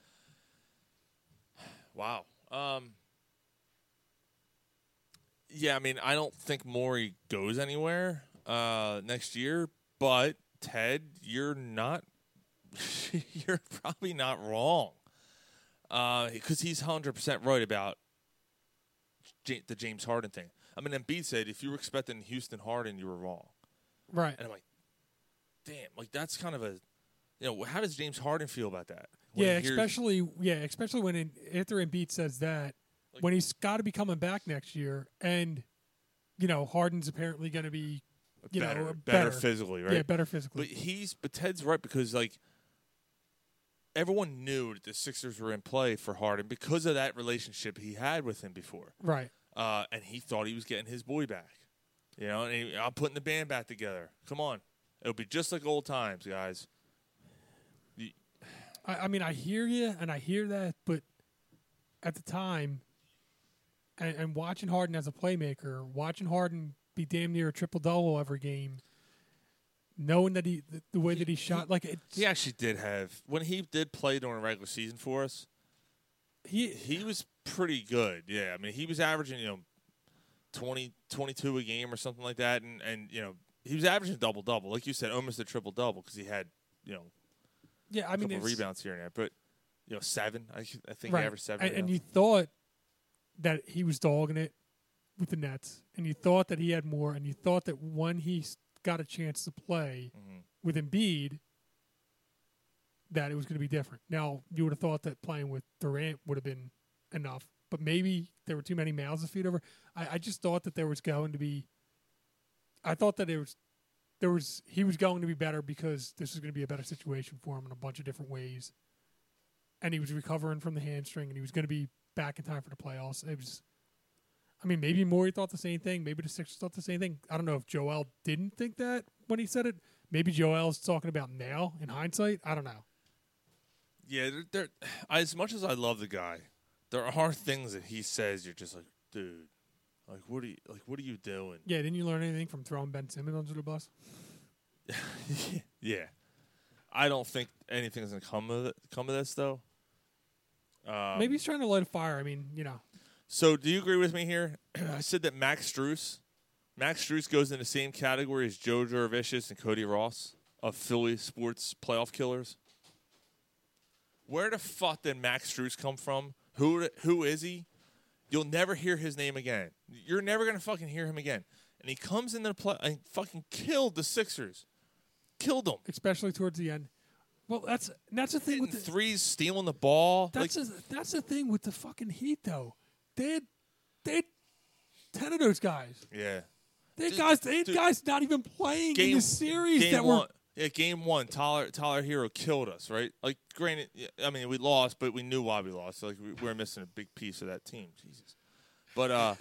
[SPEAKER 6] Wow. Um, yeah, I mean, I don't think Maury goes anywhere uh, next year, but Ted, you're not, you're probably not wrong because Uh, he's hundred percent right about J- the James Harden thing. I mean, Embiid said if you were expecting Houston Harden, you were wrong.
[SPEAKER 7] Right.
[SPEAKER 6] And I'm like, damn, like that's kind of a, you know, how does James Harden feel about that? When
[SPEAKER 7] yeah,
[SPEAKER 6] he hears-
[SPEAKER 7] especially yeah, especially when in, after Embiid says that, when he's got to be coming back next year, and you know Harden's apparently going to be, you
[SPEAKER 6] better,
[SPEAKER 7] know,
[SPEAKER 6] better physically, right?
[SPEAKER 7] Yeah, better physically.
[SPEAKER 6] But he's but Ted's right because like everyone knew that the Sixers were in play for Harden because of that relationship he had with him before.
[SPEAKER 7] Right.
[SPEAKER 6] Uh, and he thought he was getting his boy back. You know, and he, I'm putting the band back together. Come on. It'll be just like old times, guys.
[SPEAKER 7] I, I mean, I hear you and I hear that, but at the time, and, and watching Harden as a playmaker, watching Harden be damn near a triple double every game, knowing that he the, the way that he shot, like it,
[SPEAKER 6] He actually did have when he did play during the regular season for us.
[SPEAKER 7] He
[SPEAKER 6] he was pretty good. Yeah, I mean he was averaging you know 20, 22 a game or something like that, and and you know he was averaging double double, like you said, almost a triple double because he had you know
[SPEAKER 7] yeah, I mean,
[SPEAKER 6] a couple
[SPEAKER 7] it's-
[SPEAKER 6] rebounds here and there, but you know seven. I, I think
[SPEAKER 7] right.
[SPEAKER 6] he averaged seven.
[SPEAKER 7] and, and
[SPEAKER 6] rebounds.
[SPEAKER 7] you thought that he was dogging it with the Nets, and you thought that he had more, and you thought that when he s- got a chance to play
[SPEAKER 6] Mm-hmm.
[SPEAKER 7] with Embiid, that it was going to be different. Now you would have thought that playing with Durant would have been enough, but maybe there were too many mouths to feed over. I, I just thought that there was going to be. I thought that it was. There was he was going to be better because this was going to be a better situation for him in a bunch of different ways, and he was recovering from the hamstring and he was going to be back in time for the playoffs. It was, I mean, maybe Morey thought the same thing. Maybe the Sixers thought the same thing. I don't know if Joel didn't think that when he said it. Maybe Joel's talking about now in hindsight. I don't know.
[SPEAKER 6] Yeah, there, there, as much as I love the guy, there are things that he says you're just like, dude, like what are you like what are you doing?
[SPEAKER 7] Yeah, didn't you learn anything from throwing Ben Simmons under the bus?
[SPEAKER 6] Yeah, I don't think anything's gonna come of it, come of this though. Um,
[SPEAKER 7] maybe he's trying to light a fire. I mean, you know,
[SPEAKER 6] So, do you agree with me here? I said that Max Struess, Max Struess goes in the same category as Joe Jurevicius and Cody Ross of Philly sports playoff killers. Where the fuck did Max Struess come from? Who who is he? You'll never hear his name again. You're never gonna fucking hear him again. And he comes into the play and fucking killed the Sixers, killed them.
[SPEAKER 7] especially towards the end. Well, that's that's the thing with the,
[SPEAKER 6] Threes, stealing the ball.
[SPEAKER 7] That's
[SPEAKER 6] like,
[SPEAKER 7] the- that's the thing with the fucking Heat though. They had, they had ten of those guys.
[SPEAKER 6] yeah.
[SPEAKER 7] They had guys. They had
[SPEAKER 6] dude.
[SPEAKER 7] guys not even playing in the series
[SPEAKER 6] game
[SPEAKER 7] that were
[SPEAKER 6] one, yeah, game one. Tyler Tyler Hero killed us, right? Like, granted, yeah, I mean we lost, but we knew why we lost. Like we, we were missing a big piece of that team. Jesus, but uh,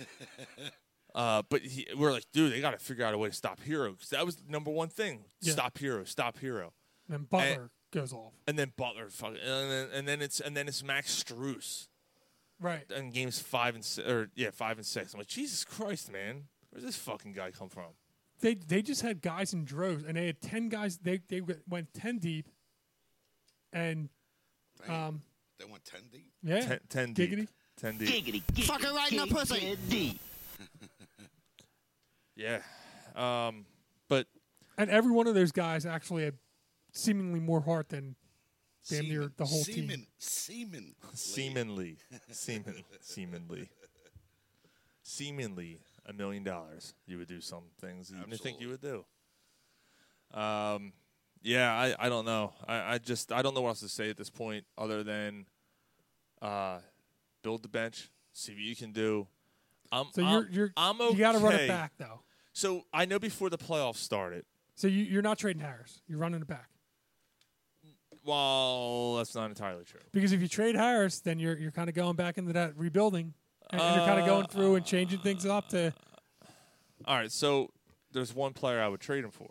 [SPEAKER 6] uh, but he, we're like, dude, they got to figure out a way to stop Hero because that was the number one thing:
[SPEAKER 7] Yeah.
[SPEAKER 6] stop Hero, stop Hero.
[SPEAKER 7] Then Butler goes off.
[SPEAKER 6] And then Butler, fuck, and then, and then it's and then it's Max Struess
[SPEAKER 7] Right.
[SPEAKER 6] in games five and six, or yeah, five and six. I'm like, Jesus Christ, man, where's this fucking guy come from?
[SPEAKER 7] They they just had guys in droves, and they had ten guys. They they went ten deep, and um
[SPEAKER 1] They went 10 deep.
[SPEAKER 7] yeah,
[SPEAKER 6] Ten- ten deep.
[SPEAKER 7] giggity.
[SPEAKER 6] Ten deep.
[SPEAKER 8] Fucker right in the pussy.
[SPEAKER 6] Yeah. Um, but
[SPEAKER 7] And every one of those guys actually had seemingly more heart than damn near the whole
[SPEAKER 1] semen,
[SPEAKER 7] team.
[SPEAKER 1] Semen.
[SPEAKER 6] seemingly, seemingly, seemingly, seemingly a million dollars, you would do some things you didn't think you would do. Um, yeah, I, I don't know. I, I just I don't know what else to say at this point other than uh, build the bench, see what you can do. I'm,
[SPEAKER 7] So
[SPEAKER 6] I'm,
[SPEAKER 7] you're you're
[SPEAKER 6] I'm okay.
[SPEAKER 7] you got to run it back though.
[SPEAKER 6] So I know before the playoffs started,
[SPEAKER 7] So you you're not trading Harris. You're running it back.
[SPEAKER 6] Well, that's not entirely true.
[SPEAKER 7] Because if you trade Harris, then you're you're kind of going back into that rebuilding, and, and you're kind of going through and changing things up to.
[SPEAKER 6] All right, so there's one player I would trade him for.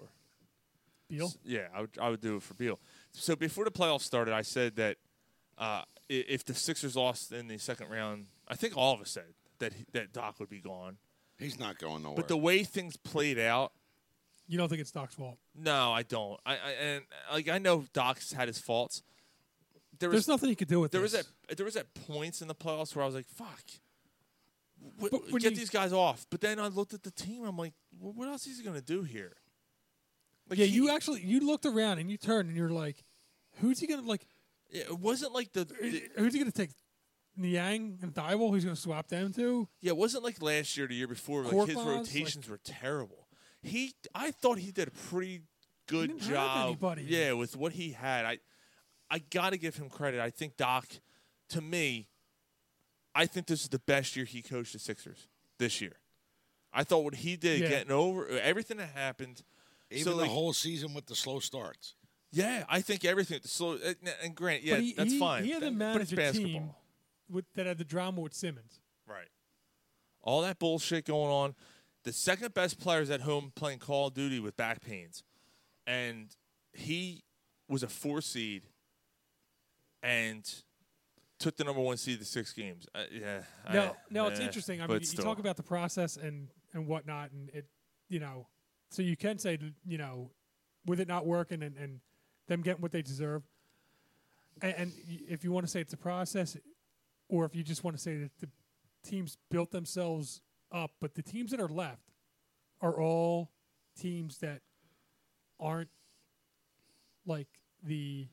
[SPEAKER 7] Beal.
[SPEAKER 6] S- yeah, I would, I would do it for Beal. So before the playoffs started, I said that uh, i- if the Sixers lost in the second round, I think all of us said that he, that Doc would be gone.
[SPEAKER 1] He's not going nowhere.
[SPEAKER 6] But the way things played out,
[SPEAKER 7] You don't think it's Doc's fault?
[SPEAKER 6] no, I don't. I, I and like I know Doc's had his faults. There
[SPEAKER 7] There's nothing you could do with
[SPEAKER 6] there
[SPEAKER 7] this.
[SPEAKER 6] was at there was at points in the playoffs where I was like, "Fuck, w-
[SPEAKER 7] But when
[SPEAKER 6] get
[SPEAKER 7] you-
[SPEAKER 6] these guys off." But then I looked at the team. I'm like, well, "What else is he going to do here?" Like,
[SPEAKER 7] yeah,
[SPEAKER 6] he-
[SPEAKER 7] you actually you looked around and you turned and you're like, who's he gonna like?
[SPEAKER 6] It wasn't like the, the-
[SPEAKER 7] Who's he gonna take? Niang and Thibault, who's gonna swap them to?
[SPEAKER 6] yeah. It wasn't like last year, the year before. Like his
[SPEAKER 7] Korkmaz,
[SPEAKER 6] rotations were terrible. He, I thought he did a pretty good
[SPEAKER 7] didn't have
[SPEAKER 6] job.
[SPEAKER 7] anybody.
[SPEAKER 6] Yeah, with what he had, I, I gotta give him credit. I think Doc, to me, I think this is the best year he coached the Sixers this year. I thought what he did,
[SPEAKER 7] Yeah.
[SPEAKER 6] getting over everything that happened.
[SPEAKER 1] Even
[SPEAKER 6] so
[SPEAKER 1] the
[SPEAKER 6] like,
[SPEAKER 1] whole season with the slow starts.
[SPEAKER 6] yeah, I think everything. So and, and Grant, yeah,
[SPEAKER 7] but he,
[SPEAKER 6] that's
[SPEAKER 7] he,
[SPEAKER 6] fine.
[SPEAKER 7] He had to
[SPEAKER 6] That- but it's
[SPEAKER 7] manage a
[SPEAKER 6] basketball.
[SPEAKER 7] team with, that had the drama with Simmons.
[SPEAKER 6] Right. All that bullshit going on. The second best player's at home playing Call of Duty with back pains. And he was a four seed and took the number one seed the six games. Uh, yeah.
[SPEAKER 7] No,
[SPEAKER 6] I-
[SPEAKER 7] no, it's
[SPEAKER 6] eh,
[SPEAKER 7] interesting. I
[SPEAKER 6] but
[SPEAKER 7] mean, you
[SPEAKER 6] still.
[SPEAKER 7] talk about the process and and whatnot, and it, you know, so you can say, you know, with it not working and and them getting what they deserve, and, and y- if you want to say it's a process, or if you just want to say that the teams built themselves up, but the teams that are left are all teams that aren't like the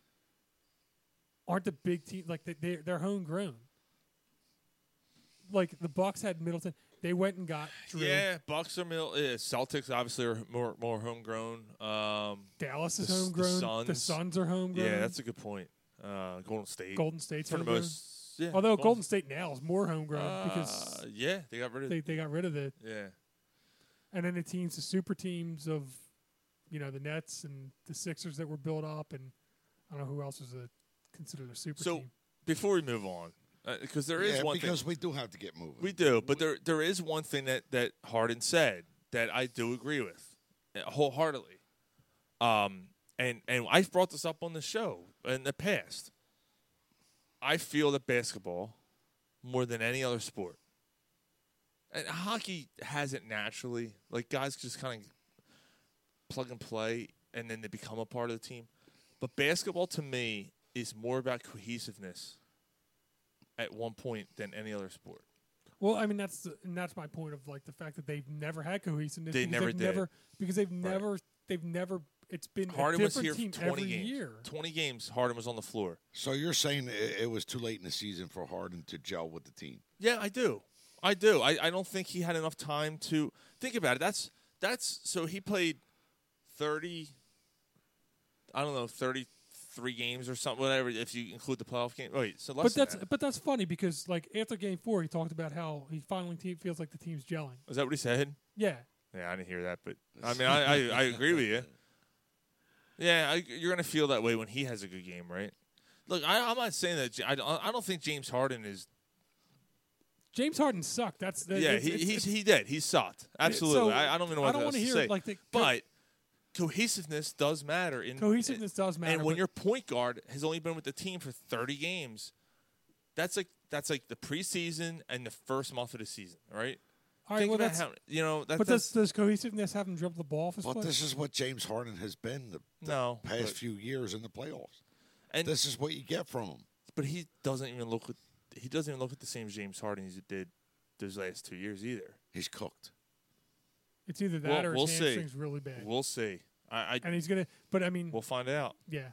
[SPEAKER 7] aren't the big team like they they're, they're homegrown. Like the Bucks had Middleton, they went and got Drew.
[SPEAKER 6] Yeah, Bucks are middle. Yeah, Celtics obviously are more more homegrown. Um,
[SPEAKER 7] Dallas is
[SPEAKER 6] The s- the
[SPEAKER 7] homegrown. The Suns,
[SPEAKER 6] Suns.
[SPEAKER 7] are homegrown.
[SPEAKER 6] yeah, that's a good point. Uh, Golden State.
[SPEAKER 7] Golden State's
[SPEAKER 6] for the
[SPEAKER 7] homegrown.
[SPEAKER 6] most. Yeah,
[SPEAKER 7] Although Golden State now is more homegrown
[SPEAKER 6] Uh,
[SPEAKER 7] because
[SPEAKER 6] yeah, they got rid of.
[SPEAKER 7] they, they got rid of the
[SPEAKER 6] yeah.
[SPEAKER 7] and then the teams, the super teams of, you know, the Nets and the Sixers that were built up, and I don't know who else was a, considered a super
[SPEAKER 6] So
[SPEAKER 7] team.
[SPEAKER 6] before we move on, because there is
[SPEAKER 1] yeah,
[SPEAKER 6] one
[SPEAKER 1] because
[SPEAKER 6] thing
[SPEAKER 1] we do have to get moving.
[SPEAKER 6] we do, but there there is one thing that that Harden said that I do agree with uh, wholeheartedly. Um, and and I've brought this up on the show in the past. I feel that basketball, more than any other sport, and hockey has it naturally. Like guys just kind of plug and play, and then they become a part of the team. But basketball, to me, is more about cohesiveness at one point than any other sport.
[SPEAKER 7] Well, I mean that's the, and that's my point of like the fact that they've never had cohesiveness.
[SPEAKER 6] They
[SPEAKER 7] because
[SPEAKER 6] never
[SPEAKER 7] they've
[SPEAKER 6] did.
[SPEAKER 7] never because they've never they've never it's been
[SPEAKER 6] Harden
[SPEAKER 7] a
[SPEAKER 6] was
[SPEAKER 7] different
[SPEAKER 6] here for
[SPEAKER 7] team
[SPEAKER 6] 20
[SPEAKER 7] every
[SPEAKER 6] games.
[SPEAKER 7] year.
[SPEAKER 6] 20 games Harden was on the floor.
[SPEAKER 1] So you're saying it, it was too late in the season for Harden to gel with the team?
[SPEAKER 6] Yeah, I do. I do. I, I don't think he had enough time to think about it. That's that's so he played 30 I don't know, 33 games or something whatever if you include the playoff game. Wait, so less
[SPEAKER 7] But
[SPEAKER 6] than
[SPEAKER 7] that's
[SPEAKER 6] that.
[SPEAKER 7] but that's funny because like after game four, he talked about how he finally te- feels like the team's gelling.
[SPEAKER 6] Is that what he said?
[SPEAKER 7] Yeah,
[SPEAKER 6] Yeah, I didn't hear that, but I mean, I, I, I agree with you. Yeah, I, you're gonna feel that way when he has a good game, right? Look, I, I'm not saying that. J- I, don't- I don't think James Harden is.
[SPEAKER 7] James Harden sucked. That's that-
[SPEAKER 6] Yeah,
[SPEAKER 7] it's-
[SPEAKER 6] he
[SPEAKER 7] it's-
[SPEAKER 6] he's,
[SPEAKER 7] it's-
[SPEAKER 6] he did. He sucked. Absolutely. I, I don't even know what
[SPEAKER 7] I don't
[SPEAKER 6] else
[SPEAKER 7] wanna
[SPEAKER 6] to
[SPEAKER 7] hear,
[SPEAKER 6] say.
[SPEAKER 7] like, the co-
[SPEAKER 6] but cohesiveness does matter. In
[SPEAKER 7] cohesiveness does matter.
[SPEAKER 6] And when
[SPEAKER 7] but-
[SPEAKER 6] your point guard has only been with the team for 30 games, that's like that's like the preseason and the first month of the season, right?
[SPEAKER 7] all right,
[SPEAKER 6] Think
[SPEAKER 7] well,
[SPEAKER 6] about
[SPEAKER 7] that's
[SPEAKER 6] how you know that,
[SPEAKER 7] but
[SPEAKER 6] that's
[SPEAKER 7] does, does cohesiveness have him dribble the ball off his
[SPEAKER 1] But
[SPEAKER 7] foot?
[SPEAKER 1] this is what James Harden has been the, the
[SPEAKER 6] No,
[SPEAKER 1] past
[SPEAKER 6] but-
[SPEAKER 1] few years in the playoffs.
[SPEAKER 6] and
[SPEAKER 1] This is what you get from him.
[SPEAKER 6] But he doesn't even look. at- He doesn't even look at the same James Harden as he did those last two years either.
[SPEAKER 1] He's cooked.
[SPEAKER 7] It's either that
[SPEAKER 6] Well,
[SPEAKER 7] or his
[SPEAKER 6] we'll see.
[SPEAKER 7] hamstring's really bad,
[SPEAKER 6] We'll see. I, I
[SPEAKER 7] and he's gonna. But I mean,
[SPEAKER 6] we'll find out.
[SPEAKER 7] yeah,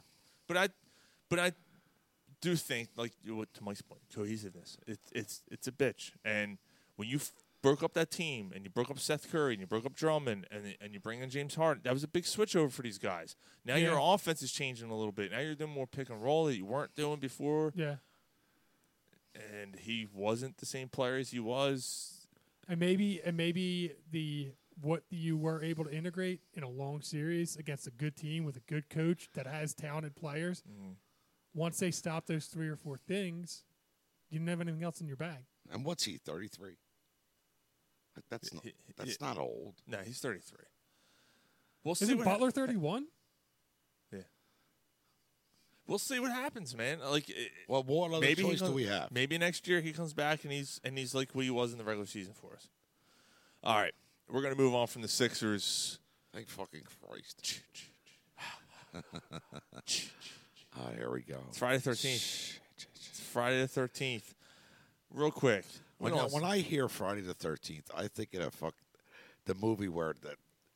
[SPEAKER 6] But I, but I do think like you know, what to Mike's point, cohesiveness. It's it's it's a bitch. And when you f- broke up that team, and you broke up Seth Curry, and you broke up Drummond, and and you bring in James Harden, that was a big switch over for these guys. Now
[SPEAKER 7] Yeah.
[SPEAKER 6] your offense is changing a little bit. Now you're doing more pick and roll that you weren't doing before,
[SPEAKER 7] yeah,
[SPEAKER 6] and he wasn't the same player as he was.
[SPEAKER 7] and maybe and maybe the what you were able to
[SPEAKER 6] Mm-hmm.
[SPEAKER 7] integrate in a long series against a good team with a good coach that has talented players once they stop those three or four things, you didn't have anything else in your bag.
[SPEAKER 1] And what's he? Thirty three. That's not, that's not old.
[SPEAKER 6] No, he's thirty three.
[SPEAKER 7] We'll Isn't
[SPEAKER 6] what
[SPEAKER 7] Butler
[SPEAKER 6] hap-
[SPEAKER 7] thirty one?
[SPEAKER 6] We'll see what happens, man. Like, it-
[SPEAKER 1] Well, what other
[SPEAKER 6] maybe he
[SPEAKER 1] choice do
[SPEAKER 6] comes-
[SPEAKER 1] we have?
[SPEAKER 6] Maybe next year he comes back and he's and he's like what he was in the regular season for us. All right, we're gonna move on from the Sixers.
[SPEAKER 1] Thank fucking Christ. Ah, here we go.
[SPEAKER 6] It's Friday thirteenth. It's Friday the thirteenth. Real quick.
[SPEAKER 1] When,
[SPEAKER 6] What
[SPEAKER 1] I,
[SPEAKER 6] else?
[SPEAKER 1] when I hear Friday the Thirteenth, I think of fuck the movie where the,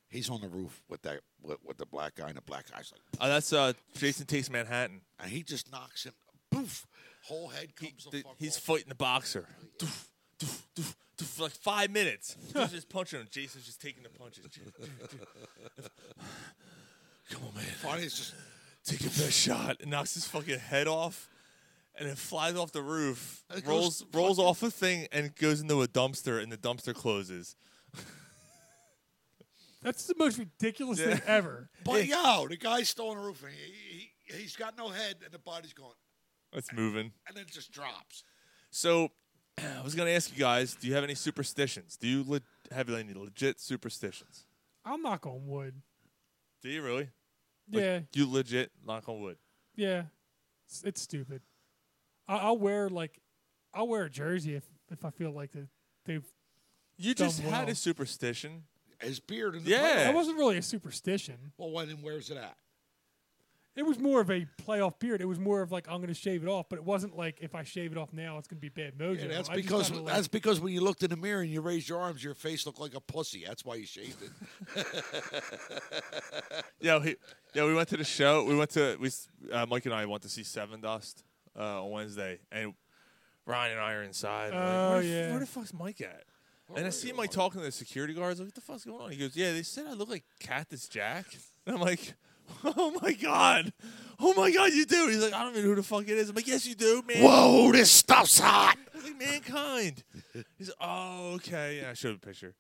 [SPEAKER 1] he's on the roof with that with, with the black guy and the black guy's like,
[SPEAKER 6] Oh, that's uh, Jason Takes Manhattan.
[SPEAKER 1] and he just knocks him, poof, whole head comes. the
[SPEAKER 6] Th-
[SPEAKER 1] fuck
[SPEAKER 6] he's
[SPEAKER 1] off.
[SPEAKER 6] fighting the boxer. Doof, doof, doof, doof, for like five minutes. He's just punching him. Jason's just taking the punches. Come on, man.
[SPEAKER 1] Friday is just
[SPEAKER 6] Take your best shot. And knocks his fucking head off. And it flies off the roof,
[SPEAKER 1] It goes
[SPEAKER 6] rolls rolls off a thing, and goes into a dumpster, and the dumpster closes.
[SPEAKER 7] That's the most ridiculous thing
[SPEAKER 6] Yeah.
[SPEAKER 7] ever.
[SPEAKER 1] but yo, the guy's still on the roof and he, he he's got no head and the body's going
[SPEAKER 6] It's moving.
[SPEAKER 1] and then it just drops.
[SPEAKER 6] So, I was gonna ask you guys: Do you have any superstitions? Do you le- have any legit superstitions?
[SPEAKER 7] I'll knock on wood.
[SPEAKER 6] Do you really? Like,
[SPEAKER 7] Yeah,
[SPEAKER 6] You legit knock on wood.
[SPEAKER 7] yeah. It's, it's stupid. I, I'll wear like, I'll wear a jersey if if I feel like that they've.
[SPEAKER 6] You
[SPEAKER 7] Done
[SPEAKER 6] just had
[SPEAKER 7] well.
[SPEAKER 6] a superstition.
[SPEAKER 1] His beard in the
[SPEAKER 6] Yeah.
[SPEAKER 1] playoff.
[SPEAKER 7] That wasn't really a superstition.
[SPEAKER 1] Well, when and where's it at?
[SPEAKER 7] It was more of a playoff beard. It was more of like I'm going to shave it off, but it wasn't like if I shave it off now, it's going to be bad mojo.
[SPEAKER 1] Yeah, that's
[SPEAKER 7] I just
[SPEAKER 1] because
[SPEAKER 7] kinda, like-
[SPEAKER 1] that's because when you looked in the mirror and you raised your arms, your face looked like a pussy. That's why you shaved it.
[SPEAKER 6] Yeah, he, yeah. We went to the show. We went to we. s- Uh, Mike and I went to see Seven Dust uh, on Wednesday, and Ryan and I are inside. and we're like,
[SPEAKER 7] Oh,
[SPEAKER 6] where the, f-
[SPEAKER 7] yeah.
[SPEAKER 6] Where the fuck's Mike at? and I see Mike talking to the security guards. Like, what the fuck's going on? He goes, "Yeah, they said I look like Cactus Jack." And I'm like, "Oh my god, oh my god, you do." He's like, "I don't even know who the fuck it is." I'm like, "Yes, you do, man."
[SPEAKER 1] Whoa, this stuff's hot.
[SPEAKER 6] I was like, mankind. He's like, oh, okay. Yeah, I showed a picture.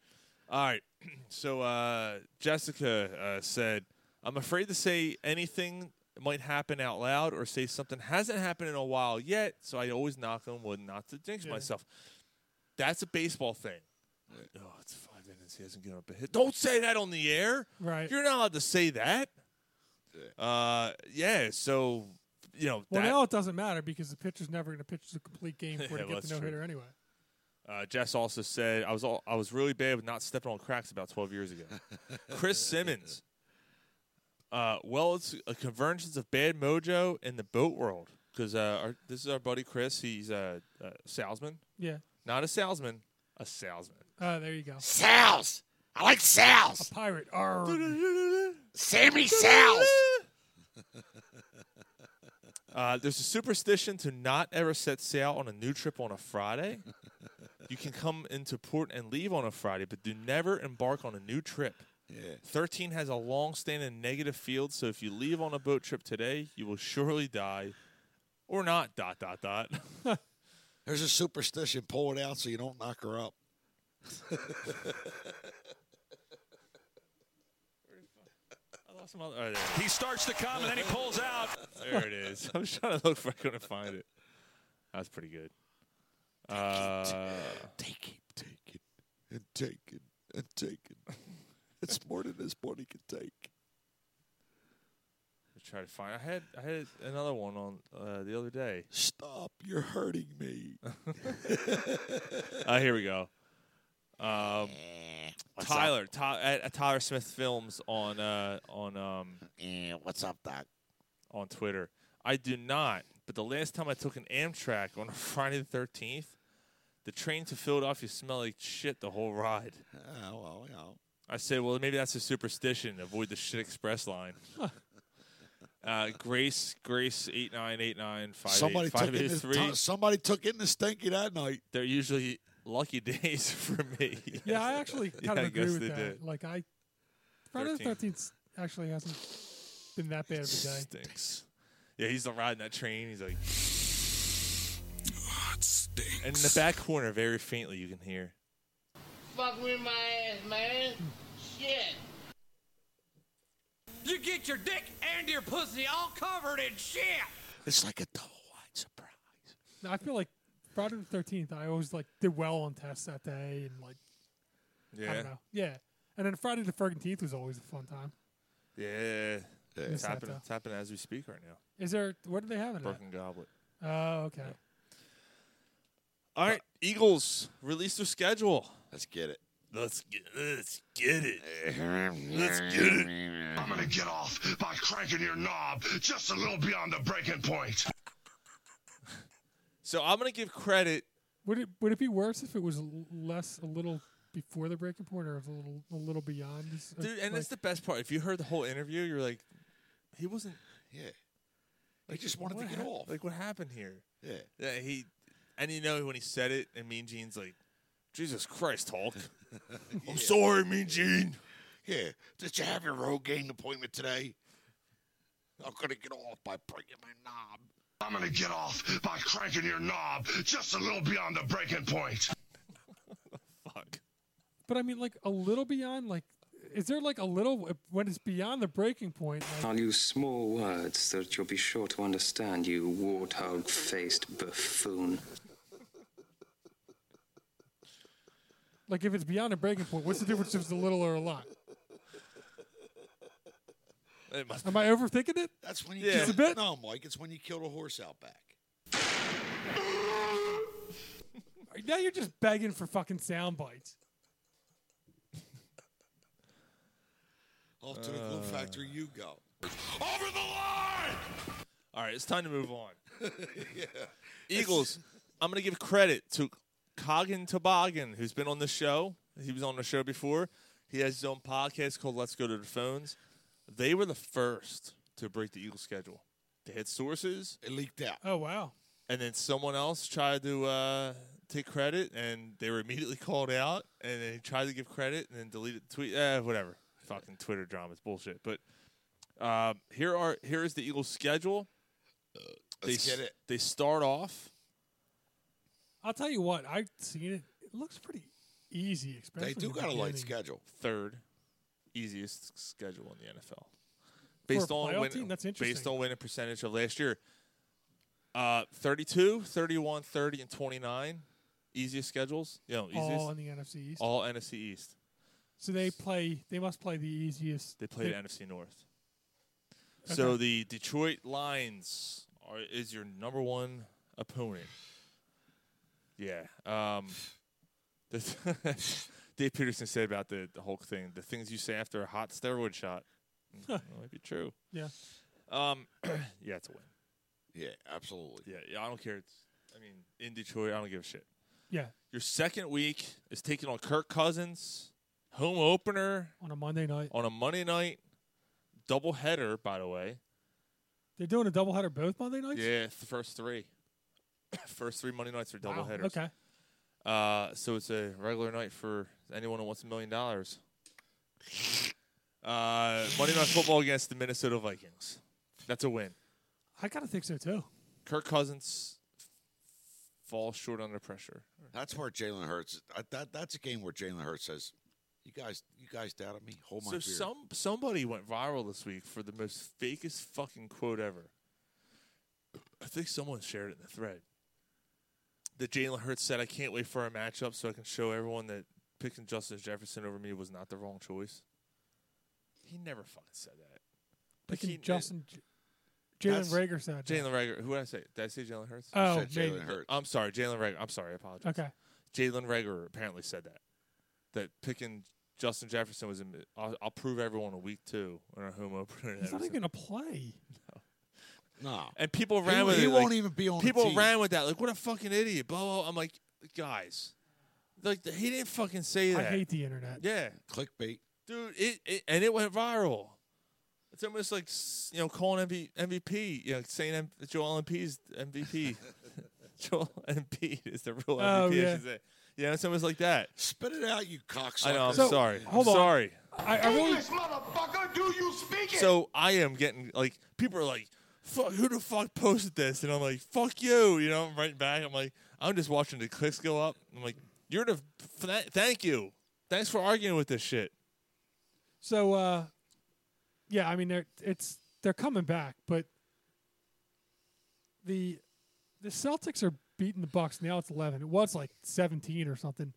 [SPEAKER 6] All right. So uh, Jessica uh, said, I'm afraid to say anything might happen out loud or say something hasn't happened in a while yet. So I always knock on wood not to jinx myself. That's a baseball thing. Oh, it's five minutes. He hasn't given up a hit. Don't say that on the air.
[SPEAKER 7] Right.
[SPEAKER 6] You're not allowed to say that. Uh, yeah. So, you know,
[SPEAKER 7] well,
[SPEAKER 6] that,
[SPEAKER 7] now it doesn't matter because the pitcher's never going to pitch the complete game for
[SPEAKER 6] Yeah,
[SPEAKER 7] it to
[SPEAKER 6] well,
[SPEAKER 7] get
[SPEAKER 6] that's
[SPEAKER 7] the no hitter anyway.
[SPEAKER 6] Uh, Jess also said I was all, I was really bad with not stepping on cracks about 12 years ago. Chris Simmons. Uh, well, it's a convergence of bad mojo and the boat world because uh, our, this is our buddy Chris. He's a, a salesman,
[SPEAKER 7] Yeah.
[SPEAKER 6] not a salesman, a salesman.
[SPEAKER 7] Uh, there you go.
[SPEAKER 1] Sales. I like sales.
[SPEAKER 7] Pirate. Arr.
[SPEAKER 1] Sammy sales.
[SPEAKER 6] Uh, there's a superstition to not ever set sail on a new trip on a Friday. you can come into port and leave on a Friday, but do never embark on a new trip.
[SPEAKER 1] Yeah.
[SPEAKER 6] 13 has a long standing negative field, so if you leave on a boat trip today, you will surely die or not, dot, dot, dot.
[SPEAKER 1] There's a superstition. Pull it out so you don't knock her up.
[SPEAKER 6] I lost my- oh, there, it is.
[SPEAKER 9] He starts to come and then he pulls out.
[SPEAKER 6] There it is. I was trying to look for I couldn't find it. That's pretty good. Uh,
[SPEAKER 1] Take it, take it, and take it, and take it. It's more than this body can take.
[SPEAKER 6] Let's try to find. I had I had another one on uh, the other day.
[SPEAKER 1] Stop! You're hurting me.
[SPEAKER 6] Oh, Uh, here we go. Um,
[SPEAKER 1] What's
[SPEAKER 6] Tyler Ty, at, at Tyler Smith Films on uh, on um,
[SPEAKER 1] Up? Eh, what's up, Doc?
[SPEAKER 6] on Twitter. I do not. But the last time I took an Amtrak on a Friday the thirteenth, the train to Philadelphia smelled like shit the whole ride.
[SPEAKER 1] Oh well, you know.
[SPEAKER 6] I said, well, maybe that's a superstition. Avoid the shit express line. Uh, Grace, Grace, eight nine eight nine five
[SPEAKER 1] somebody
[SPEAKER 6] eight five
[SPEAKER 1] took in
[SPEAKER 6] eight
[SPEAKER 1] this.
[SPEAKER 6] three.
[SPEAKER 1] somebody took in the stinky that night.
[SPEAKER 6] they're usually lucky days for me.
[SPEAKER 7] Yeah, I actually
[SPEAKER 6] Yeah,
[SPEAKER 7] kind
[SPEAKER 6] I
[SPEAKER 7] of agree
[SPEAKER 6] guess
[SPEAKER 7] with
[SPEAKER 6] they
[SPEAKER 7] that.
[SPEAKER 6] did.
[SPEAKER 7] Like I, Friday the
[SPEAKER 6] 13th.
[SPEAKER 7] Thirteenth actually hasn't been that bad of a day.
[SPEAKER 6] stinks. Yeah, he's riding that train. He's like,
[SPEAKER 9] Stinks.
[SPEAKER 6] and in the back corner, very faintly, you can hear.
[SPEAKER 5] Fuck with my ass, man. Shit.
[SPEAKER 9] You get your dick and your pussy all covered in shit.
[SPEAKER 1] It's like a double wide surprise.
[SPEAKER 7] No, I feel like Friday the Thirteenth. I always like did well on tests that day, and like I
[SPEAKER 6] Yeah.
[SPEAKER 7] don't know, yeah. And then Friday the Thirteenth was always a fun time.
[SPEAKER 6] Yeah. It's,
[SPEAKER 7] that,
[SPEAKER 6] happening,
[SPEAKER 7] though.
[SPEAKER 6] it's happening as we speak right now.
[SPEAKER 7] Is there? What do they have in that?
[SPEAKER 6] Broken Goblet.
[SPEAKER 7] Oh, okay. Uh,
[SPEAKER 6] All right, Eagles release their schedule.
[SPEAKER 1] Let's get it.
[SPEAKER 6] Let's get let's get it.
[SPEAKER 1] Let's
[SPEAKER 6] get it.
[SPEAKER 9] I'm gonna get off by cranking your knob just a little beyond the breaking point.
[SPEAKER 6] So I'm gonna give credit.
[SPEAKER 7] Would it would it be worse if it was l- less a little before the breaking point or a little a little beyond? Is- uh,
[SPEAKER 6] Dude, and
[SPEAKER 7] like,
[SPEAKER 6] that's the best part. If you heard the whole interview, you're like, he wasn't
[SPEAKER 1] Yeah.
[SPEAKER 6] like
[SPEAKER 1] just wanted to
[SPEAKER 6] what
[SPEAKER 1] get
[SPEAKER 6] hap-
[SPEAKER 1] off.
[SPEAKER 6] Like what happened here?
[SPEAKER 1] Yeah.
[SPEAKER 6] Yeah, he and you know when he said it and Mean Gene's like, Jesus Christ, Hulk. I'm sorry, Mean Gene.
[SPEAKER 1] Yeah. Did you have your road game appointment today? I'm going to get off by breaking my knob.
[SPEAKER 9] I'm gonna get off by cranking your knob just a little beyond the breaking point.
[SPEAKER 6] Fuck.
[SPEAKER 7] but I mean, like a little beyond. Like, is there like a little when it's beyond the breaking point? Like,
[SPEAKER 11] I'll use small words that you'll be sure to understand, you warthog faced buffoon.
[SPEAKER 7] like if it's beyond a breaking point, what's the difference if it's a little or a lot?
[SPEAKER 6] It must
[SPEAKER 7] Am I overthinking it?
[SPEAKER 1] That's when you
[SPEAKER 6] Yeah.
[SPEAKER 1] kill
[SPEAKER 6] Just
[SPEAKER 7] a bit?
[SPEAKER 1] No, Mike, it's when you killed a horse out back.
[SPEAKER 7] Now you're just begging for fucking sound bites.
[SPEAKER 1] Off to the glue factory you go.
[SPEAKER 9] Over the line!
[SPEAKER 6] All right, it's time to move on. Eagles, I'm going to give credit to Coggin Toboggan, who's been on the show. He was on the show before. He has his own podcast called Let's Go to the Phones. They were the first to break the Eagles schedule. They had sources,
[SPEAKER 1] It leaked out.
[SPEAKER 7] Oh wow.
[SPEAKER 6] and then someone else tried to uh, take credit, and they were immediately called out, and they tried to give credit, and then deleted the tweet. Eh, whatever. Fucking Twitter drama. It's bullshit. But um, here are here is the Eagles' schedule.
[SPEAKER 1] Let's
[SPEAKER 6] they, s-
[SPEAKER 1] get it.
[SPEAKER 6] They start off.
[SPEAKER 7] I'll tell you what. I've seen it. It looks pretty easy, especially.
[SPEAKER 1] They do
[SPEAKER 7] in the
[SPEAKER 1] got a light
[SPEAKER 7] beginning.
[SPEAKER 1] schedule.
[SPEAKER 6] third easiest schedule in the NFL. Based on
[SPEAKER 7] playoff
[SPEAKER 6] win,
[SPEAKER 7] team? That's
[SPEAKER 6] based
[SPEAKER 7] interesting.
[SPEAKER 6] on winning percentage of last year. Uh 32, 31, 30 and 29 easiest schedules. You know, easiest
[SPEAKER 7] All in the NFC East.
[SPEAKER 6] all NFC East.
[SPEAKER 7] So they play. They must play the easiest.
[SPEAKER 6] They played NFC North. So the Detroit Lions are is your number one opponent. Yeah. Um, the- Dave Peterson said about the, the Hulk thing, the things you say after a hot steroid shot. that might be true.
[SPEAKER 7] Yeah.
[SPEAKER 6] Um, yeah, it's a win.
[SPEAKER 1] Yeah, absolutely.
[SPEAKER 6] Yeah, yeah, I don't care. It's, I mean, in Detroit, I don't give a shit.
[SPEAKER 7] Yeah.
[SPEAKER 6] Your second week is taking on Kirk Cousins, home opener
[SPEAKER 7] On a Monday night.
[SPEAKER 6] on a Monday night, double header. by the way.
[SPEAKER 7] They're doing a doubleheader both Monday nights.
[SPEAKER 6] Yeah, it's the first three. first three Monday nights are double
[SPEAKER 7] Wow,
[SPEAKER 6] headers.
[SPEAKER 7] Okay.
[SPEAKER 6] Uh, so it's a regular night for anyone who wants a million dollars. Uh, Monday night football against the Minnesota Vikings. That's a win.
[SPEAKER 7] I gotta think so too.
[SPEAKER 6] Kirk Cousins f- falls short under pressure.
[SPEAKER 1] That's where Jalen Hurts. I, that that's a game where Jalen Hurts says, "You guys, you guys doubted me. Hold my
[SPEAKER 6] so
[SPEAKER 1] beer."
[SPEAKER 6] some somebody went viral this week for the most fakest fucking quote ever. I think someone shared it in the thread. That Jalen Hurts said, "I can't wait for our matchup so I can show everyone that picking Justin Jefferson over me was not the wrong choice." He never fucking said that. Like
[SPEAKER 7] Picking
[SPEAKER 6] he-
[SPEAKER 7] Justin, J-
[SPEAKER 1] That's-
[SPEAKER 7] Jalen Rager said. that.
[SPEAKER 6] Jalen Rager. Who did I say? Did I say Jalen Hurts?
[SPEAKER 7] Oh,
[SPEAKER 1] said
[SPEAKER 7] maybe.
[SPEAKER 1] Jalen Hurts.
[SPEAKER 6] I'm sorry, Jalen Rager. I'm sorry. I apologize.
[SPEAKER 7] Okay.
[SPEAKER 6] Jalen Rager apparently said that. That picking Justin Jefferson was, a mi- I'll, I'll prove everyone a week two in our home opener.
[SPEAKER 7] He's not even gonna play.
[SPEAKER 1] no,
[SPEAKER 6] and people
[SPEAKER 1] he,
[SPEAKER 6] ran with
[SPEAKER 1] he
[SPEAKER 6] it. like,
[SPEAKER 1] won't even be on. the
[SPEAKER 6] people
[SPEAKER 1] team.
[SPEAKER 6] ran with that. Like, what a fucking idiot. Blah, blah. I'm like, guys, like th- he didn't fucking say
[SPEAKER 7] I
[SPEAKER 6] that.
[SPEAKER 7] hate the internet.
[SPEAKER 6] yeah,
[SPEAKER 1] clickbait.
[SPEAKER 6] dude. It, it and it went viral. It's almost like s- you know calling MV, MVP. You know, saying M- Joel Embiid is MVP. Joel Embiid is the real MVP.
[SPEAKER 7] Oh,
[SPEAKER 6] I should
[SPEAKER 7] yeah.
[SPEAKER 6] say. Yeah, it's almost like that.
[SPEAKER 1] Spit it out, you cocksucker.
[SPEAKER 6] I know. I'm
[SPEAKER 7] So,
[SPEAKER 6] sorry.
[SPEAKER 7] hold
[SPEAKER 6] I'm
[SPEAKER 7] on.
[SPEAKER 6] sorry.
[SPEAKER 7] I, I really.
[SPEAKER 9] English motherfucker, do you speak it?
[SPEAKER 6] So I am getting like people are like, "Fuck, who the fuck posted this?" And I'm like, "Fuck you," you know. I'm right back. I'm like, I'm just watching the clicks go up. I'm like, "You're the th- thank you, thanks for arguing with this shit."
[SPEAKER 7] So, uh, yeah, I mean, they're it's they're coming back, but the the Celtics are beating the Bucks now. It's eleven. It was like seventeen or something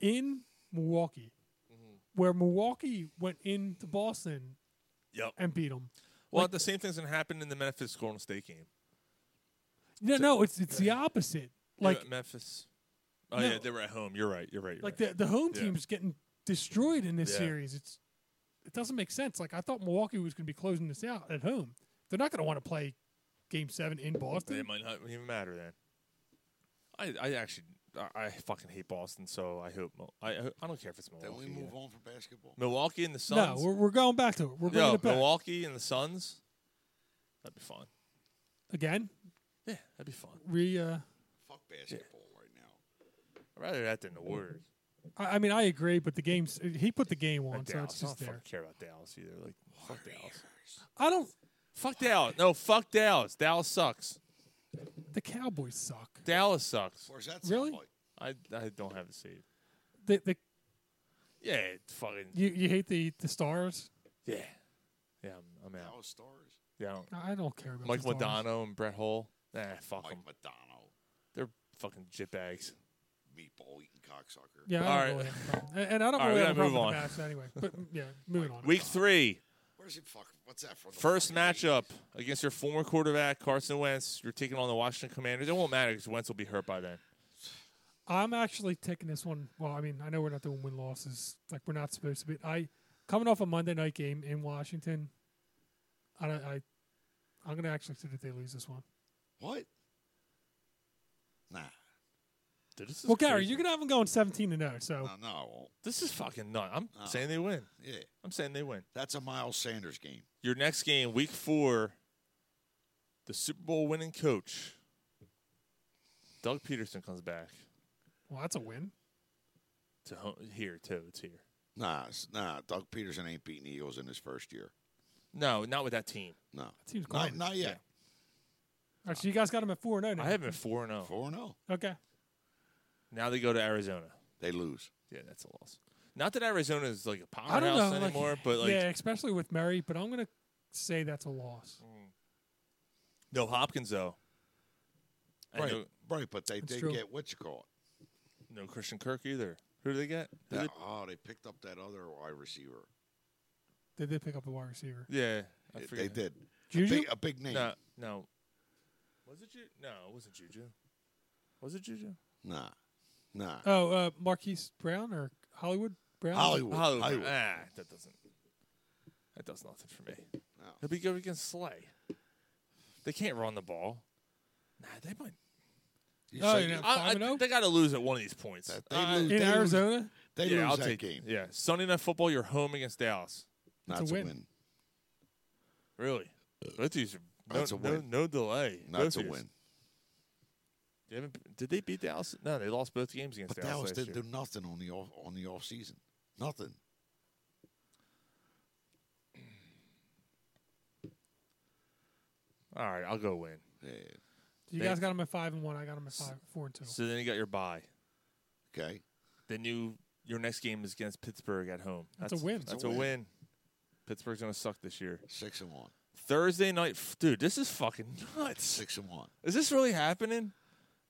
[SPEAKER 7] in Milwaukee, mm-hmm. where Milwaukee went into Boston,
[SPEAKER 6] yep.
[SPEAKER 7] and beat them.
[SPEAKER 6] Well, like, the same thing's gonna happen in the Memphis Golden State game.
[SPEAKER 7] No, so, no, it's it's yeah. the opposite. Like
[SPEAKER 6] yeah, Memphis. Oh no, yeah, they were at home. You're right. You're right. You're
[SPEAKER 7] like
[SPEAKER 6] right.
[SPEAKER 7] the the home team's yeah. getting destroyed in this series. It's it doesn't make sense. Like I thought Milwaukee was going to be closing this out at home. They're not going to want to play Game Seven in Boston.
[SPEAKER 6] It might not even matter then. I I actually I, I fucking hate Boston, so I hope I I don't care if it's Milwaukee.
[SPEAKER 1] Then we move on from basketball.
[SPEAKER 6] Milwaukee and the Suns.
[SPEAKER 7] No, we're, we're going back to it. We're bringing
[SPEAKER 6] Yo,
[SPEAKER 7] it back.
[SPEAKER 6] Milwaukee and the Suns. That'd be fun.
[SPEAKER 7] Again?
[SPEAKER 6] Yeah, that'd be fun.
[SPEAKER 7] We uh,
[SPEAKER 1] fuck basketball yeah. right now.
[SPEAKER 6] I'd rather that than the Warriors.
[SPEAKER 7] I, I, mean, I agree, but the game's he put the game on, so it's just
[SPEAKER 6] I don't
[SPEAKER 7] there.
[SPEAKER 6] care about Dallas either. Like fuck Warriors. Dallas.
[SPEAKER 7] I don't.
[SPEAKER 6] Fuck Dallas. No, fuck Dallas. Dallas sucks.
[SPEAKER 7] The Cowboys suck.
[SPEAKER 6] Dallas sucks.
[SPEAKER 1] Or is that
[SPEAKER 7] really?
[SPEAKER 1] Like?
[SPEAKER 6] I I don't have a seat.
[SPEAKER 7] The the.
[SPEAKER 6] Yeah, fucking.
[SPEAKER 7] You you hate the the Stars?
[SPEAKER 6] Yeah. Yeah, I'm, I'm out.
[SPEAKER 1] Dallas Stars.
[SPEAKER 6] Yeah. I don't,
[SPEAKER 7] I don't care about
[SPEAKER 6] Mike
[SPEAKER 7] the
[SPEAKER 6] Madonna and Brett Hull. Nah, fuck
[SPEAKER 1] Mike
[SPEAKER 6] them.
[SPEAKER 1] Madonna.
[SPEAKER 6] They're fucking jitbags.
[SPEAKER 1] Meatball eating cocksucker.
[SPEAKER 7] Yeah, I don't All right. Really and I don't
[SPEAKER 6] All
[SPEAKER 7] really
[SPEAKER 6] right,
[SPEAKER 7] have
[SPEAKER 6] we
[SPEAKER 7] a
[SPEAKER 6] gotta move
[SPEAKER 7] problem
[SPEAKER 6] on.
[SPEAKER 7] with the match anyway. But yeah, moving on.
[SPEAKER 6] Week three.
[SPEAKER 1] Where's it fucking? What's that from? The
[SPEAKER 6] First
[SPEAKER 1] fucking
[SPEAKER 6] matchup against your former quarterback Carson Wentz. You're taking on the Washington Commanders. It won't matter because Wentz will be hurt by then.
[SPEAKER 7] I'm actually taking this one. Well, I mean, I know we're not doing win losses like we're not supposed to be. I coming off a Monday night game in Washington. I don't- I I'm gonna actually say that they lose this one.
[SPEAKER 1] What? Nah.
[SPEAKER 6] Dude, this is
[SPEAKER 7] Well, Gary,
[SPEAKER 6] crazy. Uh,
[SPEAKER 7] you're gonna have them going 17 to 0. So
[SPEAKER 1] No, no, I won't.
[SPEAKER 6] This is fucking nuts. I'm
[SPEAKER 1] Uh.
[SPEAKER 6] saying they win.
[SPEAKER 1] Yeah,
[SPEAKER 6] I'm saying they win.
[SPEAKER 1] that's a Miles Sanders game.
[SPEAKER 6] Your next game, week four, the Super Bowl winning coach, Doug Peterson, comes back
[SPEAKER 7] well, that's a win.
[SPEAKER 6] to home, here too. It's here.
[SPEAKER 1] Nah, it's- nah. Doug Peterson ain't beating the Eagles in his first year.
[SPEAKER 6] No, not with that team.
[SPEAKER 1] No,
[SPEAKER 7] That seems
[SPEAKER 1] not,
[SPEAKER 7] garbage.
[SPEAKER 1] not yet.
[SPEAKER 7] All right, so you guys got them at 4 0 now.
[SPEAKER 6] uh, I have been four and zero.
[SPEAKER 1] Four and zero.
[SPEAKER 7] Okay.
[SPEAKER 6] Now they go to Arizona.
[SPEAKER 1] They lose.
[SPEAKER 6] Yeah, that's a loss. Not that Arizona is like a
[SPEAKER 7] I don't know.
[SPEAKER 6] powerhouse
[SPEAKER 7] like-
[SPEAKER 6] anymore, but like
[SPEAKER 7] yeah, especially with Murray. But I'm gonna say that's a loss.
[SPEAKER 6] no Hopkins though. And
[SPEAKER 1] Right,
[SPEAKER 6] No,
[SPEAKER 1] right. But they
[SPEAKER 7] That's
[SPEAKER 1] did
[SPEAKER 7] true.
[SPEAKER 1] get what you call it.
[SPEAKER 6] no Christian Kirk either. Who do they get? Did
[SPEAKER 1] That-
[SPEAKER 6] they-
[SPEAKER 1] oh, they picked up that other wide receiver.
[SPEAKER 7] They did pick up a wide receiver.
[SPEAKER 6] yeah, I
[SPEAKER 1] They-
[SPEAKER 6] forget.
[SPEAKER 1] They did.
[SPEAKER 7] Juju?
[SPEAKER 1] A big, a big name.
[SPEAKER 6] No, no. Was it Juju? No, it wasn't Juju. Was it Juju?
[SPEAKER 1] Nah, nah.
[SPEAKER 7] Oh, uh, Marquise Brown or Hollywood Brown?
[SPEAKER 1] Hollywood.
[SPEAKER 6] Hollywood.
[SPEAKER 1] Hollywood.
[SPEAKER 7] Uh,
[SPEAKER 6] Ah, that doesn't. That does nothing for me.
[SPEAKER 1] No.
[SPEAKER 6] He'll be good against Slay. They can't run the ball. Nah, they might.
[SPEAKER 1] You
[SPEAKER 7] Oh,
[SPEAKER 1] say-
[SPEAKER 7] yeah.
[SPEAKER 6] I- I-
[SPEAKER 7] Five and oh?
[SPEAKER 6] they got to lose at one of these points.
[SPEAKER 1] That- they
[SPEAKER 6] I-
[SPEAKER 1] lose.
[SPEAKER 7] uh, in
[SPEAKER 1] They lose-
[SPEAKER 7] Arizona.
[SPEAKER 1] They
[SPEAKER 6] yeah,
[SPEAKER 1] lose
[SPEAKER 6] I'll
[SPEAKER 1] that
[SPEAKER 6] take
[SPEAKER 1] game.
[SPEAKER 6] Yeah, Sunday night football. You're home against Dallas.
[SPEAKER 1] That's
[SPEAKER 7] It's a win.
[SPEAKER 6] Really? Both these are- no,
[SPEAKER 1] That's a
[SPEAKER 6] no,
[SPEAKER 1] win.
[SPEAKER 6] no delay.
[SPEAKER 1] That's
[SPEAKER 6] Both
[SPEAKER 1] a
[SPEAKER 6] these.
[SPEAKER 1] win.
[SPEAKER 6] They haven't- did they beat Dallas? No, they lost both games against
[SPEAKER 1] But Dallas
[SPEAKER 6] last
[SPEAKER 1] didn't
[SPEAKER 6] year.
[SPEAKER 1] do nothing on the off, on the off season. Nothing.
[SPEAKER 6] All right, I'll go win.
[SPEAKER 1] Yeah.
[SPEAKER 7] You
[SPEAKER 6] They-
[SPEAKER 7] guys got them at five and one. I got them at five, four and two.
[SPEAKER 6] So then you got your bye.
[SPEAKER 1] Okay.
[SPEAKER 6] Then you your next game is against Pittsburgh at home.
[SPEAKER 7] That's a win.
[SPEAKER 6] That's a win. Pittsburgh's gonna suck this year.
[SPEAKER 1] Six and one.
[SPEAKER 6] Thursday night, f- dude. This is fucking nuts.
[SPEAKER 1] Six and one.
[SPEAKER 6] Is this really happening?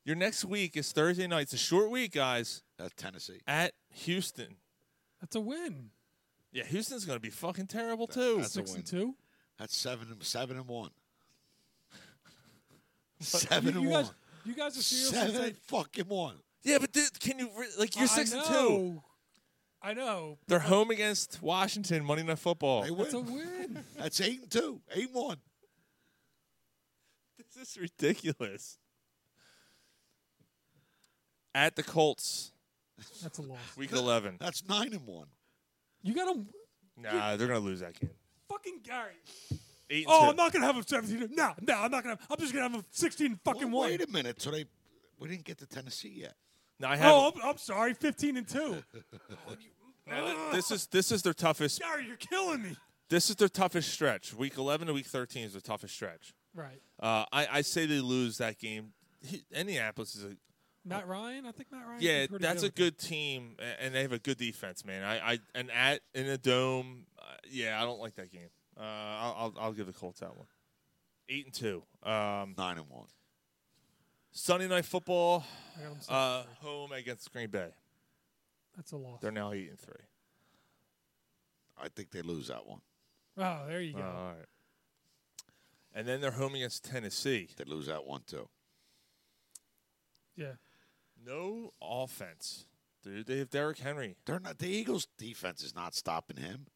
[SPEAKER 6] Your next week is Thursday night. It's a short week, guys.
[SPEAKER 1] That's Tennessee.
[SPEAKER 6] At Houston.
[SPEAKER 7] That's a win.
[SPEAKER 6] Yeah, Houston's gonna be fucking terrible too.
[SPEAKER 1] That's a
[SPEAKER 7] Six
[SPEAKER 1] win.
[SPEAKER 7] and two.
[SPEAKER 1] That's seven and seven and one. seven
[SPEAKER 7] you,
[SPEAKER 1] and
[SPEAKER 7] you
[SPEAKER 1] one.
[SPEAKER 7] guys, you guys are serious.
[SPEAKER 1] seven and fucking one.
[SPEAKER 6] Yeah, but th- can you re- like you're six and two?
[SPEAKER 7] I know.
[SPEAKER 6] They're home against Washington Monday Night Football.
[SPEAKER 1] They
[SPEAKER 7] That's a
[SPEAKER 1] win.
[SPEAKER 7] win.
[SPEAKER 1] That's eight and two. Eight and one.
[SPEAKER 6] This is ridiculous. At the Colts,
[SPEAKER 7] That's a loss.
[SPEAKER 6] week eleven.
[SPEAKER 1] That's nine and one.
[SPEAKER 7] You got them
[SPEAKER 6] Nah, they're gonna lose that game.
[SPEAKER 7] fucking Gary.
[SPEAKER 6] Eight. and
[SPEAKER 7] Oh,
[SPEAKER 6] two.
[SPEAKER 7] I'm not gonna have a 17. No, no, I'm not gonna. Have, I'm just gonna have a 16 fucking
[SPEAKER 1] Well,
[SPEAKER 7] one.
[SPEAKER 1] Wait a minute. So they we didn't get to Tennessee yet.
[SPEAKER 6] No, I have.
[SPEAKER 7] Oh, I'm, I'm sorry. 15 and two.
[SPEAKER 6] this is this is their toughest.
[SPEAKER 7] Gary, you're killing me.
[SPEAKER 6] This is their toughest stretch. Week eleven to week thirteen is their toughest stretch.
[SPEAKER 7] Right.
[SPEAKER 6] Uh, I I say they lose that game. He- Indianapolis is a
[SPEAKER 7] Matt Ryan. I think Matt Ryan.
[SPEAKER 6] yeah. That's a good team, a- and they have a good defense, man. I, I and at in a dome. Uh, yeah, I don't like that game. Uh, I'll, I'll I'll give the Colts that one. Eight and two. Um,
[SPEAKER 1] Nine and one.
[SPEAKER 6] Sunday night football.
[SPEAKER 7] I got 'em seven
[SPEAKER 6] Uh,
[SPEAKER 7] and three.
[SPEAKER 6] home against Green Bay.
[SPEAKER 7] That's a loss.
[SPEAKER 6] They're now eight and three.
[SPEAKER 1] I think they lose that one.
[SPEAKER 7] Oh, there you go.
[SPEAKER 6] All right. And then they're home against Tennessee.
[SPEAKER 1] They lose that one too.
[SPEAKER 7] yeah.
[SPEAKER 6] No offense, dude. They have Derrick Henry.
[SPEAKER 1] They're not. The Eagles' defense is not stopping him.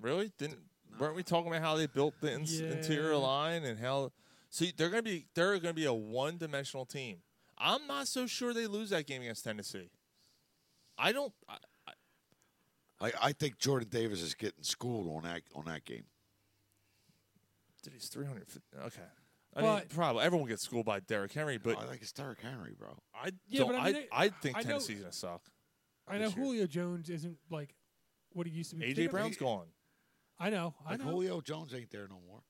[SPEAKER 6] Really? Didn't? Weren't we talking about how they built the ins- interior
[SPEAKER 7] Yeah.
[SPEAKER 6] line and how? See, they're gonna be they're gonna be a one dimensional team. I'm not so sure they lose that game against Tennessee. I don't. I,
[SPEAKER 1] I, I think Jordan Davis is getting schooled on that on that game.
[SPEAKER 6] Dude, he's 350. Okay. I mean,
[SPEAKER 7] But-
[SPEAKER 6] probably everyone gets schooled by Derrick Henry, but
[SPEAKER 1] I think it's Derrick Henry, bro.
[SPEAKER 6] I
[SPEAKER 7] Yeah,
[SPEAKER 6] don't.
[SPEAKER 7] but
[SPEAKER 6] I,
[SPEAKER 7] I mean,
[SPEAKER 6] I,
[SPEAKER 7] I-
[SPEAKER 6] think
[SPEAKER 7] I know-
[SPEAKER 6] Tennessee's gonna suck.
[SPEAKER 7] I know
[SPEAKER 6] this year.
[SPEAKER 7] Julio Jones isn't like what he used to be. They
[SPEAKER 6] AJ
[SPEAKER 7] don't-
[SPEAKER 6] Brown's gone.
[SPEAKER 7] I know. I
[SPEAKER 1] Like
[SPEAKER 7] know.
[SPEAKER 1] Julio Jones ain't there no more.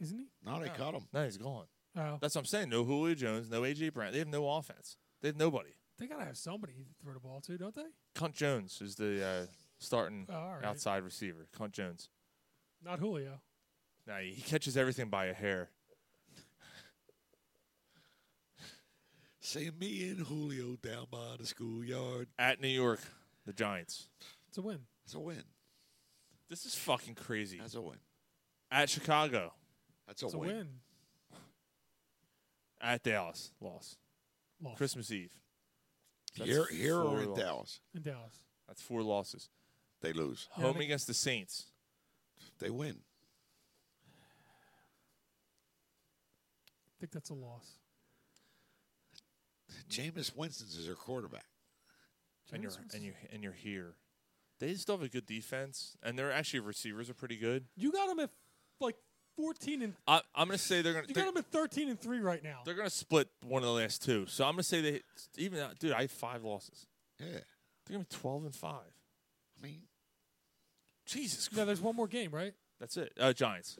[SPEAKER 7] Isn't he?
[SPEAKER 1] No, they
[SPEAKER 6] No.
[SPEAKER 1] cut him.
[SPEAKER 6] No, he's gone.
[SPEAKER 7] Oh,
[SPEAKER 6] That's what I'm saying. No Julio Jones, no AJ Brown. They have no offense. They have nobody.
[SPEAKER 7] they gotta have somebody to throw the ball to, don't they?
[SPEAKER 6] Cunt Jones is the uh, starting
[SPEAKER 7] Oh, all right.
[SPEAKER 6] outside receiver. Cunt Jones.
[SPEAKER 7] Not Julio.
[SPEAKER 6] Now he catches everything by a hair.
[SPEAKER 1] Say me and Julio down by the schoolyard.
[SPEAKER 6] At New York, the Giants.
[SPEAKER 7] It's a win.
[SPEAKER 1] That's a win.
[SPEAKER 6] This is fucking crazy.
[SPEAKER 1] That's a win.
[SPEAKER 6] At Chicago,
[SPEAKER 1] That's a,
[SPEAKER 7] It's a
[SPEAKER 1] win.
[SPEAKER 7] win.
[SPEAKER 6] at Dallas, loss.
[SPEAKER 7] Loss
[SPEAKER 6] Christmas Eve. That's
[SPEAKER 1] Here, here
[SPEAKER 6] four
[SPEAKER 1] or in
[SPEAKER 6] losses.
[SPEAKER 1] Dallas,
[SPEAKER 7] in Dallas.
[SPEAKER 6] That's four losses.
[SPEAKER 1] they lose.
[SPEAKER 7] Yeah, I
[SPEAKER 6] Home
[SPEAKER 7] think-
[SPEAKER 6] against the Saints.
[SPEAKER 1] They win.
[SPEAKER 7] I think that's a loss.
[SPEAKER 1] Jameis Winston's is their quarterback.
[SPEAKER 6] and you're
[SPEAKER 7] James Winston.
[SPEAKER 6] and you and you're here. They still have a good defense, and their actually receivers are pretty good.
[SPEAKER 7] You got them at like fourteen and
[SPEAKER 6] I, I'm gonna say they're gonna
[SPEAKER 7] you
[SPEAKER 6] they're,
[SPEAKER 7] got them at thirteen and three right now.
[SPEAKER 6] they're gonna split one of the last two. So I'm gonna say they even out- dude. I have five losses.
[SPEAKER 1] Yeah,
[SPEAKER 6] They're gonna be 12 and five.
[SPEAKER 1] I mean,
[SPEAKER 6] Jesus
[SPEAKER 7] No,
[SPEAKER 6] Christ,
[SPEAKER 7] there's one more game, right?
[SPEAKER 6] that's it. Uh, Giants.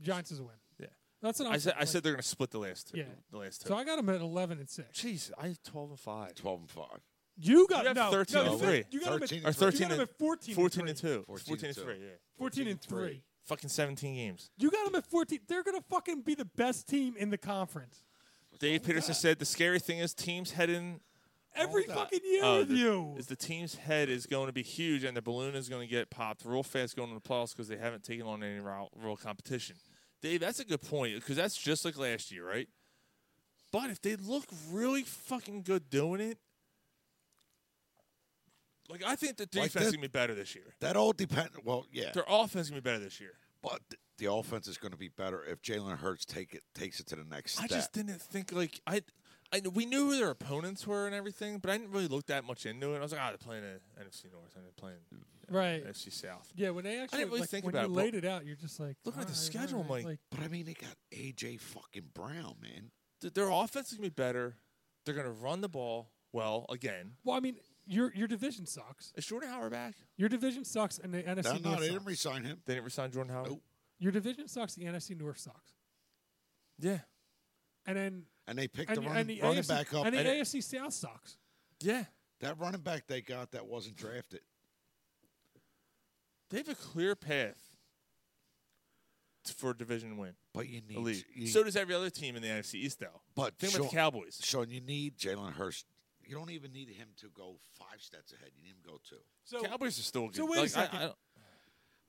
[SPEAKER 7] Giants is a win.
[SPEAKER 6] Yeah,
[SPEAKER 7] That's what I'm
[SPEAKER 6] I said
[SPEAKER 7] saying,
[SPEAKER 6] I
[SPEAKER 7] Oh, like-
[SPEAKER 6] said they're gonna split the last two.
[SPEAKER 7] Yeah.
[SPEAKER 6] the last two.
[SPEAKER 7] So I got them at eleven and six.
[SPEAKER 6] Jeez, I have 12 and five.
[SPEAKER 1] twelve and five.
[SPEAKER 7] You got
[SPEAKER 6] You have
[SPEAKER 7] no,
[SPEAKER 6] 13 and
[SPEAKER 7] no, you-
[SPEAKER 6] three.
[SPEAKER 7] You got 'em at
[SPEAKER 1] 13
[SPEAKER 6] Or
[SPEAKER 1] and three.
[SPEAKER 6] 13
[SPEAKER 7] You got 'em
[SPEAKER 6] and
[SPEAKER 7] at 14 and
[SPEAKER 6] 14 and
[SPEAKER 7] three.
[SPEAKER 6] two.
[SPEAKER 1] 14
[SPEAKER 6] 14
[SPEAKER 1] and
[SPEAKER 6] and
[SPEAKER 1] two.
[SPEAKER 6] three. Yeah,
[SPEAKER 7] 14 and 3.
[SPEAKER 6] fucking 17 games.
[SPEAKER 7] You got them at 14. They're going to fucking be the best team in the conference.
[SPEAKER 6] Dave Peterson said the scary thing is teams heading
[SPEAKER 7] Every
[SPEAKER 6] that.
[SPEAKER 7] fucking year
[SPEAKER 6] Oh,
[SPEAKER 7] with
[SPEAKER 6] the,
[SPEAKER 7] you.
[SPEAKER 6] Is the team's head is going to be huge, and the balloon is going to get popped real fast going into the playoffs because they haven't taken on any real, real competition. Dave, that's a good point because that's just like last year, right? But if they look really fucking good doing it, like I think the
[SPEAKER 1] Like
[SPEAKER 6] defense
[SPEAKER 1] that-
[SPEAKER 6] is gonna be better this year.
[SPEAKER 1] That all depends. Well, yeah,
[SPEAKER 6] Their offense is gonna be better this year.
[SPEAKER 1] but th- the offense is going to be better if Jalen Hurts take it takes it to the next
[SPEAKER 6] I
[SPEAKER 1] step.
[SPEAKER 6] just didn't think like I, I we knew who their opponents were and everything, but I didn't really look that much into it. I was like, ah, they're playing the NFC North and they're playing
[SPEAKER 7] right.
[SPEAKER 6] NFC South.
[SPEAKER 7] Yeah, when they actually
[SPEAKER 6] didn't really
[SPEAKER 7] like,
[SPEAKER 6] think
[SPEAKER 7] when
[SPEAKER 6] about
[SPEAKER 7] you
[SPEAKER 6] it,
[SPEAKER 7] laid
[SPEAKER 6] but-
[SPEAKER 7] it out, you're just like
[SPEAKER 6] Look at the
[SPEAKER 7] all right,
[SPEAKER 6] schedule,
[SPEAKER 7] all
[SPEAKER 6] Mike.
[SPEAKER 1] but I mean, they got AJ fucking Brown, man.
[SPEAKER 6] Th- their offense is gonna be better. They're gonna run the ball well again.
[SPEAKER 7] well, I mean, your your division sucks.
[SPEAKER 6] Is Jordan Howard back?
[SPEAKER 7] Your division sucks, and the
[SPEAKER 1] No, no,
[SPEAKER 7] NFC North
[SPEAKER 1] they
[SPEAKER 7] sucks.
[SPEAKER 1] didn't resign him.
[SPEAKER 6] They didn't resign Jordan Howard.
[SPEAKER 1] Nope.
[SPEAKER 7] your division sucks. The NFC North sucks.
[SPEAKER 6] Yeah,
[SPEAKER 7] And then
[SPEAKER 1] And they picked
[SPEAKER 7] and,
[SPEAKER 1] the
[SPEAKER 7] and
[SPEAKER 1] running,
[SPEAKER 7] the
[SPEAKER 1] running
[SPEAKER 7] AFC,
[SPEAKER 1] back up.
[SPEAKER 7] and the
[SPEAKER 1] And
[SPEAKER 7] AFC South sucks.
[SPEAKER 6] yeah.
[SPEAKER 1] that running back they got that wasn't drafted.
[SPEAKER 6] They have a clear path t- for a division win.
[SPEAKER 1] But you need,
[SPEAKER 6] Elite.
[SPEAKER 1] you-
[SPEAKER 6] so does every other team in the NFC East, though.
[SPEAKER 1] But
[SPEAKER 6] think about the
[SPEAKER 1] Sean-
[SPEAKER 6] Cowboys.
[SPEAKER 1] Sean, you need Jalen Hurts. You don't even need him to go five steps ahead. You need him to go two.
[SPEAKER 7] So
[SPEAKER 6] Cowboys are still good.
[SPEAKER 7] so wait a
[SPEAKER 6] Like, I-
[SPEAKER 7] second.
[SPEAKER 6] I don't-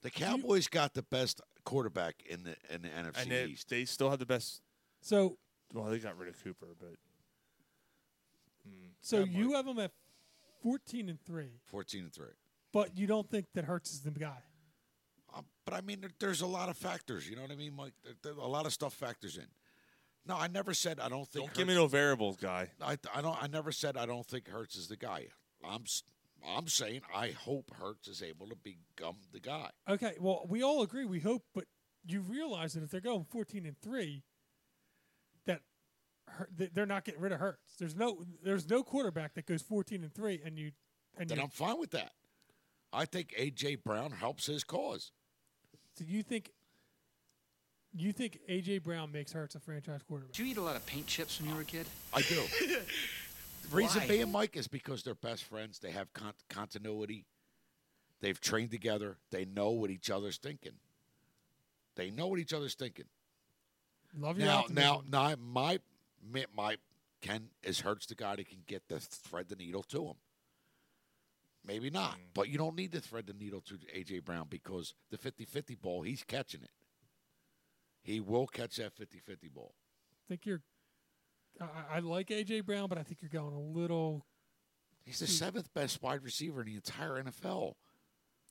[SPEAKER 1] The Cowboys got the best quarterback in the in the NFC
[SPEAKER 6] and they,
[SPEAKER 1] East.
[SPEAKER 6] they still have the best.
[SPEAKER 7] so
[SPEAKER 6] Well, they got rid of Cooper, but
[SPEAKER 7] so you have them at 14 and three,
[SPEAKER 1] Fourteen and three.
[SPEAKER 7] but you don't think that Hurts is the guy.
[SPEAKER 1] Um, but I mean, there, there's a lot of factors. You know what I mean? Like there, there- a lot of stuff factors in. No, I never said I don't think.
[SPEAKER 6] don't give me
[SPEAKER 1] Hurts-
[SPEAKER 6] no variables, guy.
[SPEAKER 1] I, I don't. I never said I don't think Hurts is the guy. I'm s- I'm saying I hope Hurts is able to become the guy.
[SPEAKER 7] Okay, well, we all agree. We hope, but you realize that if they're going fourteen and three, that Hur- that they're not getting rid of Hurts. There's no there's no quarterback that goes fourteen and three, and you and
[SPEAKER 1] Then
[SPEAKER 7] you,
[SPEAKER 1] I'm fine with that. I think AJ Brown helps his cause.
[SPEAKER 7] so you think you think AJ Brown makes Hurts a franchise quarterback?
[SPEAKER 12] Did you eat a lot of paint chips when you were a kid?
[SPEAKER 1] I do. the reason
[SPEAKER 12] Why?
[SPEAKER 1] being, Mike, is because they're best friends. They have con- continuity. They've trained together. They know what each other's thinking. They know what each other's thinking.
[SPEAKER 7] Love your
[SPEAKER 1] Now, now,
[SPEAKER 7] optimism.
[SPEAKER 1] now, my my, my Ken is Hurts the guy that can get the thread the needle to him. Maybe not, but you don't need to thread the needle to AJ Brown because the 50-50 ball he's catching it. He will catch that 50-50 ball.
[SPEAKER 7] I think you're. I- I, I like AJ Brown, but I think you're going a little.
[SPEAKER 1] He's the seventh best wide receiver in the entire NFL.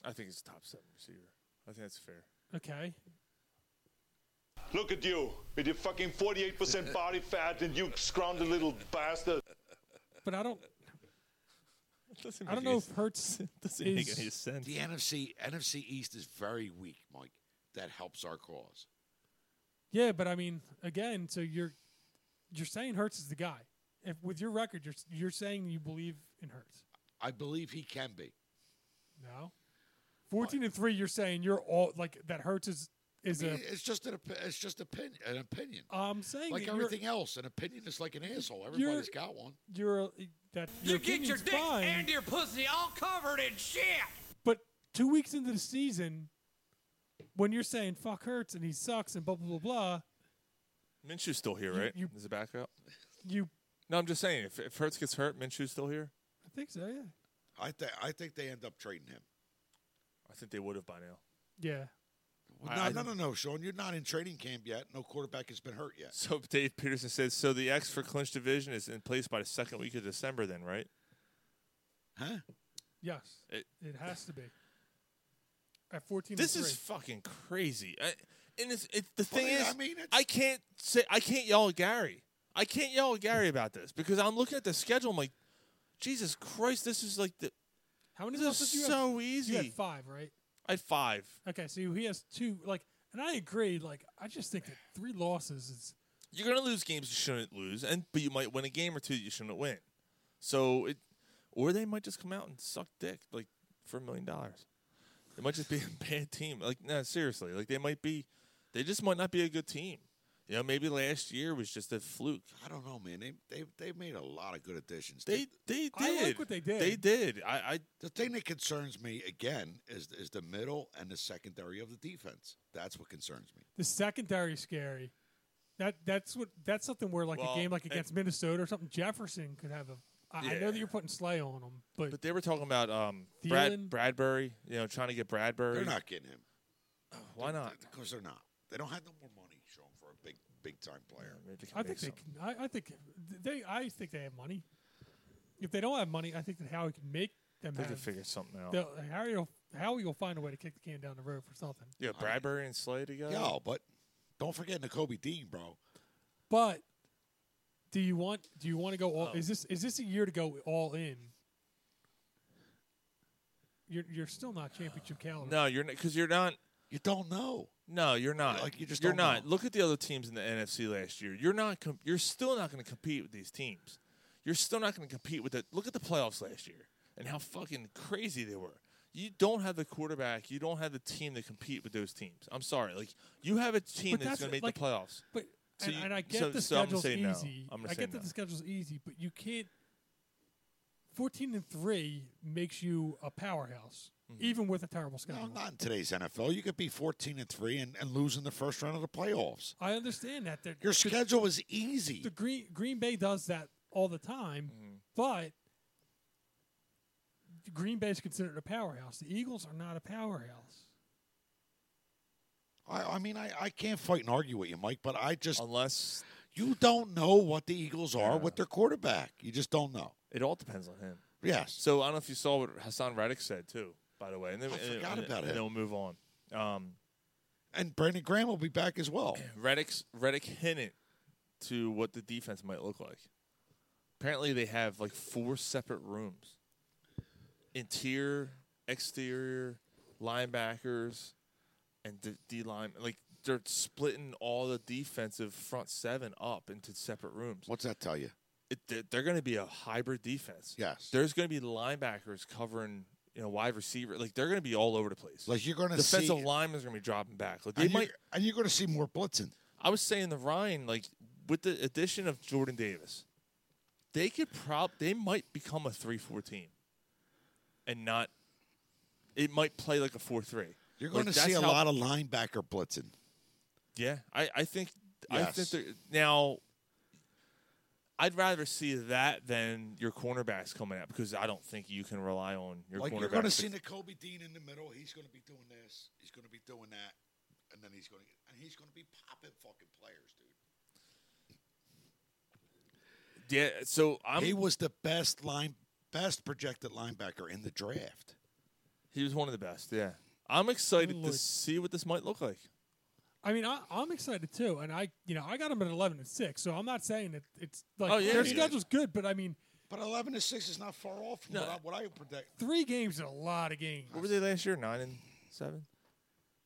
[SPEAKER 6] I think he's a top seven receiver. I think that's fair.
[SPEAKER 7] Okay.
[SPEAKER 13] Look at you with your fucking 48% body fat and you scrounged little bastard.
[SPEAKER 7] But I don't.
[SPEAKER 6] Doesn't
[SPEAKER 7] I don't
[SPEAKER 6] make any
[SPEAKER 7] know if Hurts
[SPEAKER 6] doesn't make
[SPEAKER 7] is.
[SPEAKER 6] any sense.
[SPEAKER 1] The NFC NFC East is very weak, Mike. That helps our cause.
[SPEAKER 7] Yeah, but I mean, again, so you're you're saying Hurts is the guy. If with your record, you're you're saying you believe in Hurts.
[SPEAKER 1] I believe he can be.
[SPEAKER 7] No. Fourteen and three, you're saying you're all like that. Hurts is is
[SPEAKER 1] I mean,
[SPEAKER 7] a.
[SPEAKER 1] it's just an opi- it's just opinion, an opinion.
[SPEAKER 7] I'm saying
[SPEAKER 1] like
[SPEAKER 7] that you're-
[SPEAKER 1] everything else, an opinion is like an asshole.
[SPEAKER 7] you're-
[SPEAKER 1] Everybody's got one.
[SPEAKER 7] You're a, that.
[SPEAKER 9] You get your
[SPEAKER 7] opinion's
[SPEAKER 9] dick
[SPEAKER 7] fine,
[SPEAKER 9] and your pussy all covered in shit.
[SPEAKER 7] But two weeks into the season, when you're saying fuck Hurts and he sucks and blah blah blah blah,
[SPEAKER 6] Minshew's still here, right?
[SPEAKER 7] you-
[SPEAKER 6] Is it backup?
[SPEAKER 7] you
[SPEAKER 6] No, I'm just saying. If, if Hurts gets hurt, Minshew's still here.
[SPEAKER 7] I think so. Yeah.
[SPEAKER 1] I think I think they end up trading him.
[SPEAKER 6] I think they would have by now.
[SPEAKER 7] Yeah.
[SPEAKER 1] Well,
[SPEAKER 6] I-
[SPEAKER 1] no, no, no, no, Sean, you're not in training camp yet. No quarterback has been hurt yet.
[SPEAKER 6] So Dave Peterson says, so the X for clinch division is in place by the second week of December, then, right?
[SPEAKER 1] Huh?
[SPEAKER 7] Yes.
[SPEAKER 6] It-
[SPEAKER 7] It, has to be. At fourteen.
[SPEAKER 6] This
[SPEAKER 7] and
[SPEAKER 6] is
[SPEAKER 7] three.
[SPEAKER 6] fucking crazy. I, and it's, it, the thing
[SPEAKER 7] yeah,
[SPEAKER 6] is,
[SPEAKER 7] I mean, it's-
[SPEAKER 6] I can't say I can't yell at Gary. I can't yell at Gary about this because I'm looking at the schedule. I'm like, Jesus Christ, this is like the.
[SPEAKER 7] How many
[SPEAKER 6] This
[SPEAKER 7] losses
[SPEAKER 6] is
[SPEAKER 7] you have?
[SPEAKER 6] so
[SPEAKER 7] You
[SPEAKER 6] easy.
[SPEAKER 7] had five, right?
[SPEAKER 6] I had five.
[SPEAKER 7] Okay, so he has two. Like, and I agree. Like, I just think that three losses is
[SPEAKER 6] You're gonna lose games you shouldn't lose, and but you might win a game or two that you shouldn't win. So it, or they might just come out and suck dick like for a million dollars. They might just be a bad team. Like no, seriously, like they might be, they just might not be a good team. You know, maybe last year was just a fluke.
[SPEAKER 1] I don't know, man. They they they made a lot of good additions.
[SPEAKER 6] They they did.
[SPEAKER 1] I like what they did.
[SPEAKER 6] They did. I, I
[SPEAKER 1] the thing that concerns me again is is the middle and the secondary of the defense. That's what concerns me.
[SPEAKER 7] the secondary is scary. That that's what that's something where like
[SPEAKER 6] Well,
[SPEAKER 7] a game like
[SPEAKER 6] and-
[SPEAKER 7] against Minnesota or something, Jefferson could have a. I I know
[SPEAKER 6] Yeah.
[SPEAKER 7] that you're putting Slay on him, but,
[SPEAKER 6] but they were talking about um Brad
[SPEAKER 7] Thielen?
[SPEAKER 6] Bradbury. You know, trying to get Bradbury.
[SPEAKER 1] They're not getting him.
[SPEAKER 6] Why not?
[SPEAKER 1] Because they're not. They don't have no more money, Sean, for a big big time player.
[SPEAKER 7] I think they can. I, I think they. I think they have money. If they don't have money, I think that Howie can make them.
[SPEAKER 6] They
[SPEAKER 7] have,
[SPEAKER 6] can figure something out.
[SPEAKER 7] they'll- Howie will, Howie will find a way to kick the can down the road for something.
[SPEAKER 6] Yeah, Bradbury and Slay together.
[SPEAKER 1] Yo, but don't forget N'Kobe Dean, bro.
[SPEAKER 7] But do you want do you want to go all
[SPEAKER 6] Oh.
[SPEAKER 7] is this is this a year to go all in? You're you're still not championship caliber.
[SPEAKER 6] No, you're not because you're not.
[SPEAKER 1] You don't know.
[SPEAKER 6] No, you're not.
[SPEAKER 1] Like, you just
[SPEAKER 6] you're
[SPEAKER 1] don't
[SPEAKER 6] not.
[SPEAKER 1] know.
[SPEAKER 6] Look at the other teams in the NFC last year. You're not. Com- you're still not going to compete with these teams. You're still not going to compete with the. Look at the playoffs last year and how fucking crazy they were. You don't have the quarterback. You don't have the team to compete with those teams. I'm sorry. Like you have a team
[SPEAKER 7] But
[SPEAKER 6] that's,
[SPEAKER 7] that's
[SPEAKER 6] going to make
[SPEAKER 7] what- like,
[SPEAKER 6] the playoffs.
[SPEAKER 7] But
[SPEAKER 6] So
[SPEAKER 7] and,
[SPEAKER 6] you-
[SPEAKER 7] and I get
[SPEAKER 6] so-
[SPEAKER 7] the
[SPEAKER 6] so I'm gonna
[SPEAKER 7] schedule's
[SPEAKER 6] say no.
[SPEAKER 7] easy.
[SPEAKER 6] I'm gonna
[SPEAKER 7] I
[SPEAKER 6] say
[SPEAKER 7] get that
[SPEAKER 6] no.
[SPEAKER 7] the schedule's easy, but you can't. Fourteen and three makes you a powerhouse,
[SPEAKER 6] Mm-hmm.
[SPEAKER 7] even with a terrible schedule.
[SPEAKER 1] Not in today's NFL. You could be fourteen and three and, and lose in the first round of the playoffs.
[SPEAKER 7] I understand that. They're-
[SPEAKER 1] Your
[SPEAKER 7] the-
[SPEAKER 1] schedule is easy.
[SPEAKER 7] the Green Green Bay does that all the time, but Green Bay is considered a powerhouse. The Eagles are not a powerhouse.
[SPEAKER 1] I, I mean, I, I can't fight and argue with you, Mike, but I just
[SPEAKER 6] Unless
[SPEAKER 1] you don't know what the Eagles are with their quarterback. You just don't know.
[SPEAKER 6] it all depends on him.
[SPEAKER 1] Yes.
[SPEAKER 6] So I don't know if you saw what Hassan Reddick said too. By the way, and then,
[SPEAKER 1] I
[SPEAKER 6] and-
[SPEAKER 1] forgot
[SPEAKER 6] and-
[SPEAKER 1] about
[SPEAKER 6] and
[SPEAKER 1] him.
[SPEAKER 6] then we'll move on. Um,
[SPEAKER 1] And Brandon Graham will be back as well.
[SPEAKER 6] Reddick's Reddick hinted to what the defense might look like. Apparently, they have like four separate rooms: interior, exterior, linebackers, and D, D line. Like they're splitting all the defensive front seven up into separate rooms.
[SPEAKER 1] What's that tell you?
[SPEAKER 6] It, they're they're going to be a hybrid defense.
[SPEAKER 1] Yes.
[SPEAKER 6] there's going to be linebackers covering. You know, wide receiver, like they're going to be all over the place.
[SPEAKER 1] Like, you're gonna
[SPEAKER 6] defensive
[SPEAKER 1] see-
[SPEAKER 6] linemen going to be dropping back. Like they
[SPEAKER 1] And,
[SPEAKER 6] might,
[SPEAKER 1] you're, and you're going to see more blitzing.
[SPEAKER 6] I was saying the Ryan, like with the addition of Jordan Davis, they could prob they might become a three four team, and not it might play like a four three.
[SPEAKER 1] You're going to see a lot of linebacker blitzing.
[SPEAKER 6] Yeah, I, I think yes. I think now. I'd rather see that than your cornerbacks coming out because I don't think you can rely on your
[SPEAKER 1] like
[SPEAKER 6] cornerbacks.
[SPEAKER 1] You're going to see Kobe Dean in the middle. He's going to be doing this. He's going to be doing that, and then he's going to and he's going to be popping fucking players, dude.
[SPEAKER 6] Yeah, so I'm,
[SPEAKER 1] he was the best line, best projected linebacker in the draft.
[SPEAKER 6] He was one of the best. Yeah, I'm excited Lord. to see what this might look like.
[SPEAKER 7] I mean, I, am excited too, and I, you know, I got him at 11 and six, so I'm not saying that it's like oh, yeah, their yeah. schedule's good, but I mean,
[SPEAKER 1] but 11 and six is not far off from no. what, I, what I would predict.
[SPEAKER 7] Three games is a lot of games.
[SPEAKER 6] What were they last year? Nine and seven.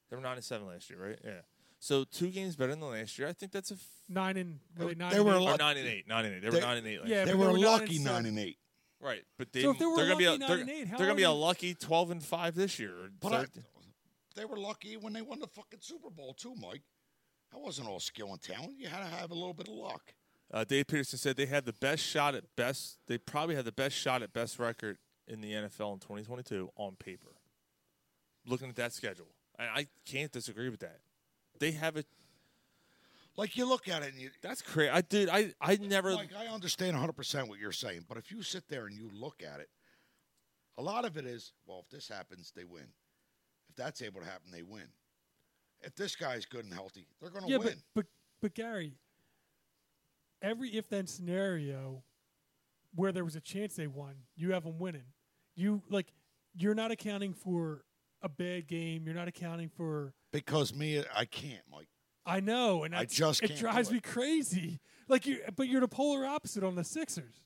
[SPEAKER 6] They were nine and seven last year, right? Yeah. So two games better than last year. I think that's a f-
[SPEAKER 7] nine and were they nine?
[SPEAKER 1] They
[SPEAKER 7] and
[SPEAKER 1] were
[SPEAKER 7] eight?
[SPEAKER 1] Luck-
[SPEAKER 6] nine and eight. Nine and eight. They, they were nine and eight.
[SPEAKER 1] yeah, they, they, were, lucky nine and, nine and eight.
[SPEAKER 6] Right, but they, so they are gonna be a, they're, they're gonna be a lucky twelve and five this year.
[SPEAKER 1] But I, they were lucky when they won the fucking Super Bowl too, Mike. That wasn't all skill and talent. You had to have a little bit of luck.
[SPEAKER 6] Uh, Dave Peterson said they had the best shot at best. They probably had the best shot at best record in the NFL in 2022 on paper. Looking at that schedule, and I can't disagree with that they have it.
[SPEAKER 1] Like you look at it, and you,
[SPEAKER 6] that's crazy. I did. I I never.
[SPEAKER 1] Like I understand 100 percent what you're saying, but if you sit there and you look at it, a lot of it is well. If this happens, they win. If that's able to happen, they win. If this guy's good and healthy, they're going to
[SPEAKER 7] yeah,
[SPEAKER 1] win.
[SPEAKER 7] But, but but Gary, every if then scenario where there was a chance they won, you have them winning. You like you're not accounting for a bad game. You're not accounting for
[SPEAKER 1] because me, I can't, Mike.
[SPEAKER 7] I know, and
[SPEAKER 1] I just
[SPEAKER 7] it drives
[SPEAKER 1] it.
[SPEAKER 7] me crazy. Like you, but you're the polar opposite on the Sixers.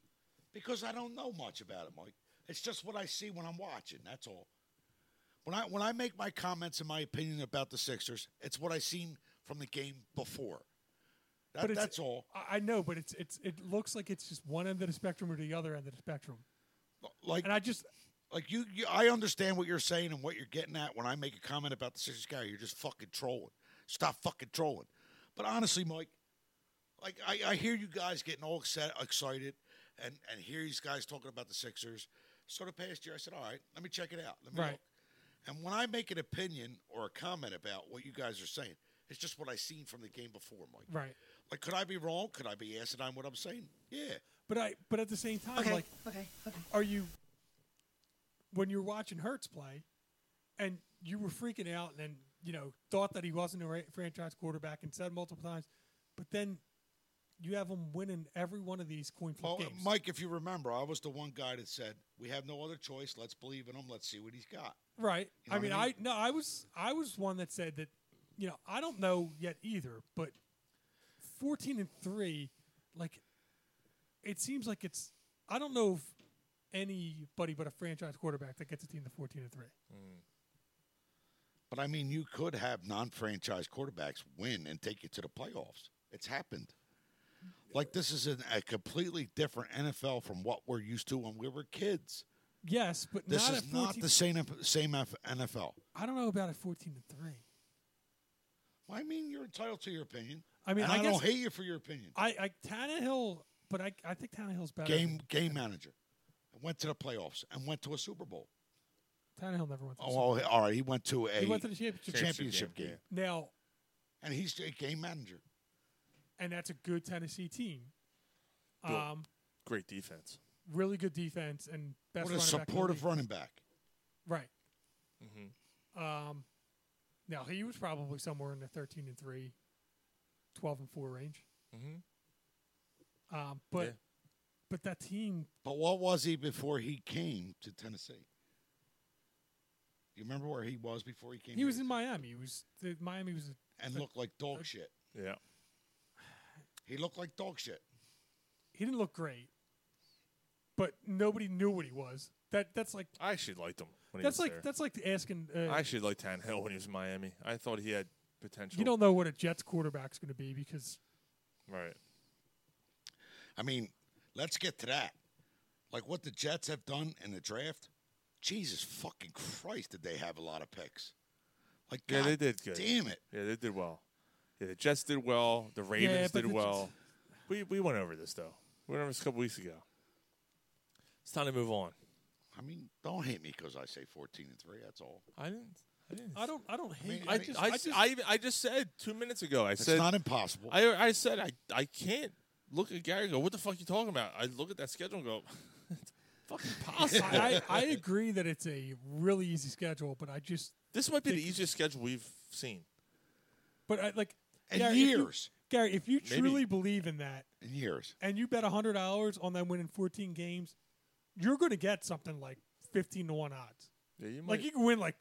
[SPEAKER 1] Because I don't know much about it, Mike. It's just what I see when I'm watching. That's all. When I when I make my comments and my opinion about the Sixers, it's what I seen from the game before. That,
[SPEAKER 7] but
[SPEAKER 1] that's all.
[SPEAKER 7] I know, but it's it's it looks like it's just one end of the spectrum or the other end of the spectrum.
[SPEAKER 1] Like,
[SPEAKER 7] and I just
[SPEAKER 1] like you, you, I understand what you're saying and what you're getting at when I make a comment about the Sixers guy. You're just fucking trolling. Stop fucking trolling. But honestly, Mike, like I, I hear you guys getting all excited, excited, and and hear these guys talking about the Sixers. So the past year, I said, all right, let me check it out. Let me
[SPEAKER 7] right.
[SPEAKER 1] Look. And when I make an opinion or a comment about what you guys are saying, it's just what I seen from the game before, Mike.
[SPEAKER 7] Right.
[SPEAKER 1] Like, could I be wrong? Could I be asinine what I'm saying? Yeah.
[SPEAKER 7] But I, but at the same time,
[SPEAKER 14] okay.
[SPEAKER 7] like,
[SPEAKER 14] okay, okay,
[SPEAKER 7] are you when you're watching Hertz play, and you were freaking out, and then, you know thought that he wasn't a franchise quarterback, and said multiple times, but then you have him winning every one of these coin flip well, games.
[SPEAKER 1] Oh, uh, Mike, if you remember, I was the one guy that said we have no other choice. Let's believe in him. Let's see what he's got.
[SPEAKER 7] Right. You know I mean, I, mean? I no, I was I was one that said that. You know, I don't know yet either, but fourteen and three, like it seems like it's. I don't know if anybody but a franchise quarterback that gets a team to 14 and 3. Mm.
[SPEAKER 1] But I mean, you could have non franchise quarterbacks win and take you to the playoffs. It's happened. Like, this is an, a completely different NFL from what we're used to when we were kids.
[SPEAKER 7] Yes, but
[SPEAKER 1] this
[SPEAKER 7] not
[SPEAKER 1] is not the same same NFL.
[SPEAKER 7] I don't know about a 14 and 3.
[SPEAKER 1] Well, I mean, you're entitled to your opinion.
[SPEAKER 7] I mean,
[SPEAKER 1] and I,
[SPEAKER 7] I
[SPEAKER 1] don't hate you for your opinion.
[SPEAKER 7] I, I Tannehill, but I, I think Tannehill's better.
[SPEAKER 1] Game game manager went to the playoffs and went to a Super Bowl.
[SPEAKER 7] Tannehill never went. To
[SPEAKER 1] oh, Bowl. all right. He went to a
[SPEAKER 7] he went to the championship,
[SPEAKER 1] championship game. game.
[SPEAKER 7] Now,
[SPEAKER 1] and he's a game manager,
[SPEAKER 7] and that's a good Tennessee team.
[SPEAKER 6] Bill, um, great defense,
[SPEAKER 7] really good defense, and best
[SPEAKER 1] what a supportive
[SPEAKER 7] back
[SPEAKER 1] running back.
[SPEAKER 7] Right.
[SPEAKER 6] Mm-hmm. Um,
[SPEAKER 7] now he was probably somewhere in the thirteen and 3, 12 and four range.
[SPEAKER 6] Mm-hmm.
[SPEAKER 7] Um, but. Yeah. But that team.
[SPEAKER 1] But what was he before he came to Tennessee? Do you remember where he was before he came?
[SPEAKER 7] He was in Miami. He was the, Miami was a,
[SPEAKER 1] and looked like dog a, shit.
[SPEAKER 6] Yeah.
[SPEAKER 1] He looked like dog shit.
[SPEAKER 7] He didn't look great, but nobody knew what he was. That that's like
[SPEAKER 6] I actually liked him.
[SPEAKER 7] that's like
[SPEAKER 6] there.
[SPEAKER 7] that's like asking. Uh,
[SPEAKER 6] I actually liked Tan Hill when he was in Miami. I thought he had potential.
[SPEAKER 7] You don't know what a Jets quarterback's going to be because.
[SPEAKER 6] Right.
[SPEAKER 1] I mean, Let's get to that. Like what the Jets have done in the draft. Jesus fucking Christ, did they have a lot of picks? Like
[SPEAKER 6] yeah,
[SPEAKER 1] God
[SPEAKER 6] they did good.
[SPEAKER 1] Damn it.
[SPEAKER 6] Yeah, they did well. Yeah, the Jets did well. The Ravens
[SPEAKER 7] yeah,
[SPEAKER 6] did well.
[SPEAKER 7] Jets...
[SPEAKER 6] We we went over this though. We went over this a couple weeks ago. It's time to move on.
[SPEAKER 1] I mean, don't hate me because I say fourteen and three. That's all.
[SPEAKER 6] I didn't.
[SPEAKER 15] I don't. I don't hate.
[SPEAKER 6] I,
[SPEAKER 15] it.
[SPEAKER 6] just, I, just, I, I just said two minutes ago. I
[SPEAKER 1] It's
[SPEAKER 6] said
[SPEAKER 1] not impossible.
[SPEAKER 6] I, I said I, I can't look at Gary and go, what the fuck you talking about? I look at that schedule and go, it's fucking possible.
[SPEAKER 7] I, I agree that it's a really easy schedule, but I just
[SPEAKER 6] this might be the easiest schedule we've seen.
[SPEAKER 7] But I, like
[SPEAKER 1] In
[SPEAKER 7] if you-
[SPEAKER 1] years.
[SPEAKER 7] Gary, if you
[SPEAKER 6] Maybe.
[SPEAKER 7] truly believe in that,
[SPEAKER 1] in years.
[SPEAKER 7] and you bet hundred dollars on them winning fourteen games, you're going to get something like fifteen to one odds.
[SPEAKER 6] Yeah, you
[SPEAKER 7] Like you can win like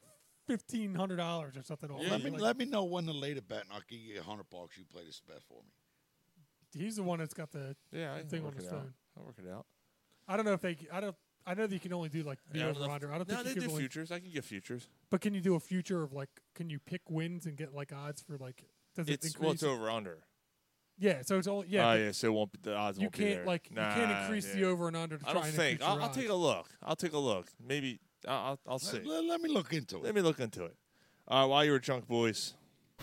[SPEAKER 7] fifteen hundred dollars or something. off
[SPEAKER 1] let
[SPEAKER 7] that.
[SPEAKER 1] me
[SPEAKER 7] Like,
[SPEAKER 1] let me know when to lay the bet, and I'll give you a hundred bucks. You play this bet for me.
[SPEAKER 7] He's the one that's got the
[SPEAKER 6] Yeah, I
[SPEAKER 7] the
[SPEAKER 6] can
[SPEAKER 7] thing
[SPEAKER 6] work
[SPEAKER 7] on his
[SPEAKER 6] it out.
[SPEAKER 7] phone.
[SPEAKER 6] I'll work it out.
[SPEAKER 7] I don't know if they. I don't. I know that you can only do like the
[SPEAKER 6] Yeah, I don't
[SPEAKER 7] over
[SPEAKER 6] know if-
[SPEAKER 7] under. I don't
[SPEAKER 6] no,
[SPEAKER 7] think
[SPEAKER 6] they
[SPEAKER 7] you can
[SPEAKER 6] do
[SPEAKER 7] really-
[SPEAKER 6] futures. I can get futures.
[SPEAKER 7] But can you do a future of like? Can you pick wins and get like odds for like? Does
[SPEAKER 6] It's
[SPEAKER 7] it increase?
[SPEAKER 6] well, it's over under.
[SPEAKER 7] Yeah, so it's all yeah.
[SPEAKER 6] Oh,
[SPEAKER 7] but
[SPEAKER 6] yeah. So it won't. Be, the odds
[SPEAKER 7] You
[SPEAKER 6] won't be
[SPEAKER 7] can't,
[SPEAKER 6] there.
[SPEAKER 7] like, you can't increase the over and under to
[SPEAKER 6] I don't
[SPEAKER 7] try and
[SPEAKER 6] think.
[SPEAKER 7] increase
[SPEAKER 6] I'll,
[SPEAKER 7] your
[SPEAKER 6] I'll take a look. I'll take a look. Maybe I'll. I'll, I'll see.
[SPEAKER 1] Let, let- let me look into it.
[SPEAKER 6] Let me look into it. Uh, while you were drunk, boys.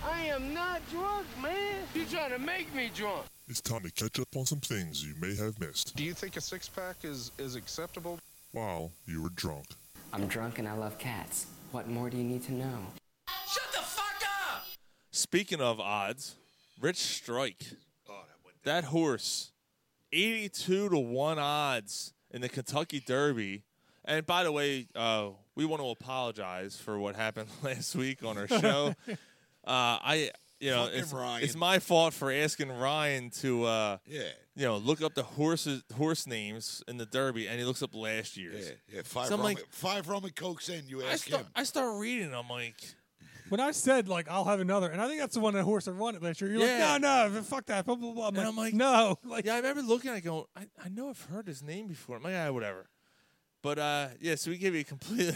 [SPEAKER 9] I am not drunk, man. You trying to make me drunk?
[SPEAKER 16] It's time to catch up on some things you may have missed
[SPEAKER 17] Do you think a six pack is, is acceptable?
[SPEAKER 16] while you were drunk.
[SPEAKER 18] I'm drunk and I love cats. What more do you need to know?
[SPEAKER 9] Shut the fuck up!
[SPEAKER 6] Speaking of odds, Rich Strike.
[SPEAKER 1] Oh,
[SPEAKER 6] that, horse, eighty-two to one odds in the Kentucky Derby. And by the way, uh, we want to apologize for what happened last week on our show. uh, I, you know,
[SPEAKER 1] Fucking
[SPEAKER 6] it's,
[SPEAKER 1] Ryan.
[SPEAKER 6] it's my fault for asking Ryan to, uh,
[SPEAKER 1] Yeah.
[SPEAKER 6] you know, look up the horses horse names in the Derby, and he looks up last year's.
[SPEAKER 1] Yeah, yeah. Five
[SPEAKER 6] So I'm
[SPEAKER 1] rum,
[SPEAKER 6] like,
[SPEAKER 1] five rum and cokes in. You
[SPEAKER 6] I
[SPEAKER 1] ask
[SPEAKER 6] start,
[SPEAKER 1] him.
[SPEAKER 6] I start reading. I'm like,
[SPEAKER 7] when I said like I'll have another, and I think that's the one that horse that won it last year. You're
[SPEAKER 6] Yeah.
[SPEAKER 7] like, no, no, fuck that. Blah, blah, blah. I'm,
[SPEAKER 6] And
[SPEAKER 7] like,
[SPEAKER 6] I'm like,
[SPEAKER 7] no, like
[SPEAKER 6] yeah, I remember looking at it going, I, I know I've heard his name before. I'm like, ah, whatever. But uh, yeah, so we gave you a complete.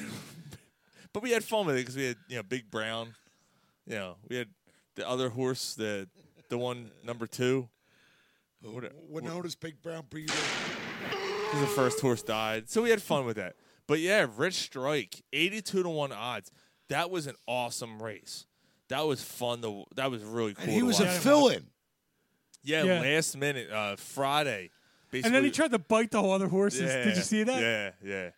[SPEAKER 6] but we had fun with it because we had you know Big Brown, you know we had the other horse, the the one number two. What,
[SPEAKER 1] When notice Big Brown Beaver.
[SPEAKER 6] because the first horse died. So we had fun with that. But yeah, Rich Strike, eighty-two to one odds. That was an awesome race. That was fun. To, that was really cool.
[SPEAKER 1] And he
[SPEAKER 6] to
[SPEAKER 1] was a
[SPEAKER 6] watch.
[SPEAKER 1] fill-in.
[SPEAKER 6] Yeah,
[SPEAKER 7] Yeah.
[SPEAKER 6] last minute uh, Friday.
[SPEAKER 7] and then
[SPEAKER 6] basically-
[SPEAKER 7] he tried to bite the whole other horses. Did you see that?
[SPEAKER 6] Yeah,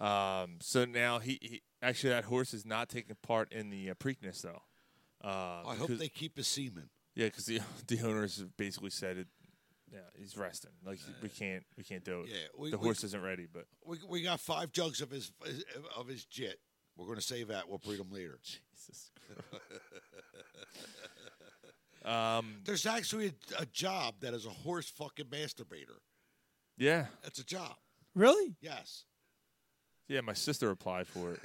[SPEAKER 6] yeah. Um, so now he, he actually that horse is not taking part in the uh, Preakness though. Uh,
[SPEAKER 1] I hope
[SPEAKER 6] 'cause-
[SPEAKER 1] they keep a seaman.
[SPEAKER 6] Yeah, because the the owners have basically said it. Yeah, he's resting. Like we can't we can't do it.
[SPEAKER 1] Uh, yeah, we-
[SPEAKER 6] the
[SPEAKER 1] we-
[SPEAKER 6] horse isn't ready. But
[SPEAKER 1] We, we got five jugs of his of his jit. We're going to save that. We'll breed him later.
[SPEAKER 6] Jesus um,
[SPEAKER 1] There's actually a, a job that is a horse fucking masturbator.
[SPEAKER 6] yeah,
[SPEAKER 1] That's a job.
[SPEAKER 7] Really?
[SPEAKER 1] Yes.
[SPEAKER 6] yeah. My sister applied for it.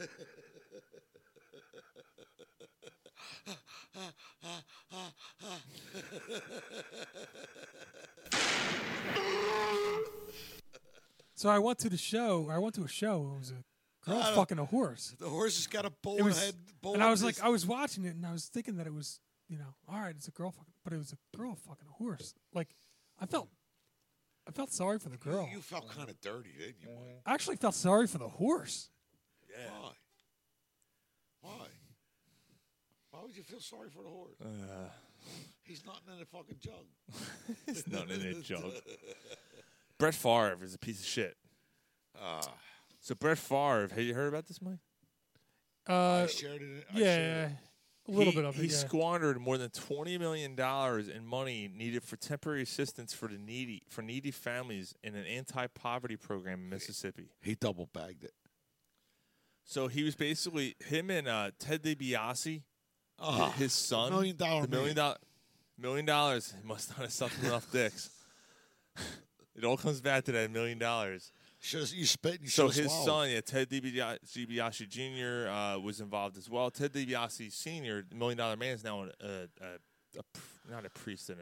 [SPEAKER 7] So I went to the show. I went to a show. It was a girl
[SPEAKER 1] I don't-
[SPEAKER 7] fucking a horse.
[SPEAKER 1] The horse has got a bull
[SPEAKER 7] It was,
[SPEAKER 1] head. Bull
[SPEAKER 7] and I was
[SPEAKER 1] in
[SPEAKER 7] like,
[SPEAKER 1] his-
[SPEAKER 7] I was watching it, and I was thinking that it was, you know, all right, it's a girl fucking, but it was a girl fucking a horse. Like, I felt, I felt sorry for the girl.
[SPEAKER 1] You felt kind of dirty, didn't you, Mike?
[SPEAKER 7] I actually felt sorry for the horse. Mm-hmm.
[SPEAKER 1] Why? Why? Why would you feel sorry for the horse?
[SPEAKER 6] Uh,
[SPEAKER 1] He's not in the fucking jug.
[SPEAKER 6] it's not in a joke. Brett Favre is a piece of shit.
[SPEAKER 1] Ah.
[SPEAKER 6] So Brett Favre, have you heard about this, Mike?
[SPEAKER 7] Uh,
[SPEAKER 1] shared it- I
[SPEAKER 7] yeah,
[SPEAKER 1] shared
[SPEAKER 7] a little
[SPEAKER 6] He-
[SPEAKER 7] bit of it.
[SPEAKER 6] He
[SPEAKER 7] yeah.
[SPEAKER 6] squandered more than twenty million dollars in money needed for temporary assistance for the needy for needy families in an anti-poverty program in Mississippi.
[SPEAKER 1] He double bagged it.
[SPEAKER 6] So he was basically him and uh, Ted DiBiase,
[SPEAKER 1] Ah,
[SPEAKER 6] his son,
[SPEAKER 1] million dollar
[SPEAKER 6] the million
[SPEAKER 1] man.
[SPEAKER 6] dollar million dollars. He must not have something enough dicks. It all comes back to that million dollars.
[SPEAKER 1] Should've- you spit and you
[SPEAKER 6] So
[SPEAKER 1] should've
[SPEAKER 6] his
[SPEAKER 1] swallowed.
[SPEAKER 6] son, yeah, Ted DiBia- DiBiase Jr. Uh, was involved as well. Ted DiBiase Sr., the Million Dollar Man, is now a, a, a, a pr- not a priest, an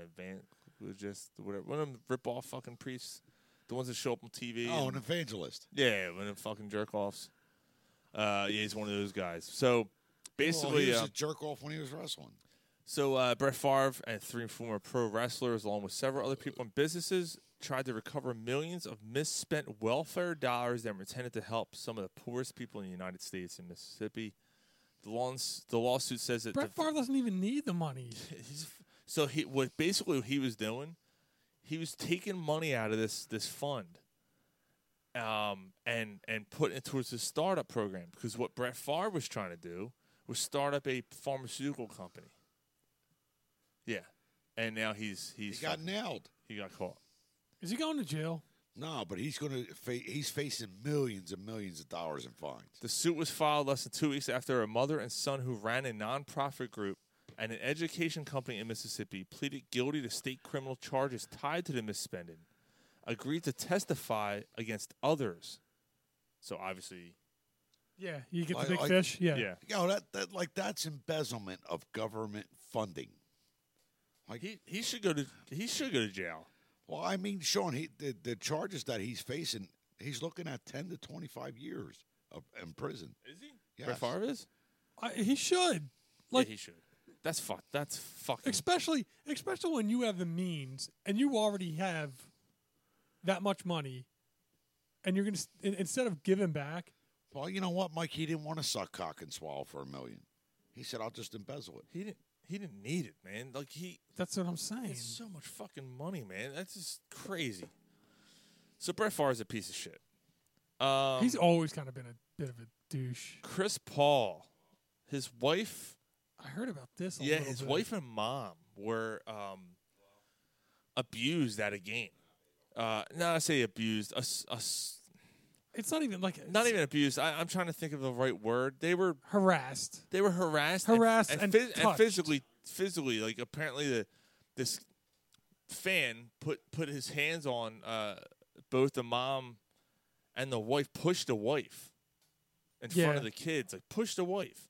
[SPEAKER 6] evangelist, whatever. One of them rip off fucking priests, the ones that show up on TV.
[SPEAKER 1] Oh, an
[SPEAKER 6] and-
[SPEAKER 1] evangelist.
[SPEAKER 6] yeah, one of them fucking jerk offs. Uh, yeah, he's one of those guys. So
[SPEAKER 1] well, Oh, he
[SPEAKER 6] basically,
[SPEAKER 1] was
[SPEAKER 6] uh,
[SPEAKER 1] a jerk off when he was wrestling.
[SPEAKER 6] so uh, Brett Favre and three former pro wrestlers, along with several other people and businesses, tried to recover millions of misspent welfare dollars that were intended to help some of the poorest people in the United States and Mississippi. The, lawns, the lawsuit says that
[SPEAKER 7] Brett
[SPEAKER 6] the,
[SPEAKER 7] Favre doesn't even need the money.
[SPEAKER 6] he's, so he what basically what he was doing, he was taking money out of this this fund, um, and and putting it towards his startup program because what Brett Favre was trying to do was start up a pharmaceutical company. Yeah, and now he's he's
[SPEAKER 1] he got nailed.
[SPEAKER 6] He got caught.
[SPEAKER 7] Is he going to jail?
[SPEAKER 1] No, but he's going to fa- he's facing millions and millions of dollars in fines.
[SPEAKER 6] The suit was filed less than two weeks after a mother and son who ran a nonprofit group and an education company in Mississippi pleaded guilty to state criminal charges tied to the misspending, agreed to testify against others. So obviously,
[SPEAKER 7] yeah, you get the big fish. Yeah,
[SPEAKER 6] yeah.
[SPEAKER 1] You know, that, that like that's embezzlement of government funding.
[SPEAKER 6] Like he he should go to he should go to jail.
[SPEAKER 1] Well, I mean, Sean, he, the, the charges that he's facing, he's looking at 10 to 25 years of, in prison.
[SPEAKER 6] Is he? Yes. Brett Favre is?
[SPEAKER 7] I, he should. Like
[SPEAKER 6] yeah, he should. That's fuck. That's fucking.
[SPEAKER 7] Especially, especially when you have the means and you already have that much money, and you're gonna instead of giving back.
[SPEAKER 1] Well, you know what, Mike? He didn't want to suck cock and swallow for a million. He said, "I'll just embezzle it."
[SPEAKER 6] He didn't. He didn't need it, man. Like he.
[SPEAKER 7] That's what I'm saying.
[SPEAKER 6] It's so much fucking money, man. That's just crazy. So Brett Favre is a piece of shit. Um,
[SPEAKER 7] He's always kind of been a bit of a douche.
[SPEAKER 6] Chris Paul, his wife.
[SPEAKER 7] I heard about this.
[SPEAKER 6] yeah,
[SPEAKER 7] his
[SPEAKER 6] bit. wife and mom were um, abused at a game. Uh, not I say abused. Us, us.
[SPEAKER 7] It's not even like
[SPEAKER 6] not even abused. I, am trying to think of the right word. They were
[SPEAKER 7] harassed.
[SPEAKER 6] They were harassed,
[SPEAKER 7] harassed,
[SPEAKER 6] and,
[SPEAKER 7] and, and,
[SPEAKER 6] phys- and physically, physically. Like apparently, the this fan put put his hands on uh, both the mom and the wife. Pushed the wife in yeah. front of the kids. Like pushed the wife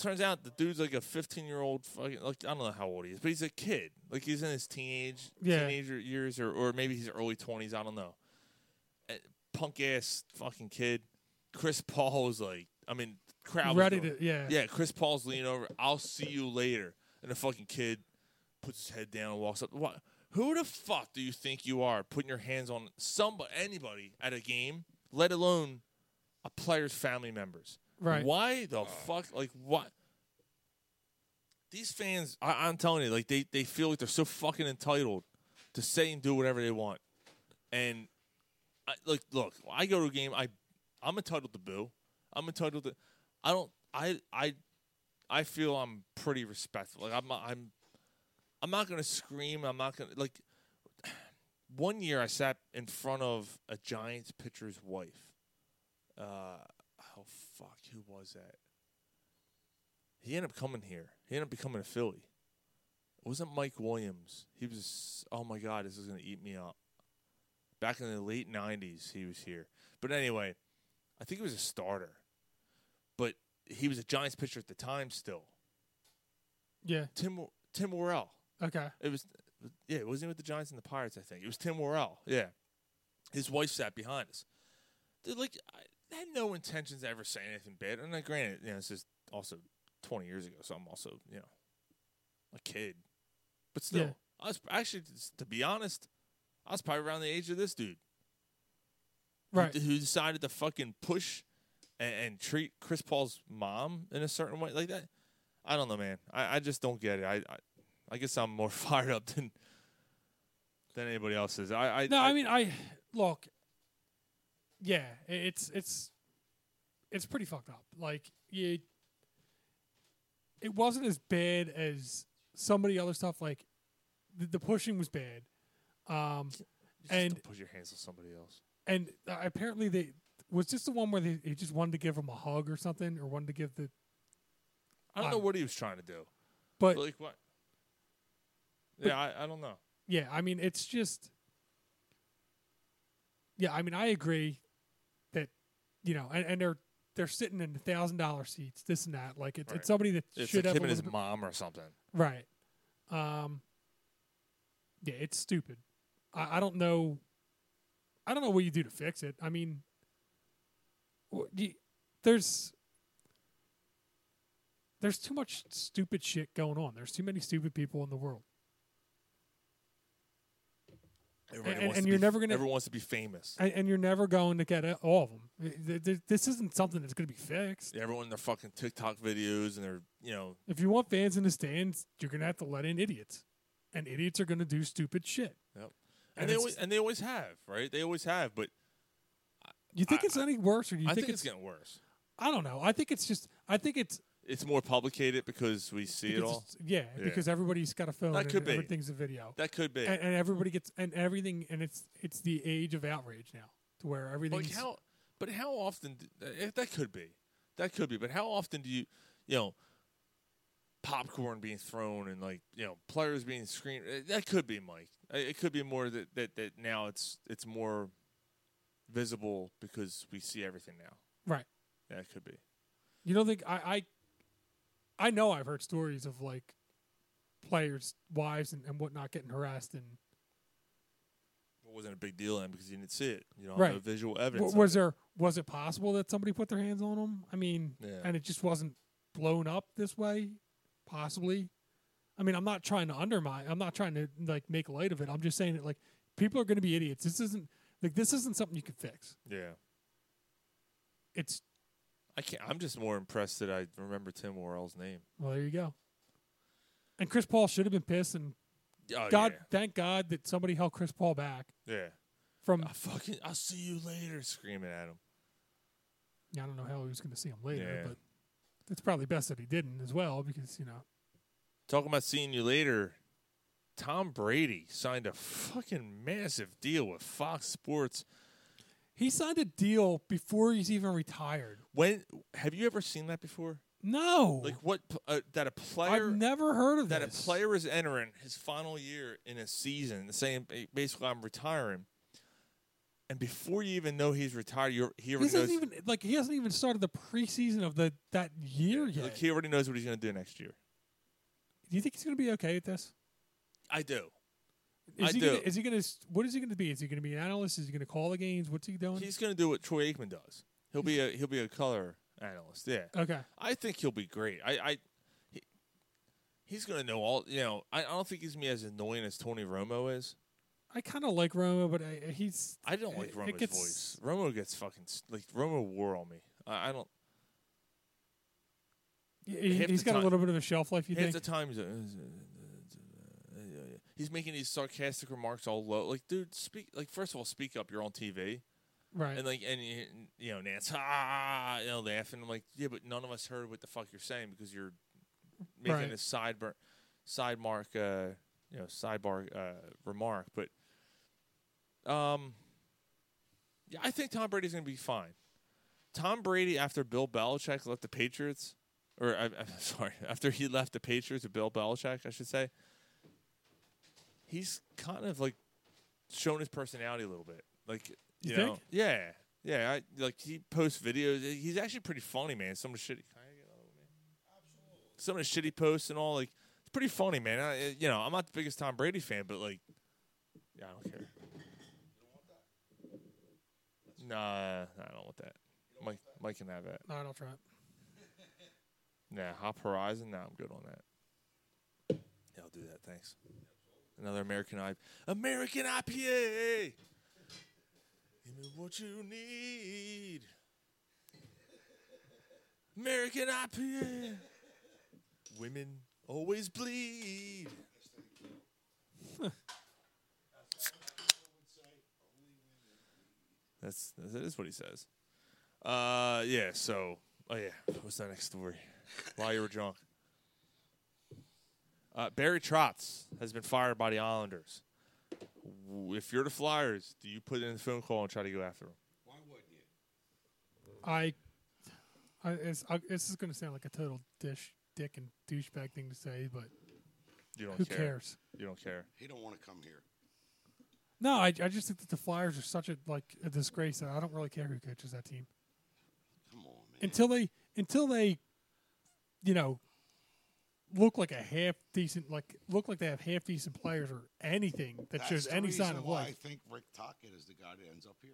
[SPEAKER 6] turns out the dude's like a 15 year old fucking like I don't know how old he is, but he's a kid. Like he's in his teenage yeah. teenager years or or maybe he's early 20s, I don't know. Uh, punk ass fucking kid. Chris Paul was like, I mean, crowd
[SPEAKER 7] ready to yeah.
[SPEAKER 6] Yeah, Chris Paul's leaning over, "I'll see you later." And the fucking kid puts his head down and walks up. What who the fuck do you think you are putting your hands on somebody anybody at a game, let alone a player's family members?
[SPEAKER 7] Right.
[SPEAKER 6] Why the fuck? Like what? These fans, I, am telling you, like they they feel like they're so fucking entitled to say and do whatever they want. And I, like, look, I go to a game. I I'm entitled to boo. I'm entitled to. I don't. I I I feel I'm pretty respectful. Like I'm I'm I'm not gonna scream. I'm not gonna like. One year I sat in front of a Giants pitcher's wife. Uh oh fuck, who was that? He ended up coming here. He ended up becoming a Philly. It wasn't Mike Williams. He was oh my god, this is gonna eat me up. Back in the late nineties he was here. But anyway, I think he was a starter. But he was a Giants pitcher at the time still.
[SPEAKER 7] Yeah.
[SPEAKER 6] Tim Tim Worrell.
[SPEAKER 7] Okay.
[SPEAKER 6] It was yeah, it wasn't with the Giants and the Pirates, I think. It was Tim Worrell. Yeah. His wife sat behind us. They're like I, I had no intentions of ever saying anything bad. And I, granted, you know, this is also 20 years ago, so I'm also, you know, a kid. But still, yeah. I was actually, to be honest, I was probably around the age of this dude.
[SPEAKER 7] Right.
[SPEAKER 6] Who, who decided to fucking push and, and, treat Chris Paul's mom in a certain way like that. I don't know, man. I, I just don't get it. I, I, I guess I'm more fired up than than anybody else is. I, I
[SPEAKER 7] no, I mean, I look yeah, it's it's it's pretty fucked up. Like you, it wasn't as bad as some of the other stuff. Like the, the pushing was bad, um, and
[SPEAKER 6] put your hands on somebody else.
[SPEAKER 7] And uh, apparently they was just the one where they, they, just wanted to give him a hug or something, or wanted to give the.
[SPEAKER 6] I don't um, know what he was trying to do,
[SPEAKER 7] but,
[SPEAKER 6] but like what? But, yeah, I, I don't know.
[SPEAKER 7] Yeah, I mean, it's just. Yeah, I mean, I agree you know, and, and, they're they're sitting in thousand dollar seats, this and that. Like it's, right. it's somebody that
[SPEAKER 6] it's
[SPEAKER 7] should
[SPEAKER 6] like
[SPEAKER 7] have
[SPEAKER 6] him and his mom or something,
[SPEAKER 7] right? Um, yeah, it's stupid. I, I, don't know. I don't know what you do to fix it. I mean, you, there's there's too much stupid shit going on. There's too many stupid people in the world.
[SPEAKER 6] Everybody and, and you're be, never gonna. Everyone wants to be famous,
[SPEAKER 7] and, and, you're never going to get all of them. This isn't something that's going to be fixed.
[SPEAKER 6] Yeah, everyone in their fucking TikTok videos and their, you know.
[SPEAKER 7] If you want fans in the stands, you're going to have to let in idiots, and idiots are going to do stupid shit.
[SPEAKER 6] Yep, and, they always, and they always have, right? They always have, but
[SPEAKER 7] you think I, it's I, any worse, or you
[SPEAKER 6] I think
[SPEAKER 7] think,
[SPEAKER 6] it's, it's, getting worse?
[SPEAKER 7] I don't know. I think it's just. I think it's.
[SPEAKER 6] It's more publicated because we see it
[SPEAKER 7] because
[SPEAKER 6] all.
[SPEAKER 7] it's- Yeah, because everybody's got a phone.
[SPEAKER 6] That
[SPEAKER 7] and
[SPEAKER 6] could be.
[SPEAKER 7] Everything's a video.
[SPEAKER 6] That could be.
[SPEAKER 7] And, and everybody gets and everything and it's it's the age of outrage now to where
[SPEAKER 6] Like
[SPEAKER 7] everything's
[SPEAKER 6] how? But how often? d- eh, That could be. That could be. But how often do you, you know, popcorn being thrown and like you know players being screamed? eh, That could be, Mike. Eh, It could be more that that, that now it's it's more visible because we see everything now.
[SPEAKER 7] right.
[SPEAKER 6] Yeah, it could be.
[SPEAKER 7] You don't think I, I I know I've heard stories of like players' wives and, and whatnot getting harassed and
[SPEAKER 6] It wasn't a big deal then because you didn't see it. You don't
[SPEAKER 7] right
[SPEAKER 6] have the visual evidence.
[SPEAKER 7] W-
[SPEAKER 6] of
[SPEAKER 7] was
[SPEAKER 6] it.
[SPEAKER 7] there was it possible that somebody put their hands on them? I mean,
[SPEAKER 6] Yeah.
[SPEAKER 7] and it just wasn't blown up this way, possibly. I mean, I'm not trying to undermine. I'm not trying to like make light of it. I'm just saying that like people are going to be idiots. This isn't like this isn't something you can fix.
[SPEAKER 6] Yeah.
[SPEAKER 7] It's
[SPEAKER 6] I can't. I'm just more impressed that I remember Tim Worrell's name.
[SPEAKER 7] well, there you go. And Chris Paul should have been pissed. And
[SPEAKER 6] Oh,
[SPEAKER 7] God, thank God that somebody held Chris Paul back
[SPEAKER 6] Yeah.
[SPEAKER 7] from.
[SPEAKER 6] I fucking. I'll see you later. Screaming at him.
[SPEAKER 7] Yeah, I don't know how he was going to see him later,
[SPEAKER 6] Yeah.
[SPEAKER 7] but it's probably best that he didn't as well because you know
[SPEAKER 6] Talking about seeing you later. Tom Brady signed a fucking massive deal with Fox Sports.
[SPEAKER 7] He signed a deal before he's even retired.
[SPEAKER 6] When have you ever seen that before?
[SPEAKER 7] No.
[SPEAKER 6] Like what p- uh, that a player
[SPEAKER 7] never heard of
[SPEAKER 6] that
[SPEAKER 7] this.
[SPEAKER 6] a player is entering his final year in a season, saying ba- basically I'm retiring, and before you even know he's retired, you're, he
[SPEAKER 7] he
[SPEAKER 6] already
[SPEAKER 7] hasn't
[SPEAKER 6] knows.
[SPEAKER 7] even like he hasn't even started the preseason of the that year yet.
[SPEAKER 6] like he already knows what he's going to do next year.
[SPEAKER 7] do you think he's going to be okay at this?
[SPEAKER 6] I do.
[SPEAKER 7] Is
[SPEAKER 6] I
[SPEAKER 7] he
[SPEAKER 6] do.
[SPEAKER 7] Gonna, is he going to? What is he going to be? Is he going to be an analyst? Is he going to call the games? What's he doing?
[SPEAKER 6] He's going to do what Troy Aikman does. He'll be a he'll be a color analyst. Yeah.
[SPEAKER 7] Okay.
[SPEAKER 6] I think he'll be great. I, I he, he's going to know all. You know, I, I don't think he's gonna be as annoying as Tony Romo is.
[SPEAKER 7] I kind of like Roma, but I, he's.
[SPEAKER 6] I don't like
[SPEAKER 7] it-
[SPEAKER 6] Romo's
[SPEAKER 7] it gets,
[SPEAKER 6] voice. Romo gets fucking s- like Romo wore on me. I, I don't.
[SPEAKER 7] He,
[SPEAKER 6] Half
[SPEAKER 7] he's
[SPEAKER 6] the
[SPEAKER 7] got
[SPEAKER 6] time-
[SPEAKER 7] a little bit of a shelf life. You
[SPEAKER 6] half
[SPEAKER 7] think?
[SPEAKER 6] the time he's, uh, like, uh, he's making these sarcastic remarks all low. Like, dude, speak. Like, first of all, speak up. You're on TV.
[SPEAKER 7] Right.
[SPEAKER 6] And like, and you, you know, Nance, ah, you know, laughing. I'm like, yeah, but none of us heard what the fuck you're saying because you're making
[SPEAKER 7] Right.
[SPEAKER 6] a sidebar, side mark, uh, you know, sidebar uh, remark. But, um, yeah, I think Tom Brady's gonna be fine. Tom Brady, after Bill Belichick left the Patriots, or I, I'm sorry, after he left the Patriots with Bill Belichick, I should say, he's kind of like shown his personality a little bit. Like, you,
[SPEAKER 7] You
[SPEAKER 6] know,
[SPEAKER 7] think?
[SPEAKER 6] yeah, yeah. I, like he posts videos. He's actually pretty funny, man. Some of the shit, can I get another one, man? some of the shit he posts and all, like, it's pretty funny, man. I, you know, I'm not the biggest Tom Brady fan, but like, yeah, I don't care. Nah, nah, I don't want that. Mike, Mike can have that.
[SPEAKER 7] No, I don't try it.
[SPEAKER 6] Nah, Hop Horizon. Nah, I'm good on that. Yeah, I'll do that. Thanks. Another American I American IPA. Give me what you need. American IPA. Women always bleed. That's that is what he says. Uh, yeah. So, oh yeah, what's that next story? While you were drunk, uh, Barry Trotz has been fired by the Islanders. W- If you're the Flyers, do you put in a phone call and try to go after him?
[SPEAKER 7] I, I, it's, I this is going to sound like a total dish, dick, and douchebag thing to say, but
[SPEAKER 6] You don't
[SPEAKER 7] Who
[SPEAKER 6] care.
[SPEAKER 7] cares?
[SPEAKER 6] You don't care.
[SPEAKER 1] He don't want to come here.
[SPEAKER 7] no, I, I just think that the Flyers are such a like a disgrace that I don't really care who coaches that team
[SPEAKER 1] Come on, man.
[SPEAKER 7] until they until they, you know, look like a half decent like look like they have half decent players or anything that
[SPEAKER 1] That's
[SPEAKER 7] shows
[SPEAKER 1] the
[SPEAKER 7] any sign
[SPEAKER 1] reason
[SPEAKER 7] of
[SPEAKER 1] why
[SPEAKER 7] life.
[SPEAKER 1] I think Rick Tockett is the guy that ends up here.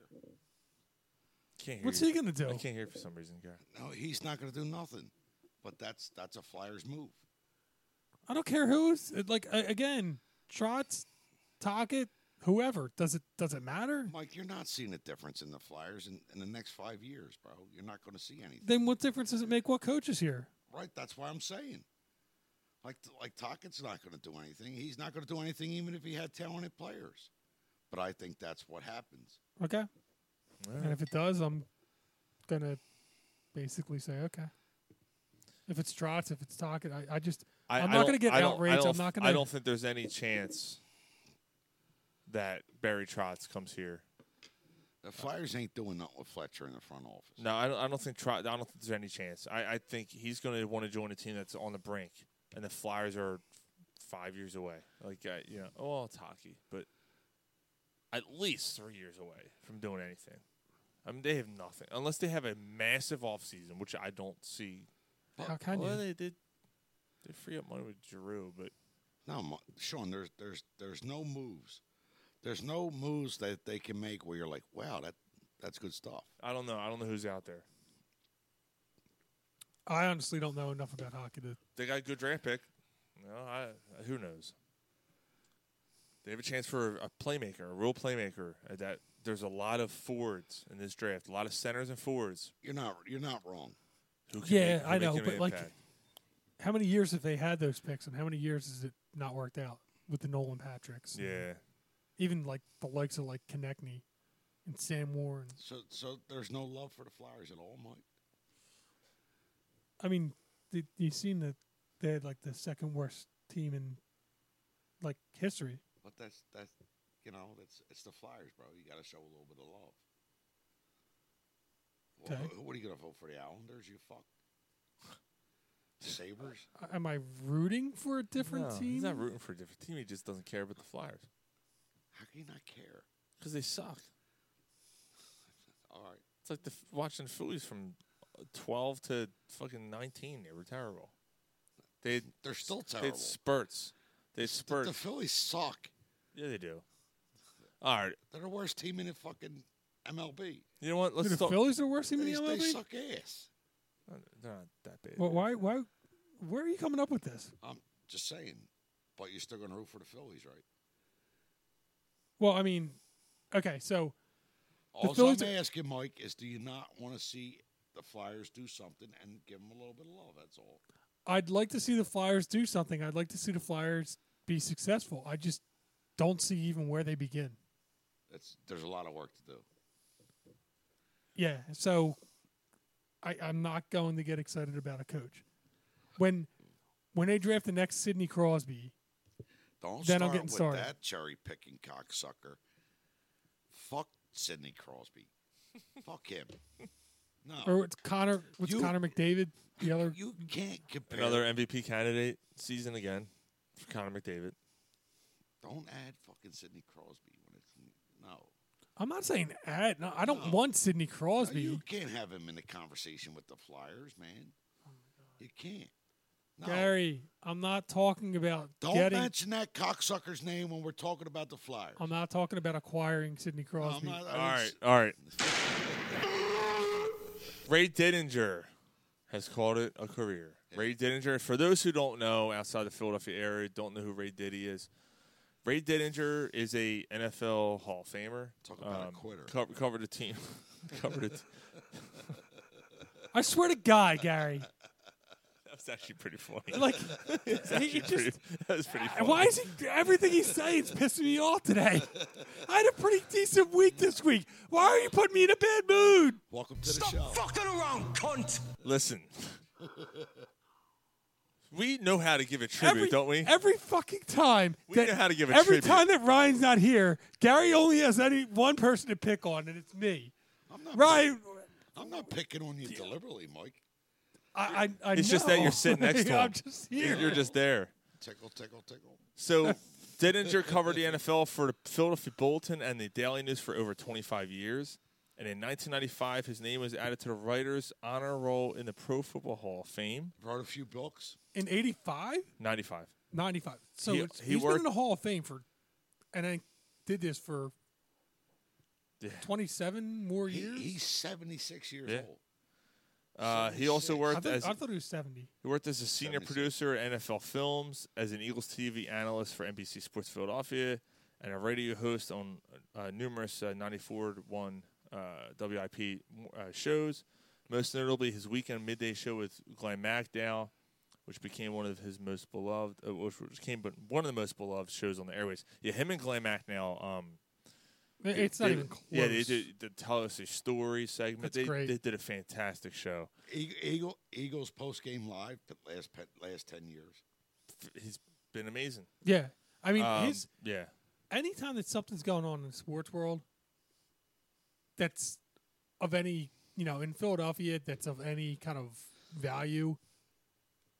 [SPEAKER 6] Can't hear
[SPEAKER 7] What's
[SPEAKER 6] you.
[SPEAKER 7] he gonna do?
[SPEAKER 6] I can't hear for some reason, guy.
[SPEAKER 1] No, he's not going to do nothing. But that's that's a Flyers move.
[SPEAKER 7] I don't care who's it- like a- again, Trotz, Tockett, whoever does it does it matter?
[SPEAKER 1] Mike, you're not seeing a difference in the Flyers in, in the next five years, bro. You're not going to see anything.
[SPEAKER 7] Then what difference does it make? What coach is here?
[SPEAKER 1] Right? That's why I'm saying. Like like Tockett's not going to do anything. He's not going to do anything, even if he had talented players. But I think that's what happens.
[SPEAKER 7] Okay. And if it does, I'm gonna basically say, okay. If it's Trotz, if it's Tockett, I, I just I, am not going to get outraged. I'm not going
[SPEAKER 6] I don't think there's any chance that Barry Trotz comes here.
[SPEAKER 1] The Flyers ain't doing nothing with Fletcher in the front office.
[SPEAKER 6] No, I don't. I don't think. Trot, I don't think there's any chance. I, I think he's going to want to join a team that's on the brink, and the Flyers are five years away. Like, uh, you know, oh, well, it's hockey, but at least three years away from doing anything. I mean, they have nothing unless they have a massive offseason, which I don't see.
[SPEAKER 7] How can
[SPEAKER 6] well,
[SPEAKER 7] you?
[SPEAKER 6] they did. They free up money with Giroux, but
[SPEAKER 1] No, Mo- Sean. There's there's there's no moves. There's no moves that they can make where you're like, wow, that that's good stuff.
[SPEAKER 6] I don't know. I don't know who's out there.
[SPEAKER 7] I honestly don't know enough about hockey to.
[SPEAKER 6] They got a good draft pick. No, I, who knows? They have a chance for a playmaker, a real playmaker. At that there's a lot of forwards in this draft, a lot of centers and forwards.
[SPEAKER 1] You're not you're not wrong.
[SPEAKER 6] Who can
[SPEAKER 7] Yeah,
[SPEAKER 6] make- who
[SPEAKER 7] I
[SPEAKER 6] make
[SPEAKER 7] know,
[SPEAKER 6] an
[SPEAKER 7] but like,
[SPEAKER 6] impact.
[SPEAKER 7] how many years have they had those picks, and how many years has it not worked out with the Nolan Patricks? and
[SPEAKER 6] Yeah.
[SPEAKER 7] even like the likes of like Konechny and Sam Warren.
[SPEAKER 1] So so there's no love for the Flyers at all, Mike.
[SPEAKER 7] I mean, did, you seen that they had like the second worst team in like history.
[SPEAKER 1] But that's that's you know that's it's the Flyers, bro. You got to show a little bit of love. Well,
[SPEAKER 7] Okay.
[SPEAKER 1] who- What are you gonna vote for the Islanders? You fuck.
[SPEAKER 7] uh,
[SPEAKER 1] Sabers.
[SPEAKER 7] A- Am I rooting for a different
[SPEAKER 6] No,
[SPEAKER 7] team?
[SPEAKER 6] He's not rooting for a different team. He just doesn't care about the Flyers
[SPEAKER 1] How can you not care?
[SPEAKER 6] because they suck.
[SPEAKER 1] All right.
[SPEAKER 6] It's like the f- watching Phillies from uh, 12 to fucking 19. They were terrible. They
[SPEAKER 1] They're still
[SPEAKER 6] They
[SPEAKER 1] terrible.
[SPEAKER 6] had spurts. They had
[SPEAKER 1] The,
[SPEAKER 6] spurts.
[SPEAKER 1] the Phillies suck.
[SPEAKER 6] yeah, they do. All right.
[SPEAKER 1] They're the worst team in the fucking MLB.
[SPEAKER 6] You know what? Let's
[SPEAKER 7] Dude, the
[SPEAKER 6] talk.
[SPEAKER 7] Phillies are worse team in
[SPEAKER 1] They,
[SPEAKER 7] the
[SPEAKER 1] they
[SPEAKER 7] MLB.
[SPEAKER 1] suck ass.
[SPEAKER 6] Uh, They're not that bad.
[SPEAKER 7] Well, why? Why? Where are you coming up with this?
[SPEAKER 1] I'm just saying. But you're still gonna root for the Phillies, right?
[SPEAKER 7] Well, I mean, okay, so the
[SPEAKER 1] All I'm
[SPEAKER 7] Phillies. Are,
[SPEAKER 1] asking, Mike, is do you not want to see the Flyers do something and give them a little bit of love? That's all.
[SPEAKER 7] I'd like to see the Flyers do something. I'd like to see the Flyers be successful. I just don't see even where they begin.
[SPEAKER 1] That's there's a lot of work to do.
[SPEAKER 7] Yeah, so I, I'm not going to get excited about a coach. When when they draft the next Sidney Crosby,
[SPEAKER 1] Don't
[SPEAKER 7] Then
[SPEAKER 1] start
[SPEAKER 7] I'm getting
[SPEAKER 1] with
[SPEAKER 7] started.
[SPEAKER 1] that cherry picking cocksucker. Fuck Sidney Crosby. Fuck him. No,
[SPEAKER 7] or it's Connor, what's
[SPEAKER 1] You-
[SPEAKER 7] Connor McDavid, the other
[SPEAKER 1] you can't compare.
[SPEAKER 6] Another MVP candidate season again for Connor McDavid.
[SPEAKER 1] Don't add fucking Sidney Crosby when it's no.
[SPEAKER 7] I'm not saying add. No, I don't
[SPEAKER 1] No.
[SPEAKER 7] want Sidney
[SPEAKER 1] No,
[SPEAKER 7] Crosby.
[SPEAKER 1] You can't have him in the conversation with the Flyers, man. You can't. No.
[SPEAKER 7] Oh Gary, I'm not talking about
[SPEAKER 1] Don't
[SPEAKER 7] getting.
[SPEAKER 1] mention that cocksucker's name when we're talking about the Flyers.
[SPEAKER 7] I'm not talking about acquiring Sidney Crosby.
[SPEAKER 1] not- I
[SPEAKER 6] All
[SPEAKER 1] didn't
[SPEAKER 6] right,
[SPEAKER 1] s-
[SPEAKER 6] all right. Ray Didinger has called it a career. Ray Didinger, for those who don't know outside the Philadelphia area, don't know who Ray Diddy is. Ray Didinger is a NFL Hall of Famer.
[SPEAKER 1] Talk about a quitter.
[SPEAKER 6] Um, co- covered a team. covered a t-
[SPEAKER 7] I swear to God, Gary.
[SPEAKER 6] That's actually pretty funny.
[SPEAKER 7] Like,
[SPEAKER 6] That's
[SPEAKER 7] he-
[SPEAKER 6] actually
[SPEAKER 7] he
[SPEAKER 6] pretty,
[SPEAKER 7] just- uh,
[SPEAKER 6] that was pretty funny.
[SPEAKER 7] why is he? Everything he's saying is pissing me off today. I had a pretty decent week this week. Why are you putting me in a bad mood?
[SPEAKER 1] Welcome to the show.
[SPEAKER 9] Fucking around, cunt!
[SPEAKER 6] Listen. We know how to give a tribute,
[SPEAKER 7] Every,
[SPEAKER 6] don't we?
[SPEAKER 7] every fucking time.
[SPEAKER 6] We know how to give a
[SPEAKER 7] Every
[SPEAKER 6] tribute.
[SPEAKER 7] time that Ryan's not here, Gary only has any one person to pick on, and it's me.
[SPEAKER 1] I'm not,
[SPEAKER 7] Ryan,
[SPEAKER 1] I'm not picking on you deliberately, Mike.
[SPEAKER 7] I, I, I
[SPEAKER 6] it's just that
[SPEAKER 7] know.
[SPEAKER 6] you're sitting next to him.
[SPEAKER 7] I'm just here.
[SPEAKER 6] You're just there.
[SPEAKER 1] Tickle, tickle, tickle.
[SPEAKER 6] So Didinger covered the NFL for the Philadelphia Bulletin and the Daily News for over 25 years. And in 1995, his name was added to the Writers' Honor Roll in the Pro Football Hall of Fame.
[SPEAKER 1] Wrote a few books.
[SPEAKER 7] in 85
[SPEAKER 6] 95.
[SPEAKER 7] 95 so
[SPEAKER 6] He-
[SPEAKER 7] it's,
[SPEAKER 6] he
[SPEAKER 7] he's
[SPEAKER 6] worked-
[SPEAKER 7] been in the hall of fame for and i did this for 27 more
[SPEAKER 1] He,
[SPEAKER 7] years
[SPEAKER 1] he's 76 years
[SPEAKER 6] Yeah.
[SPEAKER 1] old.
[SPEAKER 6] Uh, he
[SPEAKER 1] 76.
[SPEAKER 6] also
[SPEAKER 7] I,
[SPEAKER 6] worked
[SPEAKER 7] thought,
[SPEAKER 6] as
[SPEAKER 7] I thought he was 70
[SPEAKER 6] he worked as a senior
[SPEAKER 1] 76.
[SPEAKER 6] producer at NFL Films, as an Eagles TV analyst for NBC Sports Philadelphia, and a radio host on uh, numerous uh, 94.1 uh, WIP uh, shows. Most notably, his weekend midday show with Glenn MacDowell, which became one of his most beloved, uh, which became but one of the most beloved shows on the airways. Yeah, him and Glenn MacDowell um,
[SPEAKER 7] It's not
[SPEAKER 6] they,
[SPEAKER 7] even close.
[SPEAKER 6] Yeah, they did the tell us a story segment.
[SPEAKER 7] That's
[SPEAKER 6] they,
[SPEAKER 7] great.
[SPEAKER 6] they did a fantastic show.
[SPEAKER 1] Eagle, Eagles post game live but last pe- last ten years.
[SPEAKER 6] He's been amazing.
[SPEAKER 7] Yeah, I mean,
[SPEAKER 6] Um,
[SPEAKER 7] his
[SPEAKER 6] yeah.
[SPEAKER 7] anytime that something's going on in the sports world that's of any you know in philadelphia that's of any kind of value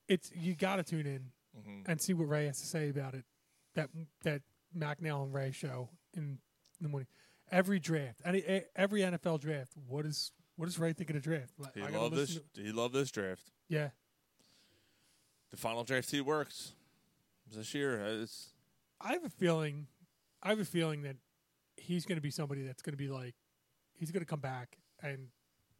[SPEAKER 7] it's you gotta tune in
[SPEAKER 6] Mhm.
[SPEAKER 7] and see what ray has to say about it that that mcnell and ray show in the morning every draft any e- every nfl draft what is what does ray think of the draft Like,
[SPEAKER 6] He
[SPEAKER 7] I gotta
[SPEAKER 6] loved this.
[SPEAKER 7] listen to-
[SPEAKER 6] he loved this draft.
[SPEAKER 7] yeah
[SPEAKER 6] The final draft he works this year. Uh, It's
[SPEAKER 7] I have a feeling, I have a feeling that he's going to be somebody that's going to be like, he's going to come back and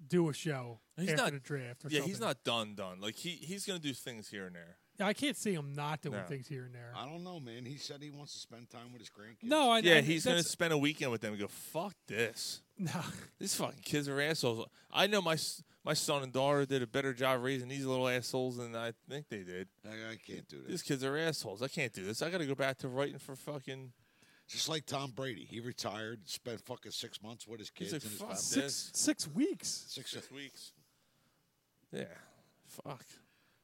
[SPEAKER 7] do a show
[SPEAKER 6] he's
[SPEAKER 7] after
[SPEAKER 6] not
[SPEAKER 7] the draft or
[SPEAKER 6] yeah,
[SPEAKER 7] something.
[SPEAKER 6] he's not done. Done. Like he he's gonna do things here and there.
[SPEAKER 7] Yeah, I can't see him not doing
[SPEAKER 6] No.
[SPEAKER 7] things here and there.
[SPEAKER 1] I don't know, man. He said he wants to spend time with his grandkids.
[SPEAKER 7] No, I
[SPEAKER 6] yeah,
[SPEAKER 7] I-
[SPEAKER 6] he's gonna
[SPEAKER 7] that's-
[SPEAKER 6] spend a weekend with them and go fuck this.
[SPEAKER 7] No,
[SPEAKER 6] These fucking kids are assholes. I know my s- my son and daughter did a better job raising these little assholes than I think they did.
[SPEAKER 1] I, I can't do
[SPEAKER 6] These
[SPEAKER 1] this.
[SPEAKER 6] kids are assholes. I can't do this. I got to go back to writing for fucking.
[SPEAKER 1] Just like Tom Brady, he retired, spent fucking six months with his kids
[SPEAKER 6] He's like,
[SPEAKER 1] and his
[SPEAKER 6] "Fuck
[SPEAKER 1] family.
[SPEAKER 6] this."
[SPEAKER 7] six six weeks.
[SPEAKER 1] Six,
[SPEAKER 6] Six weeks. Yeah, fuck.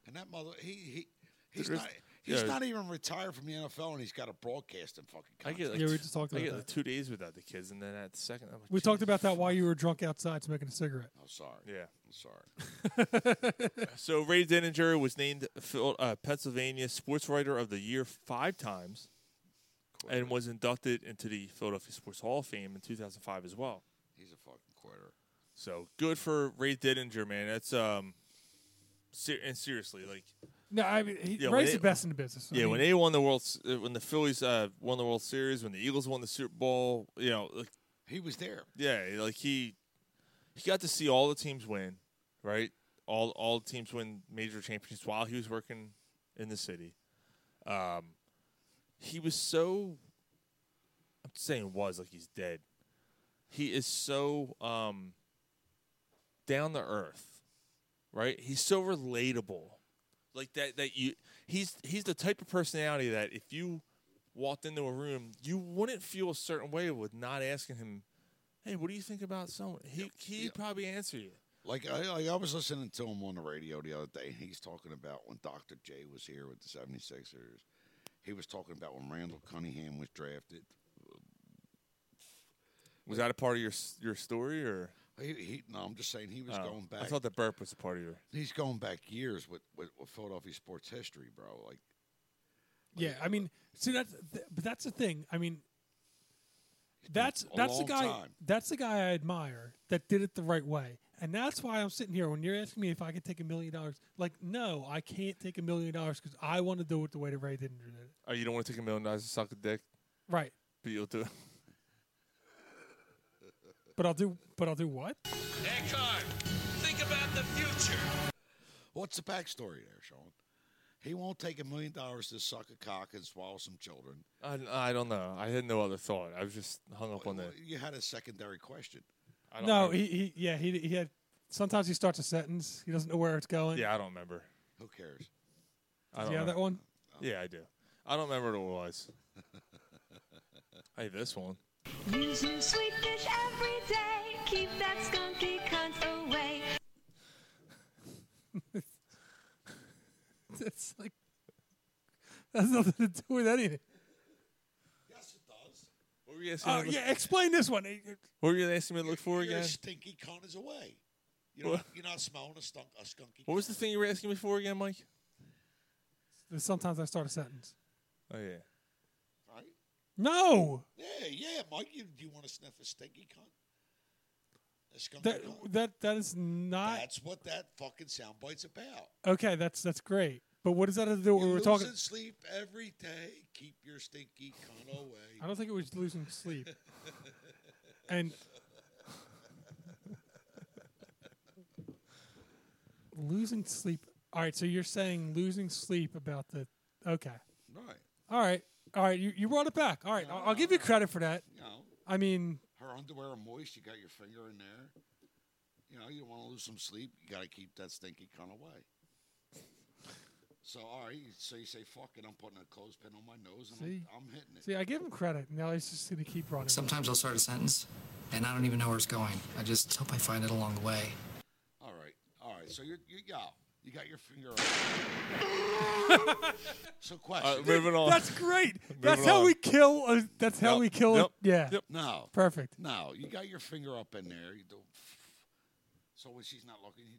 [SPEAKER 1] and that mother, he he he's
[SPEAKER 6] There is-
[SPEAKER 1] not he's
[SPEAKER 6] yeah.
[SPEAKER 1] not even retired from the NFL, and he's got a broadcasting fucking.
[SPEAKER 6] I
[SPEAKER 1] Contract.
[SPEAKER 6] get like
[SPEAKER 7] Yeah, we
[SPEAKER 6] t-
[SPEAKER 7] just talked
[SPEAKER 6] I
[SPEAKER 7] about
[SPEAKER 6] get
[SPEAKER 7] that.
[SPEAKER 6] like two days without the kids, and then at the second, I'm like,
[SPEAKER 7] We talked
[SPEAKER 6] "Jesus
[SPEAKER 7] about that while you were drunk outside smoking a cigarette.
[SPEAKER 1] I'm sorry.
[SPEAKER 6] Yeah.
[SPEAKER 1] I'm sorry.
[SPEAKER 6] So Ray Dininger was named Phil- uh, Pennsylvania Sports Writer of the Year five times, and was inducted into the Philadelphia Sports Hall of Fame in 2005 as well.
[SPEAKER 1] He's a fucking quitter.
[SPEAKER 6] So good for Ray Dininger, man. That's um, ser- and seriously, like
[SPEAKER 7] No, I mean he,
[SPEAKER 6] Yeah, when
[SPEAKER 7] Ray's
[SPEAKER 6] they-
[SPEAKER 7] the best in the business. I
[SPEAKER 6] yeah, when
[SPEAKER 7] mean,
[SPEAKER 6] they won the World, S- uh, when the Phillies uh, won the World Series, when the Eagles won the Super Bowl, you know, like
[SPEAKER 1] He was there.
[SPEAKER 6] yeah, like he he got to see all the teams win, right? All all the teams win major championships while he was working in the city. Um, he was so. I'm saying was like he's dead. He is so um, down to earth, right? He's so relatable, like that. That you he's he's the type of personality that if you walked into a room, you wouldn't feel a certain way with not asking him hey, what do you think about someone? He he probably answer you.
[SPEAKER 1] Like I, like I was listening to him on the radio the other day, and he's talking about when Dr. J was here with the 76ers. He was talking about when Randall Cunningham was drafted.
[SPEAKER 6] Was that a part of your s- your story or?
[SPEAKER 1] He, he, no, I'm just saying he was
[SPEAKER 6] Oh,
[SPEAKER 1] going back.
[SPEAKER 6] I thought the burp was a part of your.
[SPEAKER 1] he's going back years with, with, with Philadelphia sports history, bro. Like
[SPEAKER 7] yeah, I mean, see that's th- but that's the thing. I mean, that's
[SPEAKER 1] a
[SPEAKER 7] that's the
[SPEAKER 1] long
[SPEAKER 7] guy.
[SPEAKER 1] time.
[SPEAKER 7] That's the guy I admire that did it the right way, and that's why I'm sitting here when you're asking me if I could take a million dollars. Like, no, I can't take a million dollars because I want to do it the way that Ray didn't do it.
[SPEAKER 6] Oh, you don't want to take a million dollars to suck a dick,
[SPEAKER 7] Right,
[SPEAKER 6] but you'll do. it.
[SPEAKER 7] but I'll do. But I'll do what?
[SPEAKER 9] Eckhart, think about the future.
[SPEAKER 1] What's the backstory there, Sean? He won't take a million dollars to suck a cock and swallow some children.
[SPEAKER 6] I, I don't know. I had no other thought. I was just hung up on that.
[SPEAKER 1] You had a secondary question.
[SPEAKER 6] I don't
[SPEAKER 7] No,
[SPEAKER 6] remember.
[SPEAKER 7] he, he yeah he he had. Sometimes he starts a sentence. He doesn't know where it's going.
[SPEAKER 6] yeah, I don't remember.
[SPEAKER 1] Who cares?
[SPEAKER 6] I don't
[SPEAKER 7] yeah,
[SPEAKER 6] remember.
[SPEAKER 7] that one.
[SPEAKER 1] Oh.
[SPEAKER 6] Yeah, I do. I don't remember what it was. hey, this one.
[SPEAKER 19] Use some sweet fish every day. Keep that skunky cunt away.
[SPEAKER 7] It's like that's nothing to do with anything.
[SPEAKER 1] Yes, it does.
[SPEAKER 6] What were you asking?
[SPEAKER 7] Uh,
[SPEAKER 6] me to look-
[SPEAKER 7] yeah, explain this one.
[SPEAKER 6] What were you asking me to look for
[SPEAKER 1] Your
[SPEAKER 6] again?
[SPEAKER 1] stinky cunt is away. You know,
[SPEAKER 6] What?
[SPEAKER 1] you're not smelling a, stunk, a skunky.
[SPEAKER 6] What was the thing you were asking me for again, Mike?
[SPEAKER 7] Sometimes I start a sentence.
[SPEAKER 6] Oh yeah.
[SPEAKER 1] cunt, Right?
[SPEAKER 7] No,
[SPEAKER 1] Yeah, yeah, Mike. You, do you want to sniff a stinky cunt? A skunky
[SPEAKER 7] that
[SPEAKER 1] cunt.
[SPEAKER 7] that that is not
[SPEAKER 1] That's what that fucking soundbite's about.
[SPEAKER 7] okay. That's that's great. But what does that have to do with
[SPEAKER 1] You're
[SPEAKER 7] what we're talking?
[SPEAKER 1] losing sleep every day. Keep your stinky cunt away.
[SPEAKER 7] I don't think it was losing sleep. and losing sleep. All right. So you're saying losing sleep about the okay.
[SPEAKER 1] Right.
[SPEAKER 7] All right. All right. You you brought it back. All right. I'll, I'll give you credit for that.
[SPEAKER 1] You know,
[SPEAKER 7] I mean,
[SPEAKER 1] her underwear are moist. You got your finger in there. You know, you want to lose some sleep. You got to keep that stinky cunt away. So all right, so you say fuck it, I'm putting a clothespin on my nose and
[SPEAKER 7] See?
[SPEAKER 1] I'm, I'm hitting it.
[SPEAKER 7] See, I give him credit. Now he's just gonna keep running.
[SPEAKER 20] Sometimes I'll start a sentence, and I don't even know where it's going. I just hope I find it along the way.
[SPEAKER 1] All right, all right. So you're, you yeah, you got your finger. so question.
[SPEAKER 6] Uh, moving on.
[SPEAKER 7] That's great.
[SPEAKER 6] Moving
[SPEAKER 7] that's how
[SPEAKER 6] on.
[SPEAKER 7] we kill. A, that's how we kill. a-
[SPEAKER 6] Yep.
[SPEAKER 7] Yeah.
[SPEAKER 6] Yep.
[SPEAKER 1] No.
[SPEAKER 7] Perfect.
[SPEAKER 1] No, you got your finger up in there. You do. So when she's not looking, you,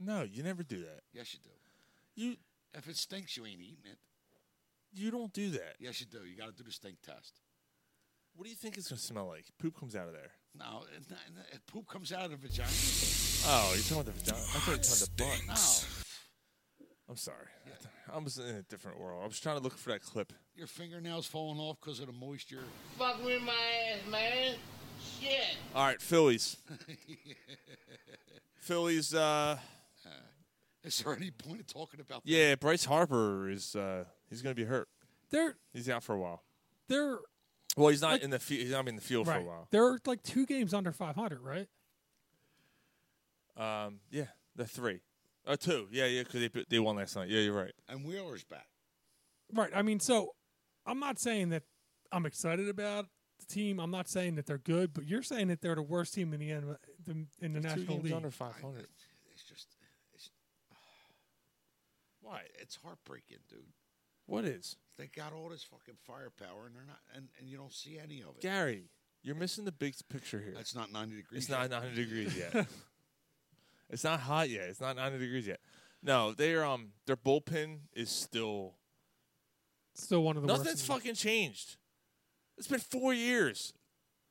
[SPEAKER 6] No, you never do that.
[SPEAKER 1] yes, you do.
[SPEAKER 6] You
[SPEAKER 1] If it stinks, you ain't eating it.
[SPEAKER 6] you don't do that.
[SPEAKER 1] Yes, you do. You got to do the stink test.
[SPEAKER 6] What do you think it's gonna smell like? Poop comes out of there.
[SPEAKER 1] No, it, it, it- poop comes out of the vagina.
[SPEAKER 6] Oh, you're talking about the vagina. I thought you were talking about the
[SPEAKER 1] No,
[SPEAKER 6] butt. Oh. I'm sorry. I was in a different world. I was trying to look for that clip.
[SPEAKER 1] your fingernails falling off because of the moisture.
[SPEAKER 5] Fuck with my ass, man. Shit.
[SPEAKER 6] All right, Phillies. Phillies. Uh,
[SPEAKER 1] Is there any point in talking about? that?
[SPEAKER 6] yeah, Bryce Harper is. Uh, he's gonna be hurt.
[SPEAKER 7] They're
[SPEAKER 6] He's out for a while.
[SPEAKER 7] they're
[SPEAKER 6] Well, he's not
[SPEAKER 7] Like-
[SPEAKER 6] in the field. He's not in the field
[SPEAKER 7] right.
[SPEAKER 6] Oh, for a while.
[SPEAKER 7] They're like two games under 500, right?
[SPEAKER 6] Um, yeah, the three. Uh, two. Yeah, yeah, because they they won last night. Yeah, you're right.
[SPEAKER 1] And Wheeler's back.
[SPEAKER 7] Right. I mean, so I'm not saying that I'm excited about the team. I'm not saying that they're good, but you're saying that they're the worst team in the N- the- in the National League.
[SPEAKER 6] five hundred.
[SPEAKER 1] It's just, it's,
[SPEAKER 6] Why?
[SPEAKER 1] it's heartbreaking, dude.
[SPEAKER 6] What is
[SPEAKER 1] They got all this fucking firepower, and they're not, and, and you don't see any of it.
[SPEAKER 6] Gary? You're missing the big picture here.
[SPEAKER 1] That's not ninety degrees.
[SPEAKER 6] It's not 90 degrees yet. it's not hot yet. It's not 90 degrees yet. No, their um their bullpen is still
[SPEAKER 7] Still one of the worst.
[SPEAKER 6] nothing's
[SPEAKER 7] in the-
[SPEAKER 6] fucking changed. It's been four years.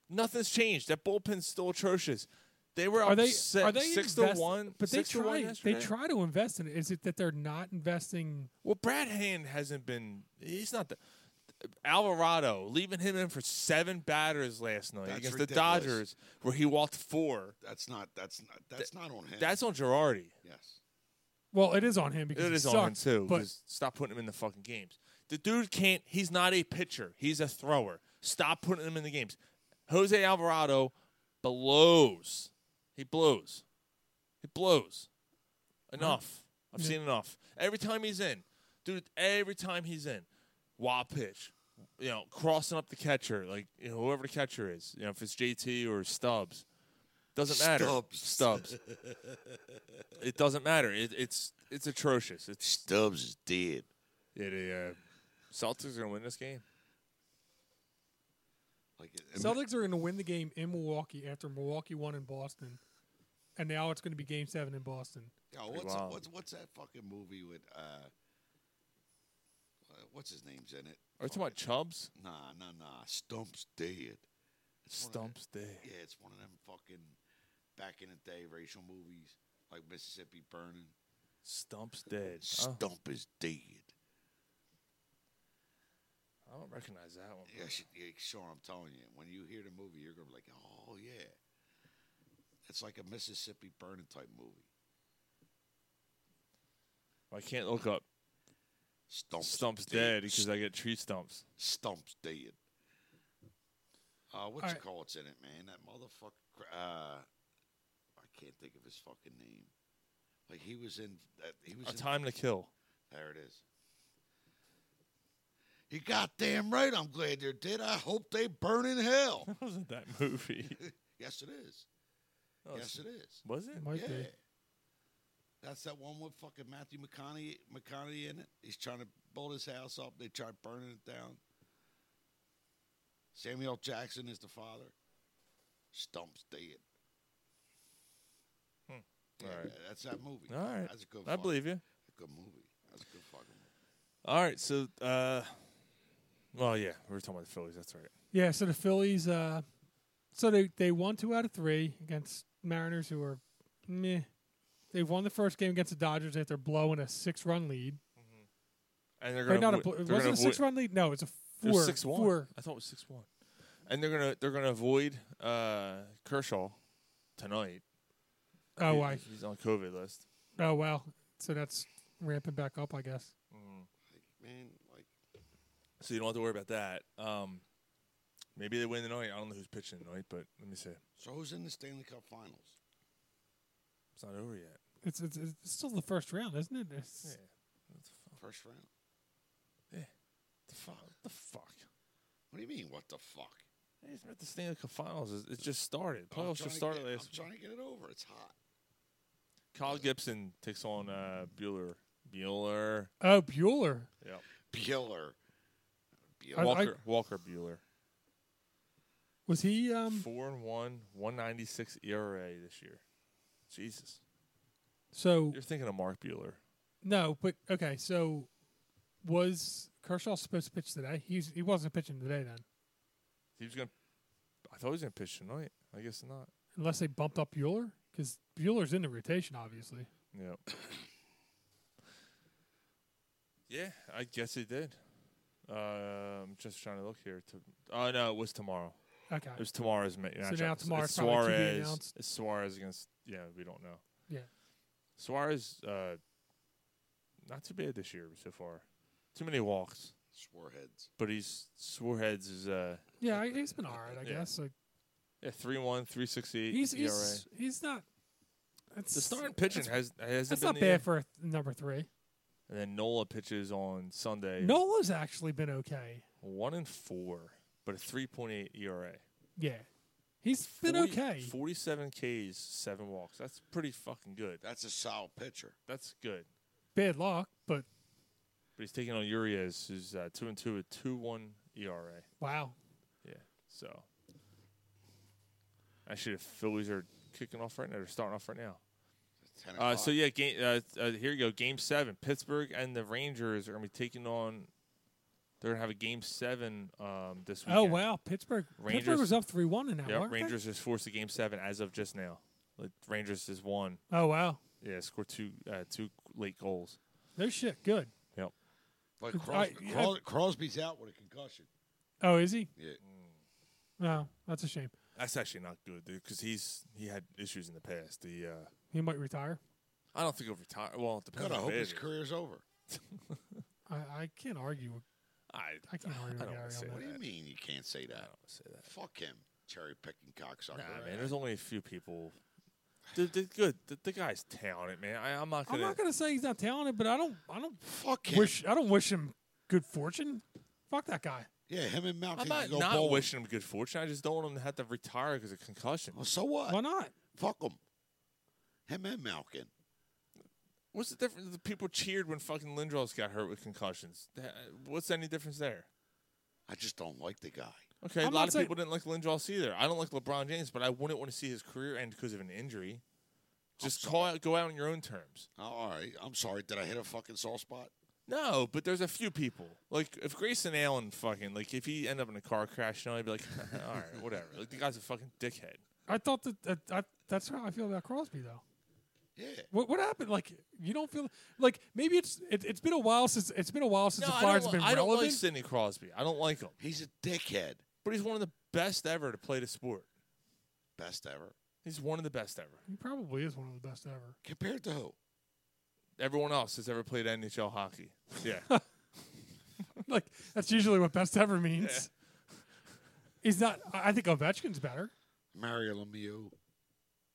[SPEAKER 6] Nothing's changed. That bullpen's still atrocious. They were up
[SPEAKER 7] Are they
[SPEAKER 6] six,
[SPEAKER 7] are they
[SPEAKER 6] six
[SPEAKER 7] invest-
[SPEAKER 6] to one,
[SPEAKER 7] But
[SPEAKER 6] six
[SPEAKER 7] they
[SPEAKER 6] to one
[SPEAKER 7] try they
[SPEAKER 6] yesterday.
[SPEAKER 7] try to invest in it. Is it that they're not investing?
[SPEAKER 6] Well, Brad Hand hasn't been. He's not the. Alvarado leaving him in for seven batters last night
[SPEAKER 1] That's
[SPEAKER 6] against the
[SPEAKER 1] ridiculous.
[SPEAKER 6] Dodgers, where he walked four.
[SPEAKER 1] That's not. That's not. That's not on him.
[SPEAKER 6] That's on Girardi.
[SPEAKER 1] yes.
[SPEAKER 7] Well, it is on him because
[SPEAKER 6] It
[SPEAKER 7] he
[SPEAKER 6] is
[SPEAKER 7] sucks,
[SPEAKER 6] on him too.
[SPEAKER 7] But
[SPEAKER 6] 'cause stop putting him in the fucking games. The dude can't. He's not a pitcher. He's a thrower. Stop putting him in the games. Jose Alvarado blows. He blows. He blows. Enough. I've seen enough. Every time he's in, dude. Every time he's in, wild pitch. You know, crossing up the catcher, like you know, whoever the catcher is. You know, if it's JT or Stubbs, doesn't matter.
[SPEAKER 1] Stubbs.
[SPEAKER 6] Stubbs. it doesn't matter. It, it's it's atrocious. It's
[SPEAKER 1] Stubbs is dead.
[SPEAKER 6] yeah, the uh, Celtics are gonna win this game.
[SPEAKER 1] Like it,
[SPEAKER 7] Celtics are going to win the game in Milwaukee after Milwaukee won in Boston, and now it's going to be Game Seven in Boston.
[SPEAKER 1] Yo, what's,
[SPEAKER 6] wild.
[SPEAKER 1] what's what's that fucking movie with? uh uh, What's his name's in it?
[SPEAKER 6] Are you talking about Chubbs?
[SPEAKER 1] Nah, nah, nah. Stump's dead.
[SPEAKER 6] Stumps day.
[SPEAKER 1] Yeah, it's one of them fucking back in the day racial movies like Mississippi Burning.
[SPEAKER 6] Stumps dead. Oh,
[SPEAKER 1] Stump is dead.
[SPEAKER 6] I don't recognize that one.
[SPEAKER 1] Yeah, sh- yeah, Sean, I'm telling you, when you hear the movie, you're gonna be like, oh yeah. It's like a Mississippi Burning type movie.
[SPEAKER 6] I can't look up
[SPEAKER 1] Stump's,
[SPEAKER 6] Stumps
[SPEAKER 1] dead
[SPEAKER 6] dead because I get tree stumps.
[SPEAKER 1] Stump's dead. Uh, what
[SPEAKER 7] All
[SPEAKER 1] you
[SPEAKER 7] right.
[SPEAKER 1] call it's in it, man? That motherfucker. Uh, I can't think of his fucking name. Like he was in. That, he was
[SPEAKER 6] A
[SPEAKER 1] in,
[SPEAKER 6] time to kill.
[SPEAKER 1] There it is. You goddamn right. I'm glad they did. I hope they burn in hell.
[SPEAKER 6] Wasn't that movie?
[SPEAKER 1] yes, it is.
[SPEAKER 6] Oh,
[SPEAKER 1] yes, it is.
[SPEAKER 6] Was it?
[SPEAKER 7] Might
[SPEAKER 1] yeah.
[SPEAKER 7] be.
[SPEAKER 1] That's that one with fucking Matthew McConaughey, McConaughey in it. He's trying to build his house up. They try burning it down. Samuel Jackson is the father. Stump's dead. Yeah,
[SPEAKER 6] Hmm. All right.
[SPEAKER 1] That's that movie.
[SPEAKER 6] All right.
[SPEAKER 1] That's a good
[SPEAKER 6] I believe you.
[SPEAKER 1] Good movie. That's a good fucking movie.
[SPEAKER 6] All right. So, uh, well, yeah, we were talking about the Phillies. That's right.
[SPEAKER 7] Yeah, so the Phillies, uh, so they they won two out of three against Mariners, who are meh. They won the first game against the Dodgers after blowing a six run lead.
[SPEAKER 6] And they're
[SPEAKER 7] Or
[SPEAKER 6] gonna.
[SPEAKER 7] not a,
[SPEAKER 6] avo-
[SPEAKER 7] bl-
[SPEAKER 6] they're
[SPEAKER 7] was
[SPEAKER 6] gonna
[SPEAKER 7] it a
[SPEAKER 6] avoid-
[SPEAKER 7] six run lead? No, it's a
[SPEAKER 6] It was
[SPEAKER 7] four.
[SPEAKER 6] six one.
[SPEAKER 7] four.
[SPEAKER 6] I thought it was six one. And they're gonna they're gonna avoid uh, Kershaw tonight.
[SPEAKER 7] Oh,
[SPEAKER 6] He-
[SPEAKER 7] why?
[SPEAKER 6] He's on COVID list.
[SPEAKER 7] Oh, wow. So that's ramping back up, I guess.
[SPEAKER 1] Like, man, like
[SPEAKER 6] so you don't have to worry about that. Um, maybe they win tonight. I don't know who's pitching tonight, but let me see.
[SPEAKER 1] so who's in the Stanley Cup Finals?
[SPEAKER 6] It's not over yet.
[SPEAKER 7] It's it's, it's still the first round, isn't it? It's,
[SPEAKER 6] Yeah.
[SPEAKER 1] First round.
[SPEAKER 6] Yeah. The fuck? The fuck?
[SPEAKER 1] What do you mean? What the fuck?
[SPEAKER 6] It's meant the Stanley Cup Finals. It it just started.
[SPEAKER 1] I'm
[SPEAKER 6] Playoffs
[SPEAKER 1] trying to
[SPEAKER 6] just started
[SPEAKER 1] get-
[SPEAKER 6] Oh, last.
[SPEAKER 1] I'm trying to get it over. It's hot.
[SPEAKER 6] Kyle Gibson takes on uh, Bueller. Bueller.
[SPEAKER 7] Oh, Bueller.
[SPEAKER 6] Yeah.
[SPEAKER 1] Bueller.
[SPEAKER 7] I-
[SPEAKER 6] Walker. Walker Bueller.
[SPEAKER 7] Was he? Um,
[SPEAKER 6] Four and one, one ninety six ERA this year. Jesus.
[SPEAKER 7] so
[SPEAKER 6] You're thinking of Mark Bueller.
[SPEAKER 7] no, but okay. So was Kershaw supposed to pitch today? He's he wasn't pitching today then,
[SPEAKER 6] He was gonna. I thought he was gonna pitch tonight. I guess not.
[SPEAKER 7] unless they bumped up Bueller because Bueller's in the rotation, obviously.
[SPEAKER 6] Yep. yeah, I guess he did. Uh, I'm just trying to look here. To oh no, it was tomorrow.
[SPEAKER 7] Okay.
[SPEAKER 6] It was tomorrow's ma- matchup.
[SPEAKER 7] now
[SPEAKER 6] It's-
[SPEAKER 7] tomorrow's
[SPEAKER 6] it's
[SPEAKER 7] probably to be
[SPEAKER 6] Suarez.
[SPEAKER 7] announced.
[SPEAKER 6] It's Suarez against. Yeah, we don't know.
[SPEAKER 7] Yeah.
[SPEAKER 6] Suarez, uh, not too bad this year so far. Too many walks,
[SPEAKER 1] Swarheads.
[SPEAKER 6] but he's Swarheads is uh,
[SPEAKER 7] Yeah, I- he's been all right, I
[SPEAKER 6] Yeah.
[SPEAKER 7] guess. Like
[SPEAKER 6] yeah, three one, three sixty eight
[SPEAKER 7] he's
[SPEAKER 6] ERA.
[SPEAKER 7] he's, he's not. That's,
[SPEAKER 6] the starting pitching
[SPEAKER 7] that's,
[SPEAKER 6] has has
[SPEAKER 7] that's not bad for a th- number three.
[SPEAKER 6] And then Nola pitches on Sunday.
[SPEAKER 7] Nola's actually been okay.
[SPEAKER 6] one and four, but a three point eight E ERA.
[SPEAKER 7] Yeah, he's been
[SPEAKER 6] 40
[SPEAKER 7] okay.
[SPEAKER 6] Forty-seven Ks, seven walks. That's pretty fucking good.
[SPEAKER 1] That's a solid pitcher.
[SPEAKER 6] That's good.
[SPEAKER 7] Bad luck, but
[SPEAKER 6] But he's taking on Urias, who's uh, two and two with two one ERA.
[SPEAKER 7] wow.
[SPEAKER 6] Yeah. So actually, the Phillies are kicking off right now. They're starting off right now.
[SPEAKER 1] 10
[SPEAKER 6] Uh, so
[SPEAKER 1] o'clock.
[SPEAKER 6] yeah, game, uh, uh, here you go. Game seven, Pittsburgh and the Rangers are gonna be taking on. They're gonna have a game seven um, this weekend.
[SPEAKER 7] Oh wow, Pittsburgh. Pittsburgh
[SPEAKER 6] Rangers-
[SPEAKER 7] was up three one in that.
[SPEAKER 6] Yep,
[SPEAKER 7] weren't they?
[SPEAKER 6] Rangers just forced a game seven as of just now. Like Rangers just won.
[SPEAKER 7] Oh wow,
[SPEAKER 6] Yeah, scored two uh, two late goals.
[SPEAKER 7] no shit. Good.
[SPEAKER 6] Yep.
[SPEAKER 1] But
[SPEAKER 7] It's-
[SPEAKER 1] Crosby,
[SPEAKER 7] I-
[SPEAKER 1] Cros-
[SPEAKER 7] I-
[SPEAKER 1] Crosby's out with a concussion.
[SPEAKER 7] Oh, is he?
[SPEAKER 1] Yeah.
[SPEAKER 7] No, that's a shame.
[SPEAKER 6] That's actually not good because he's he had issues in the past. The uh,
[SPEAKER 7] He might retire.
[SPEAKER 6] I don't think he'll retire. Well, it depends.
[SPEAKER 1] God, I
[SPEAKER 6] on
[SPEAKER 1] hope
[SPEAKER 6] the
[SPEAKER 1] his
[SPEAKER 6] bid.
[SPEAKER 1] career's over.
[SPEAKER 7] I, I can't argue. with-
[SPEAKER 6] I,
[SPEAKER 7] I can't argue
[SPEAKER 6] I
[SPEAKER 7] with
[SPEAKER 6] don't wanna
[SPEAKER 7] Gary
[SPEAKER 6] say
[SPEAKER 7] on
[SPEAKER 1] What
[SPEAKER 7] that.
[SPEAKER 1] do you mean you can't say
[SPEAKER 6] I
[SPEAKER 1] that?
[SPEAKER 6] don't say that.
[SPEAKER 1] Fuck him, cherry picking cocksucker.
[SPEAKER 6] Nah, man. There's only a few people. The, the good. The, the guy's talented, man. I, I'm not
[SPEAKER 7] I'm
[SPEAKER 6] gonna.
[SPEAKER 7] not gonna say he's not talented, but I don't. I don't
[SPEAKER 1] Fuck him.
[SPEAKER 7] wish. I don't wish him good fortune. Fuck that guy.
[SPEAKER 1] yeah, him and Malcolm
[SPEAKER 6] I'm
[SPEAKER 1] can
[SPEAKER 6] not
[SPEAKER 1] go
[SPEAKER 6] not
[SPEAKER 1] bowling.
[SPEAKER 6] wishing him good fortune. I just don't want him to have to retire because of concussion.
[SPEAKER 1] Well, so what?
[SPEAKER 7] Why not?
[SPEAKER 1] Fuck him. Him and Malkin.
[SPEAKER 6] What's the difference? The people cheered when fucking Lindros got hurt with concussions. Th- What's any difference there?
[SPEAKER 1] I just don't like the guy.
[SPEAKER 6] Okay,
[SPEAKER 7] I'm
[SPEAKER 6] a lot
[SPEAKER 7] not
[SPEAKER 6] of
[SPEAKER 7] saying-
[SPEAKER 6] people didn't like Lindros either. I don't like LeBron James, but I wouldn't want to see his career end because of an injury. Just call out, go out on your own terms.
[SPEAKER 1] Oh, all right. I'm sorry. Did I hit a fucking soft spot?
[SPEAKER 6] No, but there's a few people. Like if Grayson Allen fucking like if he ended up in a car crash, you know, I'd be like, all right, whatever. Like the guy's a fucking dickhead.
[SPEAKER 7] I thought that, that I, that's how I feel about Crosby though.
[SPEAKER 1] Yeah.
[SPEAKER 7] What what happened? Like you don't feel like maybe it's it, it's been a while since it's been a while since the Flyers have
[SPEAKER 6] I
[SPEAKER 7] been
[SPEAKER 6] don't, I don't
[SPEAKER 7] relevant.
[SPEAKER 6] like Sidney Crosby. I don't like him,
[SPEAKER 1] He's a dickhead.
[SPEAKER 6] but he's one of the best ever to play the sport.
[SPEAKER 1] Best ever.
[SPEAKER 6] He's one of the best ever.
[SPEAKER 7] he probably is one of the best ever.
[SPEAKER 1] Compared to who?
[SPEAKER 6] Everyone else has ever played NHL hockey. Yeah,
[SPEAKER 7] like that's usually what best ever means. He's not. I I think Ovechkin's better.
[SPEAKER 1] Mario Lemieux,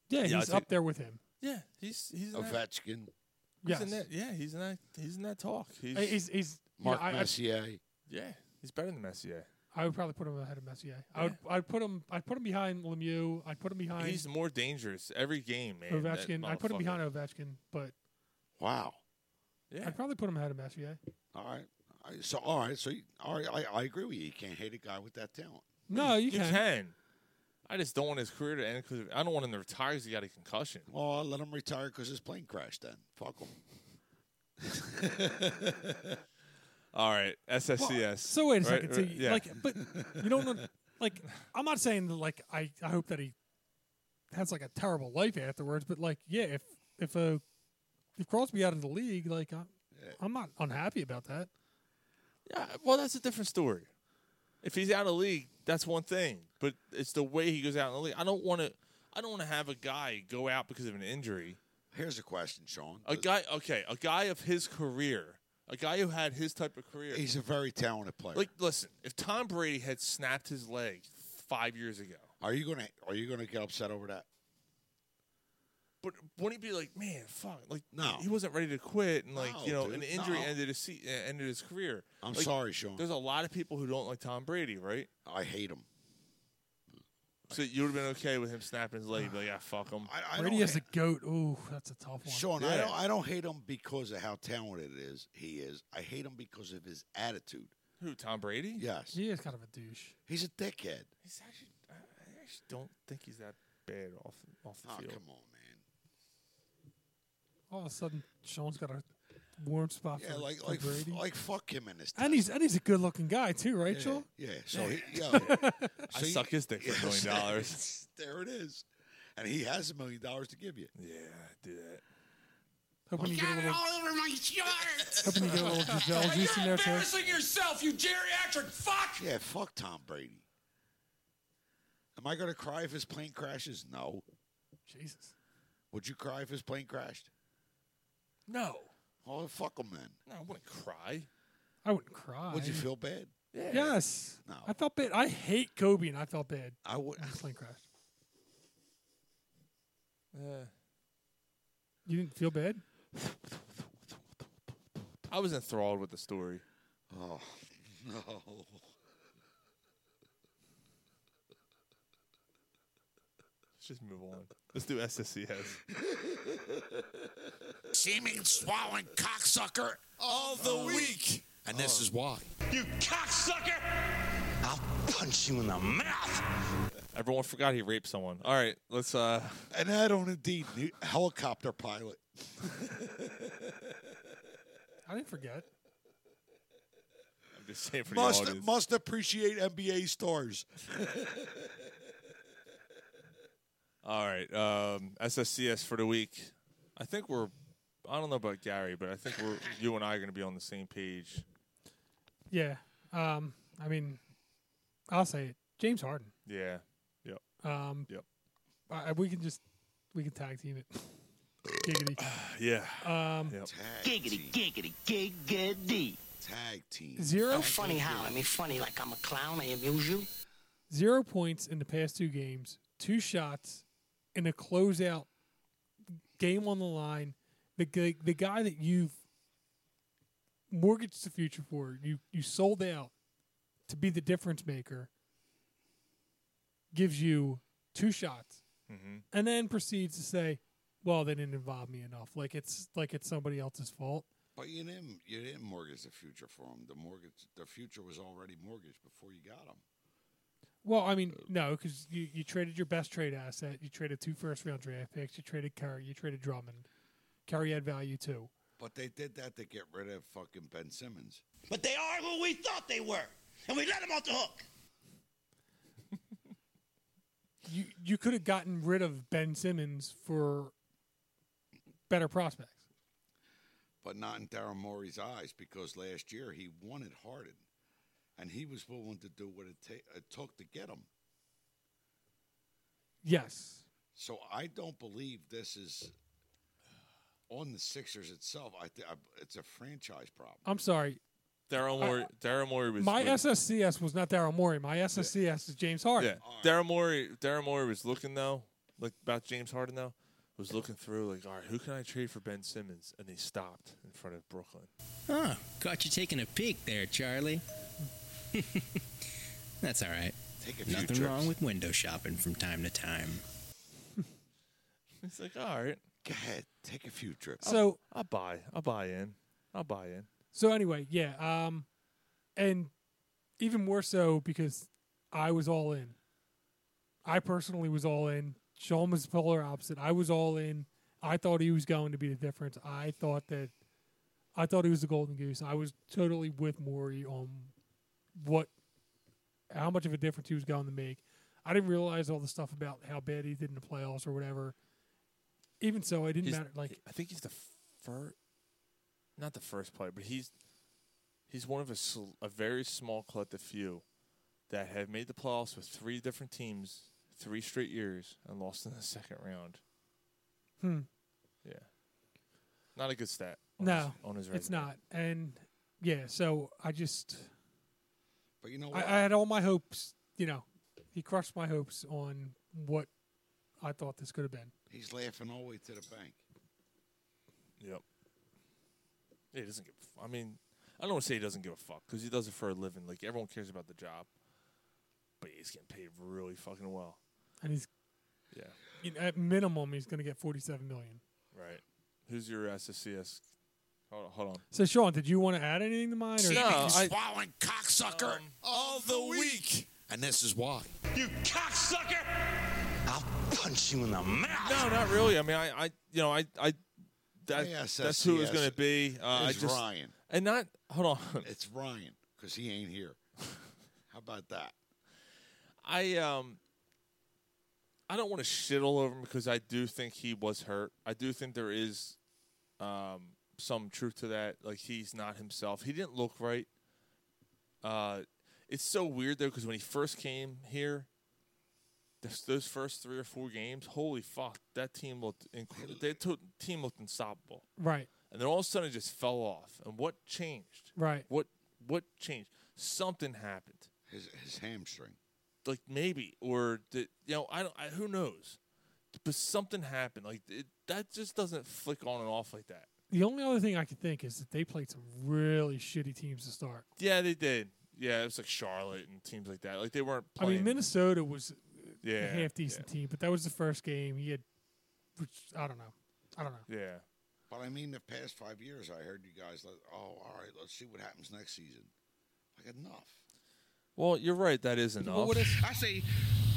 [SPEAKER 7] Yeah,
[SPEAKER 6] Yeah, I
[SPEAKER 7] he's
[SPEAKER 6] think-
[SPEAKER 7] up there with him.
[SPEAKER 6] yeah. He's he's in that,
[SPEAKER 1] Ovechkin,
[SPEAKER 6] he's
[SPEAKER 7] Yes.
[SPEAKER 6] in that yeah he's in that he's in that talk. He's,
[SPEAKER 7] I- He's, he's you know,
[SPEAKER 1] Mark
[SPEAKER 7] I- I,
[SPEAKER 1] Messier.
[SPEAKER 6] yeah he's better than Messier.
[SPEAKER 7] I, would probably put him ahead of Messier. I would. I'd put him. I'd put him behind Lemieux. I'd put him behind
[SPEAKER 6] He's more dangerous every game, man. that
[SPEAKER 7] Ovechkin. I'd put him
[SPEAKER 6] motherfucker.
[SPEAKER 7] behind Ovechkin, but
[SPEAKER 1] Wow.
[SPEAKER 6] Yeah,
[SPEAKER 7] I'd probably put him ahead of Messier.
[SPEAKER 1] All right. I, so all right. So you, all right. I, I agree with you. You can't hate a guy with that talent.
[SPEAKER 7] No, you,
[SPEAKER 6] You
[SPEAKER 7] can.
[SPEAKER 6] can. I just don't want his career to end because I don't want him to retire because he got a concussion.
[SPEAKER 1] Well, I'll let him retire because his plane crashed. Then fuck him.
[SPEAKER 6] All right, SSCS.
[SPEAKER 7] So wait
[SPEAKER 6] Right,
[SPEAKER 7] a second. so
[SPEAKER 6] right,
[SPEAKER 7] you-
[SPEAKER 6] yeah.
[SPEAKER 7] Like, but you don't know. Like, I'm not saying that. Like, I, I hope that he has like a terrible life afterwards. But like, yeah, if if uh, if Crosby out of the league, like, I'm, I'm not unhappy about that.
[SPEAKER 6] yeah, well, that's a different story. If he's out of the league, that's one thing, but it's the way he goes out in the league. I don't want to. I don't want to have a guy go out because of an injury.
[SPEAKER 1] Here's a question, Sean.
[SPEAKER 6] A guy, okay, a guy of his career, a guy who had his type of career.
[SPEAKER 1] He's a very talented player.
[SPEAKER 6] like, listen, if Tom Brady had snapped his leg five years ago,
[SPEAKER 1] are you gonna Are you gonna get upset over that?
[SPEAKER 6] But wouldn't he be like, man, fuck, like
[SPEAKER 1] No.
[SPEAKER 6] he wasn't ready to quit, and like you
[SPEAKER 1] No,
[SPEAKER 6] know,
[SPEAKER 1] dude,
[SPEAKER 6] an injury
[SPEAKER 1] no.
[SPEAKER 6] ended his se- uh, ended his career.
[SPEAKER 1] I'm
[SPEAKER 6] Like,
[SPEAKER 1] sorry, Sean.
[SPEAKER 6] There's a lot of people who don't like Tom Brady, right?
[SPEAKER 1] I hate him.
[SPEAKER 6] So you would have been okay with him snapping his leg, be like yeah, fuck him.
[SPEAKER 1] I
[SPEAKER 7] Brady
[SPEAKER 1] don't
[SPEAKER 7] as a
[SPEAKER 1] hate-
[SPEAKER 7] goat. Ooh, that's a tough one.
[SPEAKER 1] Sean, I
[SPEAKER 6] Yeah.
[SPEAKER 1] don't I don't hate him because of how talented it is he is. I hate him because of his attitude.
[SPEAKER 6] Who? Tom Brady?
[SPEAKER 1] Yes.
[SPEAKER 7] He is kind of a douche.
[SPEAKER 1] He's a dickhead.
[SPEAKER 6] He's actually, I I actually don't think he's that bad off off the
[SPEAKER 1] Oh,
[SPEAKER 6] field.
[SPEAKER 1] come on, man.
[SPEAKER 7] All of a sudden, Sean's got a warm spot
[SPEAKER 1] Yeah,
[SPEAKER 7] for
[SPEAKER 1] like
[SPEAKER 7] for
[SPEAKER 1] like
[SPEAKER 7] Brady.
[SPEAKER 1] like fuck him in his.
[SPEAKER 7] and he's and he's a good looking guy too, right,
[SPEAKER 1] Yeah,
[SPEAKER 7] Joel?
[SPEAKER 1] Yeah. So he, yo,
[SPEAKER 6] I
[SPEAKER 1] so you-
[SPEAKER 6] suck his dick for a million dollars.
[SPEAKER 1] there it is, and he has a million dollars to give you.
[SPEAKER 6] Yeah, do that.
[SPEAKER 7] Hoping you get a
[SPEAKER 8] Got it
[SPEAKER 7] little,
[SPEAKER 8] all over my shirt.
[SPEAKER 7] hoping you get a little Giselle juice in there too.
[SPEAKER 9] yourself, you geriatric fuck!
[SPEAKER 1] Yeah, fuck Tom Brady. Am I gonna cry if his plane crashes? No.
[SPEAKER 7] Jesus,
[SPEAKER 1] Would you cry if his plane crashed?
[SPEAKER 6] No,
[SPEAKER 1] Oh, fuck him then.
[SPEAKER 6] no, I wouldn't cry.
[SPEAKER 7] I wouldn't cry.
[SPEAKER 1] Would you feel bad?
[SPEAKER 6] Yeah.
[SPEAKER 7] Yes.
[SPEAKER 1] No.
[SPEAKER 7] I felt bad. I hate Kobe, and I felt bad.
[SPEAKER 1] I would.
[SPEAKER 7] when his plane crash.
[SPEAKER 6] Yeah.
[SPEAKER 7] You didn't feel bad?
[SPEAKER 6] I was enthralled with the story.
[SPEAKER 1] Oh no.
[SPEAKER 6] Let's just move on. Let's do SSCS.
[SPEAKER 9] Seeming swallowing cocksucker all the week.
[SPEAKER 21] And this is why.
[SPEAKER 9] You cocksucker! I'll punch you in the mouth.
[SPEAKER 6] Everyone forgot he raped someone. All right, let's. uh
[SPEAKER 1] And that on indeed new helicopter pilot.
[SPEAKER 7] I didn't forget.
[SPEAKER 6] I'm just saying for the
[SPEAKER 1] Must
[SPEAKER 6] audience.
[SPEAKER 1] must appreciate NBA stars.
[SPEAKER 6] All right, um, SSCS for the week. I think we're. I don't know about Gary, but I think we're you and I are going to be on the same page.
[SPEAKER 7] Yeah. Um. I mean, I'll say it. James Harden.
[SPEAKER 6] Yeah. Yep.
[SPEAKER 7] Um.
[SPEAKER 6] Yep.
[SPEAKER 7] I, I- we can just we can tag team it. Giggity.
[SPEAKER 6] Yeah.
[SPEAKER 7] Um.
[SPEAKER 6] Yep.
[SPEAKER 1] Tag team.
[SPEAKER 8] Giggity, giggity, giggity.
[SPEAKER 1] Tag team.
[SPEAKER 7] Zero
[SPEAKER 8] I'm funny how? I mean, funny like I'm a clown. I amuse you.
[SPEAKER 7] zero points in the past two games, two shots, in a closeout game on the line. The g- the guy that you've mortgaged the future for, you you sold out to be the difference maker, gives you two shots, and then proceeds to say, "Well, they didn't involve me enough. Like it's like it's somebody else's fault."
[SPEAKER 1] But you didn't you didn't mortgage the future for him. The mortgage the future was already mortgaged before you got him.
[SPEAKER 7] Well, I mean, no, because you, you traded your best trade asset. You traded two first round draft picks. You traded Curry. You traded Drummond. Curry had value too.
[SPEAKER 1] But they did that to get rid of fucking Ben Simmons.
[SPEAKER 9] But they are who we thought they were, and we let them off the hook.
[SPEAKER 7] You you could have gotten rid of Ben Simmons for better prospects.
[SPEAKER 1] But not in Daryl Morey's eyes because last year he wanted Harden, and he was willing to do what it, ta- it took to get him.
[SPEAKER 7] Yes.
[SPEAKER 1] So I don't believe this is on the Sixers itself. I, th- I it's a franchise problem.
[SPEAKER 7] I'm sorry.
[SPEAKER 6] Daryl Morey. Daryl Morey was
[SPEAKER 7] uh, My
[SPEAKER 6] was-
[SPEAKER 7] SSCS was not Daryl Morey. My SSCS is James Harden.
[SPEAKER 6] Yeah. Daryl Morey. Daryl Morey was looking though, like about James Harden though, was looking through like, all right, who can I trade for Ben Simmons? And they stopped in front of Brooklyn.
[SPEAKER 22] Huh. Caught you taking a peek there, Charlie. That's all right.
[SPEAKER 1] Take a few
[SPEAKER 22] Nothing
[SPEAKER 1] trips.
[SPEAKER 22] wrong with window shopping from time to time.
[SPEAKER 6] It's like, all right,
[SPEAKER 1] Go ahead, take a few trips.
[SPEAKER 7] So
[SPEAKER 6] I'll buy. I'll buy in. I'll buy in.
[SPEAKER 7] So anyway, yeah, um, and even more so because I was all in. I personally was all in. Sean was polar opposite. I was all in. I thought he was going to be the difference. I thought that I thought he was the golden goose. I was totally with Maury on what how much of a difference he was going to make. I didn't realize all the stuff about how bad he did in the playoffs or whatever. Even so, it didn't
[SPEAKER 6] He's-
[SPEAKER 7] matter. Like
[SPEAKER 6] I think he's the first, not the first player, but he's he's one of a, sl- a very small collective few that have made the playoffs with three different teams, three straight years, and lost in the second round.
[SPEAKER 7] Hmm.
[SPEAKER 6] Yeah, not a good stat. On
[SPEAKER 7] no,
[SPEAKER 6] his, on his resume.
[SPEAKER 7] it's not. And yeah, so I just
[SPEAKER 1] But you know
[SPEAKER 7] I,
[SPEAKER 1] what?
[SPEAKER 7] I had all my hopes. You know, he crushed my hopes on what I thought this could have been.
[SPEAKER 1] He's laughing all the way to the bank.
[SPEAKER 6] Yep. He doesn't give. a f- I mean, I don't want to say he doesn't give a fuck because he does it for a living. Like everyone cares about the job, but he's getting paid really fucking well.
[SPEAKER 7] And he's
[SPEAKER 6] Yeah.
[SPEAKER 7] you know, at minimum he's going to get forty-seven million.
[SPEAKER 6] Right. Who's your SSCS? Hold on. Hold on.
[SPEAKER 7] So Sean, did you want to add anything to mine? Or
[SPEAKER 1] No, I, swallowing
[SPEAKER 6] Um,
[SPEAKER 1] cocksucker all the week. And this is why.
[SPEAKER 23] You cocksucker!
[SPEAKER 1] I'll punch you in the mouth.
[SPEAKER 6] No, not really. I mean, I, I you know, I, I, that,
[SPEAKER 1] ASSCS
[SPEAKER 6] that's who it's going to be. Uh, I
[SPEAKER 1] is
[SPEAKER 6] just,
[SPEAKER 1] Ryan.
[SPEAKER 6] And not, hold on.
[SPEAKER 1] It's Ryan because he ain't here. How about that?
[SPEAKER 6] I, um, I don't want to shit all over him because I do think he was hurt. I do think there is, um, some truth to that. Like he's not himself. He didn't look right. Uh, it's so weird though because when he first came here, this, those first three or four games, holy fuck, that team looked inc- that to- team looked unstoppable.
[SPEAKER 7] Right.
[SPEAKER 6] And then all of a sudden it just fell off. And what changed?
[SPEAKER 7] Right.
[SPEAKER 6] What what changed? Something happened.
[SPEAKER 1] His his hamstring.
[SPEAKER 6] Like maybe or the, you know I don't I, who knows, but something happened. Like it, that just doesn't flick on and off like that.
[SPEAKER 7] The only other thing I could think is that they played some really shitty teams to start.
[SPEAKER 6] Yeah, they did. Yeah, it was like Charlotte and teams like that. Like they weren't playing.
[SPEAKER 7] I mean, Minnesota was
[SPEAKER 6] Yeah,
[SPEAKER 7] a half decent team, but that was the first game he had. Which I don't know. I don't know.
[SPEAKER 6] Yeah.
[SPEAKER 1] But I mean, the past five years, I heard you guys, like, oh, all right, let's see what happens next season. Like, enough.
[SPEAKER 6] Well, you're right. That is enough.
[SPEAKER 1] Well, what is-
[SPEAKER 23] I say,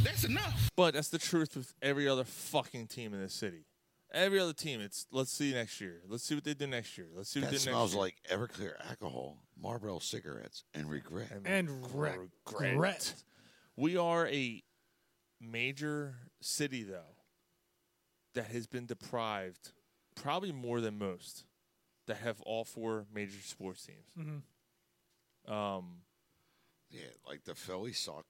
[SPEAKER 23] that's enough.
[SPEAKER 6] But that's the truth with every other fucking team in this city. Every other team, it's let's see next year. Let's see what they do next year. Let's see
[SPEAKER 1] That
[SPEAKER 6] what they do
[SPEAKER 1] smells
[SPEAKER 6] next year.
[SPEAKER 1] like Everclear alcohol, Marlboro cigarettes, and regret.
[SPEAKER 7] And reg-
[SPEAKER 6] regret.
[SPEAKER 7] regret.
[SPEAKER 6] We are a major city though that has been deprived probably more than most that have all four major sports teams.
[SPEAKER 7] Mhm.
[SPEAKER 6] Um,
[SPEAKER 1] Yeah, like the Philly suck.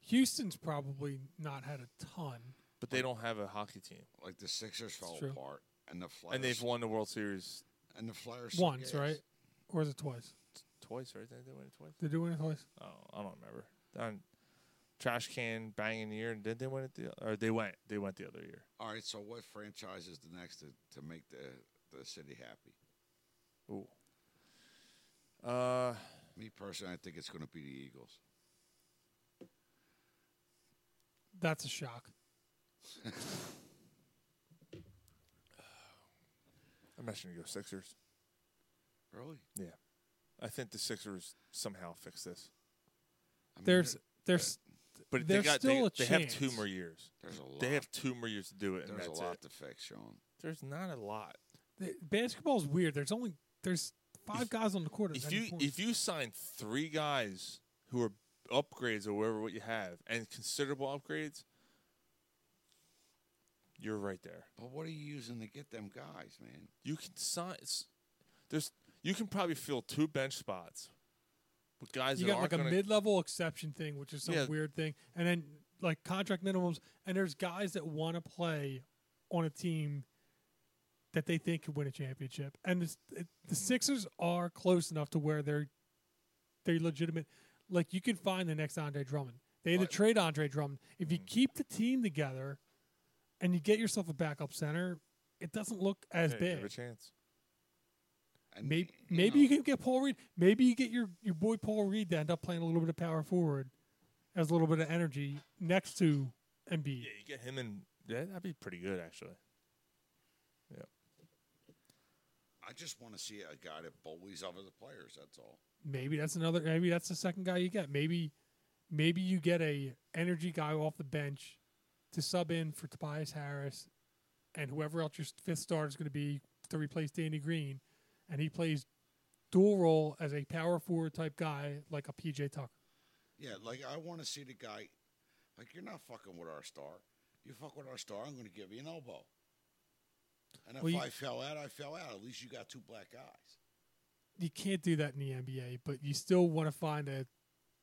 [SPEAKER 7] Houston's probably not had a ton.
[SPEAKER 6] but they don't have a hockey team.
[SPEAKER 1] Like the Sixers fell
[SPEAKER 7] true.
[SPEAKER 1] apart, and the Flyers
[SPEAKER 6] And they've won the World Series
[SPEAKER 1] and the Flyers suck
[SPEAKER 7] Once,
[SPEAKER 1] ass.
[SPEAKER 7] right? Or is it twice?
[SPEAKER 6] twice, right? Didn't They win it twice.
[SPEAKER 7] Did they win it twice?
[SPEAKER 6] Oh, I don't remember. Um, trash can bang in the ear, and did they win it? The, or they went? They went the other year.
[SPEAKER 1] All right, so what franchise is the next to, to make the, the city happy?
[SPEAKER 6] Ooh. Uh,
[SPEAKER 1] Me personally, I think it's going to be the Eagles.
[SPEAKER 7] That's a shock.
[SPEAKER 6] I'm actually gonna go Sixers.
[SPEAKER 1] Really?
[SPEAKER 6] Yeah, I think the Sixers somehow fix this.
[SPEAKER 1] I mean,
[SPEAKER 7] There's
[SPEAKER 1] there-
[SPEAKER 7] there's
[SPEAKER 6] But
[SPEAKER 7] there's
[SPEAKER 6] they got
[SPEAKER 7] still
[SPEAKER 6] they,
[SPEAKER 7] a
[SPEAKER 6] they have
[SPEAKER 7] chance.
[SPEAKER 6] two more years.
[SPEAKER 1] There's a lot.
[SPEAKER 6] They have two more years to do it, and
[SPEAKER 1] there's a
[SPEAKER 6] that's
[SPEAKER 1] lot
[SPEAKER 6] it.
[SPEAKER 1] to fix, Sean.
[SPEAKER 6] There's not a lot.
[SPEAKER 7] The- Basketball's weird. There's only there's five guys on the court. At
[SPEAKER 6] If
[SPEAKER 7] any
[SPEAKER 6] you
[SPEAKER 7] point.
[SPEAKER 6] if you sign three guys who are upgrades or whatever what you have and considerable upgrades, you're right there.
[SPEAKER 1] But what are you using to get them guys, man?
[SPEAKER 6] You can sign. it's- There's you can probably fill two bench spots with guys
[SPEAKER 7] you
[SPEAKER 6] that
[SPEAKER 7] got
[SPEAKER 6] aren't
[SPEAKER 7] like a
[SPEAKER 6] gonna-
[SPEAKER 7] mid-level exception thing, which is some
[SPEAKER 6] Yeah.
[SPEAKER 7] weird thing, and then like contract minimums, and there's guys that want to play on a team that they think could win a championship, and it's, it,
[SPEAKER 6] Hmm.
[SPEAKER 7] the Sixers are close enough to where they're they're legitimate. Like you can find the next Andre Drummond. They had to
[SPEAKER 6] Right. Hmm.
[SPEAKER 7] trade Andre Drummond. If you keep the team together, and you get yourself a backup center, it doesn't look as
[SPEAKER 6] Yeah,
[SPEAKER 7] big.
[SPEAKER 6] Give it a chance.
[SPEAKER 1] And,
[SPEAKER 7] Maybe
[SPEAKER 1] you
[SPEAKER 7] maybe
[SPEAKER 1] know,
[SPEAKER 7] you can get Paul Reed. Maybe you get your, your boy Paul Reed to end up playing a little bit of power forward, as a little bit of energy next to Embiid.
[SPEAKER 6] Yeah, you get him and yeah, that'd be pretty good actually. Yeah,
[SPEAKER 1] I just want to see a guy that bullies other players. That's all.
[SPEAKER 7] Maybe that's another. Maybe that's the second guy you get. Maybe maybe you get a energy guy off the bench to sub in for Tobias Harris, and whoever else your fifth starter is going to be to replace Danny Green, and he plays dual role as a power forward type guy like a PJ Tucker.
[SPEAKER 1] Yeah, like I want to see the guy. Like you're not fucking with our star. You fuck with our star, I'm going to give you an elbow. And if
[SPEAKER 7] Well, you-
[SPEAKER 1] I fell out, I fell out. At least you got two black eyes.
[SPEAKER 7] you can't do that in the NBA, but you still want to find a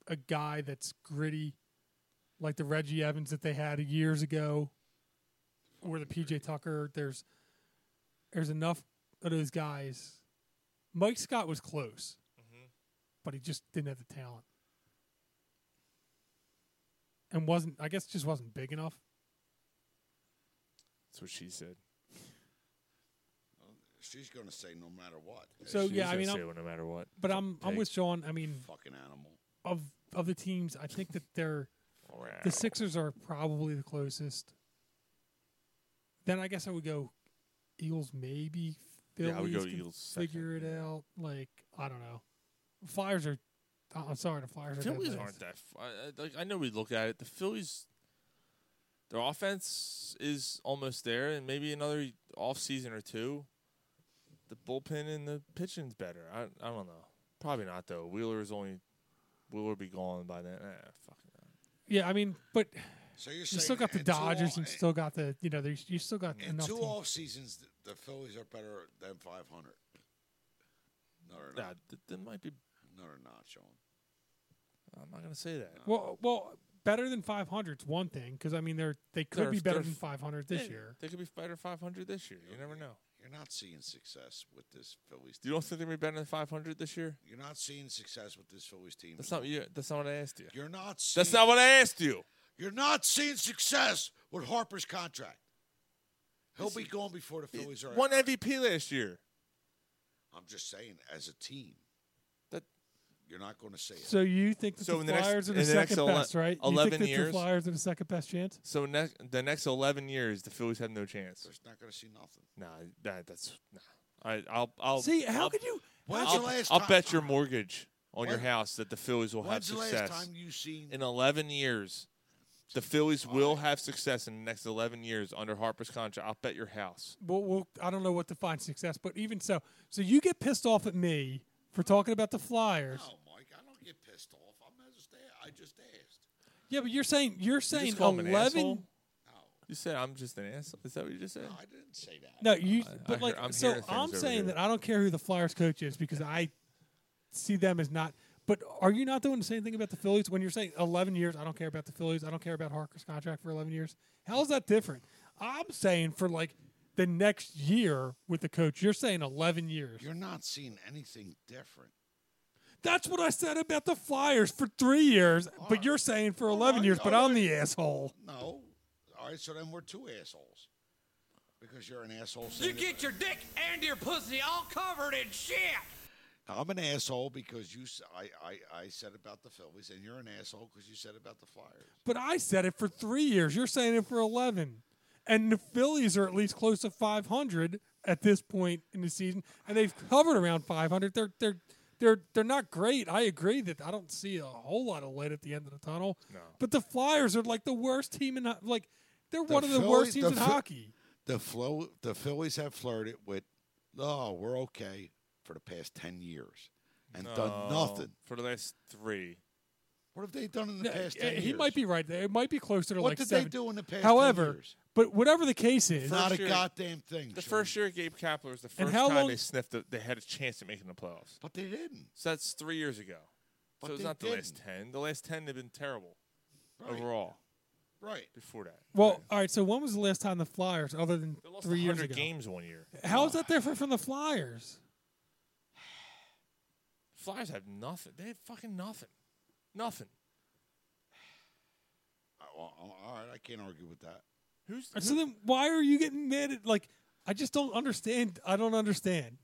[SPEAKER 7] a guy that's gritty, like the Reggie Evans that they had years ago, or the PJ Tucker. There's there's enough of those guys. Mike Scott was close,
[SPEAKER 6] Mm-hmm.
[SPEAKER 7] but he just didn't have the talent, and wasn't I guess just wasn't big enough.
[SPEAKER 6] That's what she said.
[SPEAKER 1] She's going to say no matter what.
[SPEAKER 7] So
[SPEAKER 6] She's
[SPEAKER 7] yeah, I
[SPEAKER 6] gonna
[SPEAKER 7] mean,
[SPEAKER 6] say
[SPEAKER 7] I'm-
[SPEAKER 6] it no matter what.
[SPEAKER 7] But I'm I'm
[SPEAKER 6] Pig.
[SPEAKER 7] with Sean. I mean,
[SPEAKER 1] fucking animal.
[SPEAKER 7] Of of the teams, I think that they're the Sixers are probably the closest. Then I guess I would go Eagles, maybe Phillies.
[SPEAKER 6] Yeah, I would go
[SPEAKER 7] can
[SPEAKER 6] Eagles second,
[SPEAKER 7] Figure it out. Like I don't know. Flyers are. I- I'm sorry, the Flyers. are dead
[SPEAKER 6] Phillies
[SPEAKER 7] last.
[SPEAKER 6] aren't that. f- I, I- like, I know we look at it. The Phillies, their offense is almost there, and maybe another off season or two. The bullpen and the pitching's better. I I don't know. Probably not though. Wheeler's only Wheeler be gone by then. Eh, fuck it.
[SPEAKER 7] Yeah, I mean, but
[SPEAKER 1] So you're
[SPEAKER 7] you
[SPEAKER 1] saying
[SPEAKER 7] still got the
[SPEAKER 1] in two
[SPEAKER 7] Dodgers.
[SPEAKER 1] off-
[SPEAKER 7] and You still got the you know there's- you still got
[SPEAKER 1] In
[SPEAKER 7] enough.
[SPEAKER 1] two
[SPEAKER 7] teams.
[SPEAKER 1] off seasons, th- the Phillies are better than 500. No, they're
[SPEAKER 6] Nah,
[SPEAKER 1] not.
[SPEAKER 6] th- that might be.
[SPEAKER 1] No, they're not, Sean.
[SPEAKER 6] I'm not gonna say that.
[SPEAKER 7] Well, well, better than 500 is one thing because I mean they're they could
[SPEAKER 6] They're-
[SPEAKER 7] be better
[SPEAKER 6] they're
[SPEAKER 7] than
[SPEAKER 6] f-
[SPEAKER 7] 500 this
[SPEAKER 6] yeah,
[SPEAKER 7] year.
[SPEAKER 6] They could be better 500 this year. You never know.
[SPEAKER 1] You're not seeing success with this Phillies
[SPEAKER 6] You
[SPEAKER 1] team.
[SPEAKER 6] don't think they're gonna be better than 500 this year?
[SPEAKER 1] You're not seeing success with this Phillies team.
[SPEAKER 6] That's not you. That's not what I asked you.
[SPEAKER 1] You're not.
[SPEAKER 6] That's
[SPEAKER 1] seeing-
[SPEAKER 6] not what I asked you.
[SPEAKER 1] You're not seeing success with Harper's contract. He'll be gone before the Phillies are.
[SPEAKER 6] One e MVP last year.
[SPEAKER 1] I'm just saying, as a team,
[SPEAKER 6] That-
[SPEAKER 1] you're not going to see it.
[SPEAKER 7] So you think that
[SPEAKER 6] So in the
[SPEAKER 7] the
[SPEAKER 6] next-
[SPEAKER 7] Flyers are the
[SPEAKER 6] in the next
[SPEAKER 7] second
[SPEAKER 6] ele-
[SPEAKER 7] best, right? you
[SPEAKER 6] 11
[SPEAKER 7] think that the
[SPEAKER 6] years?
[SPEAKER 7] Flyers are the second best chance?
[SPEAKER 6] So ne- the next 11 years, the Phillies have no chance.
[SPEAKER 1] There's not going to see nothing.
[SPEAKER 6] Nah, that, that's nah. I, I'll, I'll
[SPEAKER 7] See, how
[SPEAKER 6] I'll,
[SPEAKER 7] could you-
[SPEAKER 1] When's
[SPEAKER 6] I'll,
[SPEAKER 1] the last
[SPEAKER 6] I'll
[SPEAKER 1] time-
[SPEAKER 6] bet your mortgage on your
[SPEAKER 1] When-
[SPEAKER 6] house that the Phillies will have
[SPEAKER 1] When's the last
[SPEAKER 6] success
[SPEAKER 1] time you seen-
[SPEAKER 6] in 11 years. The Phillies will have success in the next 11 years under Harper's contract. I'll bet your house.
[SPEAKER 7] Well, well, I don't know what defines success, but even so, so you get pissed off at me for talking about the Flyers.
[SPEAKER 1] No, Mike, I don't get pissed off. I'm just I just asked.
[SPEAKER 7] Yeah, but you're saying you're
[SPEAKER 6] You just
[SPEAKER 7] saying
[SPEAKER 6] call him an
[SPEAKER 7] 11.
[SPEAKER 6] asshole? You said I'm just an asshole. Is that what you just said?
[SPEAKER 1] No, I didn't say that.
[SPEAKER 7] No, you.
[SPEAKER 6] I- I
[SPEAKER 7] But like,
[SPEAKER 6] hear- I'm
[SPEAKER 7] so
[SPEAKER 6] hearing things
[SPEAKER 7] I'm
[SPEAKER 6] over
[SPEAKER 7] saying
[SPEAKER 6] here.
[SPEAKER 7] that I don't care who the Flyers coach is because I see them as not. But are you not doing the same thing about the Phillies when you're saying 11 years? I don't care about the Phillies. I don't care about Harker's contract for 11 years. How is that different? I'm saying for like the next year with the coach, you're saying 11 years.
[SPEAKER 1] You're not seeing anything different.
[SPEAKER 7] That's what I said about the Flyers for three years, but you're saying
[SPEAKER 1] Oh,
[SPEAKER 7] for 11 years. But I'm the asshole.
[SPEAKER 1] No. All right, so then we're two assholes. Because you're an asshole.
[SPEAKER 9] You
[SPEAKER 1] saying-
[SPEAKER 9] get your dick and your pussy all covered in shit.
[SPEAKER 1] I'm an asshole because you. s- I, I, I said about the Phillies, and you're an asshole because you said about the Flyers.
[SPEAKER 7] But I said it for three years. You're saying it for 11. And the Phillies are at least close to 500 at this point in the season, and they've covered around 500. They're they're they're they're not great. I agree that I don't see a whole lot of light at the end of the tunnel.
[SPEAKER 6] No.
[SPEAKER 7] But the Flyers are like the worst team in ho- like they're
[SPEAKER 1] The
[SPEAKER 7] one of the
[SPEAKER 1] Philly-
[SPEAKER 7] worst teams
[SPEAKER 1] the
[SPEAKER 7] in
[SPEAKER 1] Phi-
[SPEAKER 7] hockey.
[SPEAKER 1] The flow. The Phillies have flirted with, oh, we're okay for the past ten years, and done
[SPEAKER 6] No,
[SPEAKER 1] nothing.
[SPEAKER 6] for the last three.
[SPEAKER 1] What have they done in the
[SPEAKER 7] Yeah,
[SPEAKER 1] past ten
[SPEAKER 7] he
[SPEAKER 1] years?
[SPEAKER 7] might be right there. It might be closer to
[SPEAKER 1] What
[SPEAKER 7] like
[SPEAKER 1] did they
[SPEAKER 7] seven.
[SPEAKER 1] do in the past 10
[SPEAKER 7] However,
[SPEAKER 1] years?
[SPEAKER 7] but whatever the case is,
[SPEAKER 1] not
[SPEAKER 6] First
[SPEAKER 1] a
[SPEAKER 6] year-
[SPEAKER 1] goddamn thing.
[SPEAKER 6] The
[SPEAKER 1] Sean.
[SPEAKER 6] first year Gabe Kapler was the first
[SPEAKER 7] how
[SPEAKER 6] time
[SPEAKER 7] long-
[SPEAKER 6] they sniffed that they had a chance at making the playoffs.
[SPEAKER 1] but they didn't.
[SPEAKER 6] So that's three years ago.
[SPEAKER 1] But
[SPEAKER 6] so it's
[SPEAKER 1] they
[SPEAKER 6] not the last
[SPEAKER 1] didn't.
[SPEAKER 6] ten. The last ten have been terrible
[SPEAKER 1] Right.
[SPEAKER 6] overall.
[SPEAKER 1] Right.
[SPEAKER 6] Before that,
[SPEAKER 7] well, all right. So when was the last time the Flyers, other than
[SPEAKER 6] they lost
[SPEAKER 7] three years
[SPEAKER 6] 100
[SPEAKER 7] ago,
[SPEAKER 6] games one year.
[SPEAKER 7] How is that different from the Flyers?
[SPEAKER 6] Flyers have nothing. They have fucking nothing. Nothing.
[SPEAKER 1] I- Uh, well, all right, I can't argue with that.
[SPEAKER 6] Who's
[SPEAKER 1] Mm-hmm.
[SPEAKER 7] And So then why are you getting mad at like I just don't understand. I don't understand.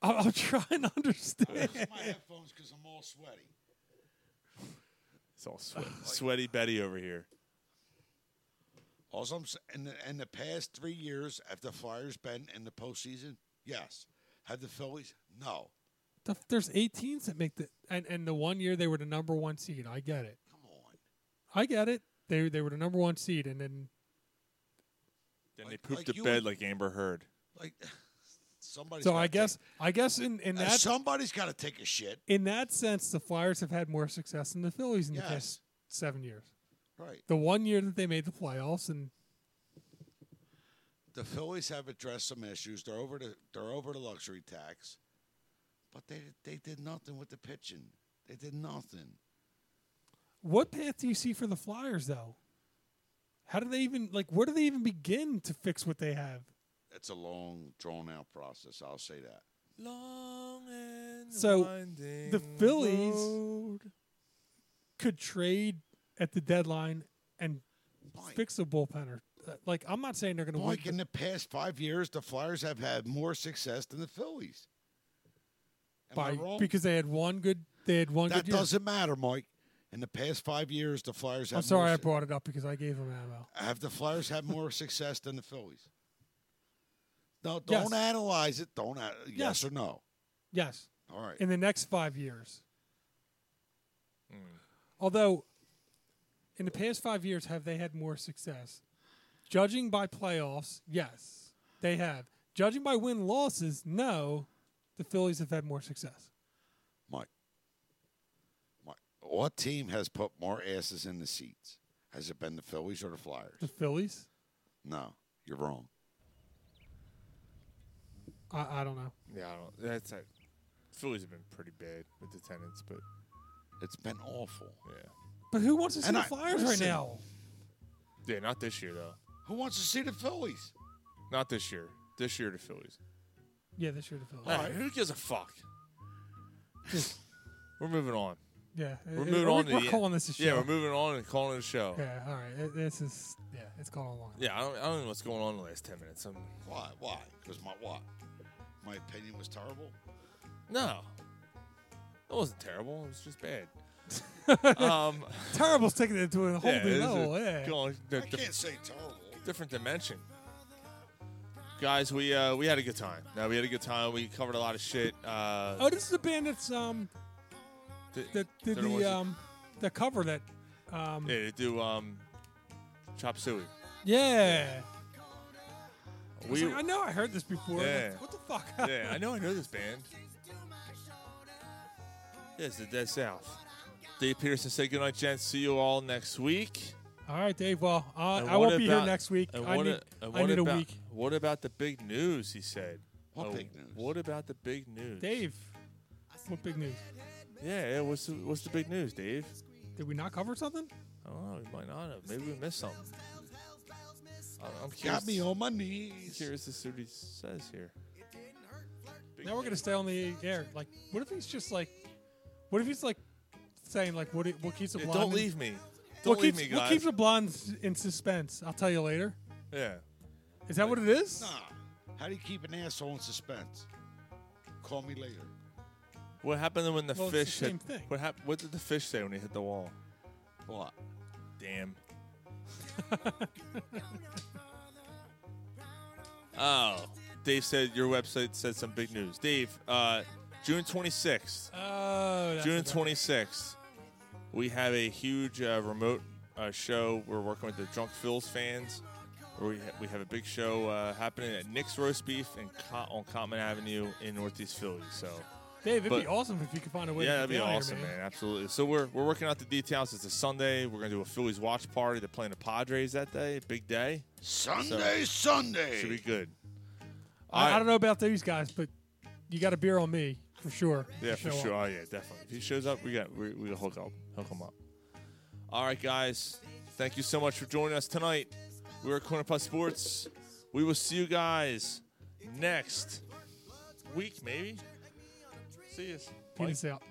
[SPEAKER 7] I- I'm trying to understand.
[SPEAKER 1] my headphones because I'm all sweaty.
[SPEAKER 6] it's all sweat, sweaty Betty over here.
[SPEAKER 1] Also, I'm s- in the, in the past three years, have the Flyers been in the postseason? Yes. Have the Phillies? No.
[SPEAKER 7] The- There's eight teams that make the and, and the one year they were the number one seed. I get it.
[SPEAKER 1] Come on.
[SPEAKER 7] I get it. They they were the number one seed and then
[SPEAKER 6] Then
[SPEAKER 1] Like-
[SPEAKER 6] they pooped
[SPEAKER 1] like
[SPEAKER 6] to
[SPEAKER 1] you would-
[SPEAKER 6] bed like Amber Heard.
[SPEAKER 1] Like somebody.
[SPEAKER 7] so I guess I guess in, in that
[SPEAKER 1] somebody's got to take a shit.
[SPEAKER 7] in that sense the Flyers have had more success than the Phillies in the
[SPEAKER 1] Yes.
[SPEAKER 7] past seven years.
[SPEAKER 1] Right.
[SPEAKER 7] The one year that they made the playoffs and
[SPEAKER 1] The Phillies have addressed some issues. They're over the they're over the luxury tax, but they they did nothing with the pitching. They did nothing.
[SPEAKER 7] What path do you see for the Flyers though? How do they even like where do they even begin to fix what they have?
[SPEAKER 1] It's a long, drawn out process. I'll say that.
[SPEAKER 6] Long and
[SPEAKER 7] So,
[SPEAKER 6] winding
[SPEAKER 7] the Phillies-
[SPEAKER 6] road.
[SPEAKER 7] Could trade at the deadline and
[SPEAKER 1] Mike.
[SPEAKER 7] fix a bullpen or uh, like I'm not saying they're going to win.
[SPEAKER 1] Like in the past five years, the Flyers have had more success than the Phillies. Am
[SPEAKER 7] by
[SPEAKER 1] I wrong?
[SPEAKER 7] because they had one good they had one
[SPEAKER 1] that
[SPEAKER 7] good year.
[SPEAKER 1] doesn't matter, Mike. In the past five years, the Flyers. Have
[SPEAKER 7] I'm sorry
[SPEAKER 1] more
[SPEAKER 7] I
[SPEAKER 1] su-
[SPEAKER 7] brought it up because I gave them ammo.
[SPEAKER 1] Have the Flyers had more success than the Phillies? No, don't
[SPEAKER 7] Yes.
[SPEAKER 1] analyze it. Don't a- yes.
[SPEAKER 7] Yes.
[SPEAKER 1] or no.
[SPEAKER 7] Yes.
[SPEAKER 1] All right.
[SPEAKER 7] In the next five years.
[SPEAKER 6] Hmm.
[SPEAKER 7] Although, in the past five years, have they had more success? Judging by playoffs, yes, they have. Judging by win losses, no, the Phillies have had more success.
[SPEAKER 1] Mike. Mike. What team has put more asses in the seats? Has it been the Phillies or the Flyers?
[SPEAKER 7] The Phillies,
[SPEAKER 1] No, you're wrong.
[SPEAKER 7] I, I don't know.
[SPEAKER 6] Yeah, I don't, that's a, Phillies have been pretty bad with the tenants, but
[SPEAKER 1] It's been awful.
[SPEAKER 6] yeah,
[SPEAKER 7] But who wants to see
[SPEAKER 1] And
[SPEAKER 7] the
[SPEAKER 1] I-
[SPEAKER 7] Flyers
[SPEAKER 1] listen.
[SPEAKER 7] right now?
[SPEAKER 6] yeah, not this year though.
[SPEAKER 1] Who wants to see the Phillies?
[SPEAKER 6] Not this year. This year the Phillies.
[SPEAKER 7] Yeah, this year the Phillies.
[SPEAKER 6] All right, who gives a fuck? we're moving on.
[SPEAKER 7] Yeah,
[SPEAKER 6] We're
[SPEAKER 7] it-
[SPEAKER 6] moving
[SPEAKER 7] we're-
[SPEAKER 6] on. to
[SPEAKER 7] We're
[SPEAKER 6] the-
[SPEAKER 7] calling this a show.
[SPEAKER 6] Yeah, we're moving on and calling it a show.
[SPEAKER 7] Yeah, all right. It- This is yeah, it's going on long.
[SPEAKER 6] Yeah, I don't, I don't know what's going on in the last ten minutes. I'm,
[SPEAKER 1] Why? Why? Because my what? My opinion was terrible.
[SPEAKER 6] no, it wasn't terrible. It was just bad. um,
[SPEAKER 7] Terrible's taking it to a whole
[SPEAKER 6] yeah,
[SPEAKER 7] new
[SPEAKER 6] this is
[SPEAKER 7] level. yeah.
[SPEAKER 6] going-
[SPEAKER 1] I
[SPEAKER 6] di- di-
[SPEAKER 1] can't say terrible.
[SPEAKER 6] different dimension. Guys, we uh, we had a good time. No, we had a good time. We covered a lot of shit. Uh,
[SPEAKER 7] Oh, this is the band that's um
[SPEAKER 6] th-
[SPEAKER 7] that did
[SPEAKER 6] they're the ones
[SPEAKER 7] the
[SPEAKER 6] that-
[SPEAKER 7] um the cover that um
[SPEAKER 6] yeah, they do um, chop suey.
[SPEAKER 7] yeah. I, was
[SPEAKER 6] We,
[SPEAKER 7] like, I know I heard this before.
[SPEAKER 6] Yeah.
[SPEAKER 7] Like, what the fuck?
[SPEAKER 6] yeah, I know I know this band. Yes, the Dead South. Dave Pearson said goodnight, gents. See you all next week.
[SPEAKER 7] All right, Dave. Well, I
[SPEAKER 6] And
[SPEAKER 7] I
[SPEAKER 6] what
[SPEAKER 7] won't be here
[SPEAKER 6] about-
[SPEAKER 7] next week.
[SPEAKER 6] and
[SPEAKER 7] I
[SPEAKER 6] what
[SPEAKER 7] need,
[SPEAKER 6] a- and
[SPEAKER 7] I
[SPEAKER 6] what
[SPEAKER 7] need a
[SPEAKER 6] about-
[SPEAKER 7] week.
[SPEAKER 6] What about the big news? He said.
[SPEAKER 1] What
[SPEAKER 6] Oh,
[SPEAKER 1] big news?
[SPEAKER 6] What about the big news?
[SPEAKER 7] Dave, what big news?
[SPEAKER 6] Yeah, yeah. What's the, what's the big news, Dave?
[SPEAKER 7] Did we not cover something?
[SPEAKER 6] Oh, we might not have. Maybe we missed something. I'm- I'm curious.
[SPEAKER 1] Got me on my
[SPEAKER 6] I'm
[SPEAKER 1] knees.
[SPEAKER 6] curious to see what he says here.
[SPEAKER 7] Now we're gonna stay on the air. Like, what if he's just like, what if he's like saying like, what it- what keeps a
[SPEAKER 6] Yeah,
[SPEAKER 7] blonde?
[SPEAKER 6] don't
[SPEAKER 7] in-
[SPEAKER 6] leave me. Don't
[SPEAKER 7] What
[SPEAKER 6] leave
[SPEAKER 7] keeps
[SPEAKER 6] me,
[SPEAKER 7] what
[SPEAKER 6] guys.
[SPEAKER 7] keeps a blonde s- in suspense? I'll tell you later.
[SPEAKER 6] yeah.
[SPEAKER 7] Is that what it is?
[SPEAKER 1] Nah. How do you keep an asshole in suspense? Call me later.
[SPEAKER 6] What happened when the
[SPEAKER 7] Well, it's the
[SPEAKER 6] fish?
[SPEAKER 7] same
[SPEAKER 6] hit,
[SPEAKER 7] thing.
[SPEAKER 6] What happened? What did the fish say when he hit the wall?
[SPEAKER 1] What?
[SPEAKER 6] Damn. oh, Dave said your website said some big news. Dave, uh, June 26th.
[SPEAKER 7] Oh, that's
[SPEAKER 6] June
[SPEAKER 7] what that-
[SPEAKER 6] 26th, we have a huge uh, remote uh, show. We're working with the Drunk Phils fans. Where we, ha- we have a big show uh, happening at Nick's Roast Beef and Co- on Common Avenue in Northeast Philly. So
[SPEAKER 7] Dave, it'd be
[SPEAKER 6] but-
[SPEAKER 7] awesome if you could find a way.
[SPEAKER 6] yeah,
[SPEAKER 7] to
[SPEAKER 6] that'd
[SPEAKER 7] get
[SPEAKER 6] be
[SPEAKER 7] down here,
[SPEAKER 6] awesome, man. Absolutely. So we're we're working out the details. It's a Sunday. We're gonna do a Phillies watch party. They're playing the Padres that day. Big day.
[SPEAKER 1] Sunday, Sunday.
[SPEAKER 6] Should be good.
[SPEAKER 7] I, I don't know about these guys, but you got a beer on me for sure.
[SPEAKER 6] Yeah,
[SPEAKER 7] to
[SPEAKER 6] for
[SPEAKER 7] show up.
[SPEAKER 6] sure. Oh yeah, definitely. If he shows up, we got we we hook up, hook him up. All right, guys. Thank you so much for joining us tonight. We're Corner Plus Sports. We will see you guys next week, maybe. See you.
[SPEAKER 7] Penis out.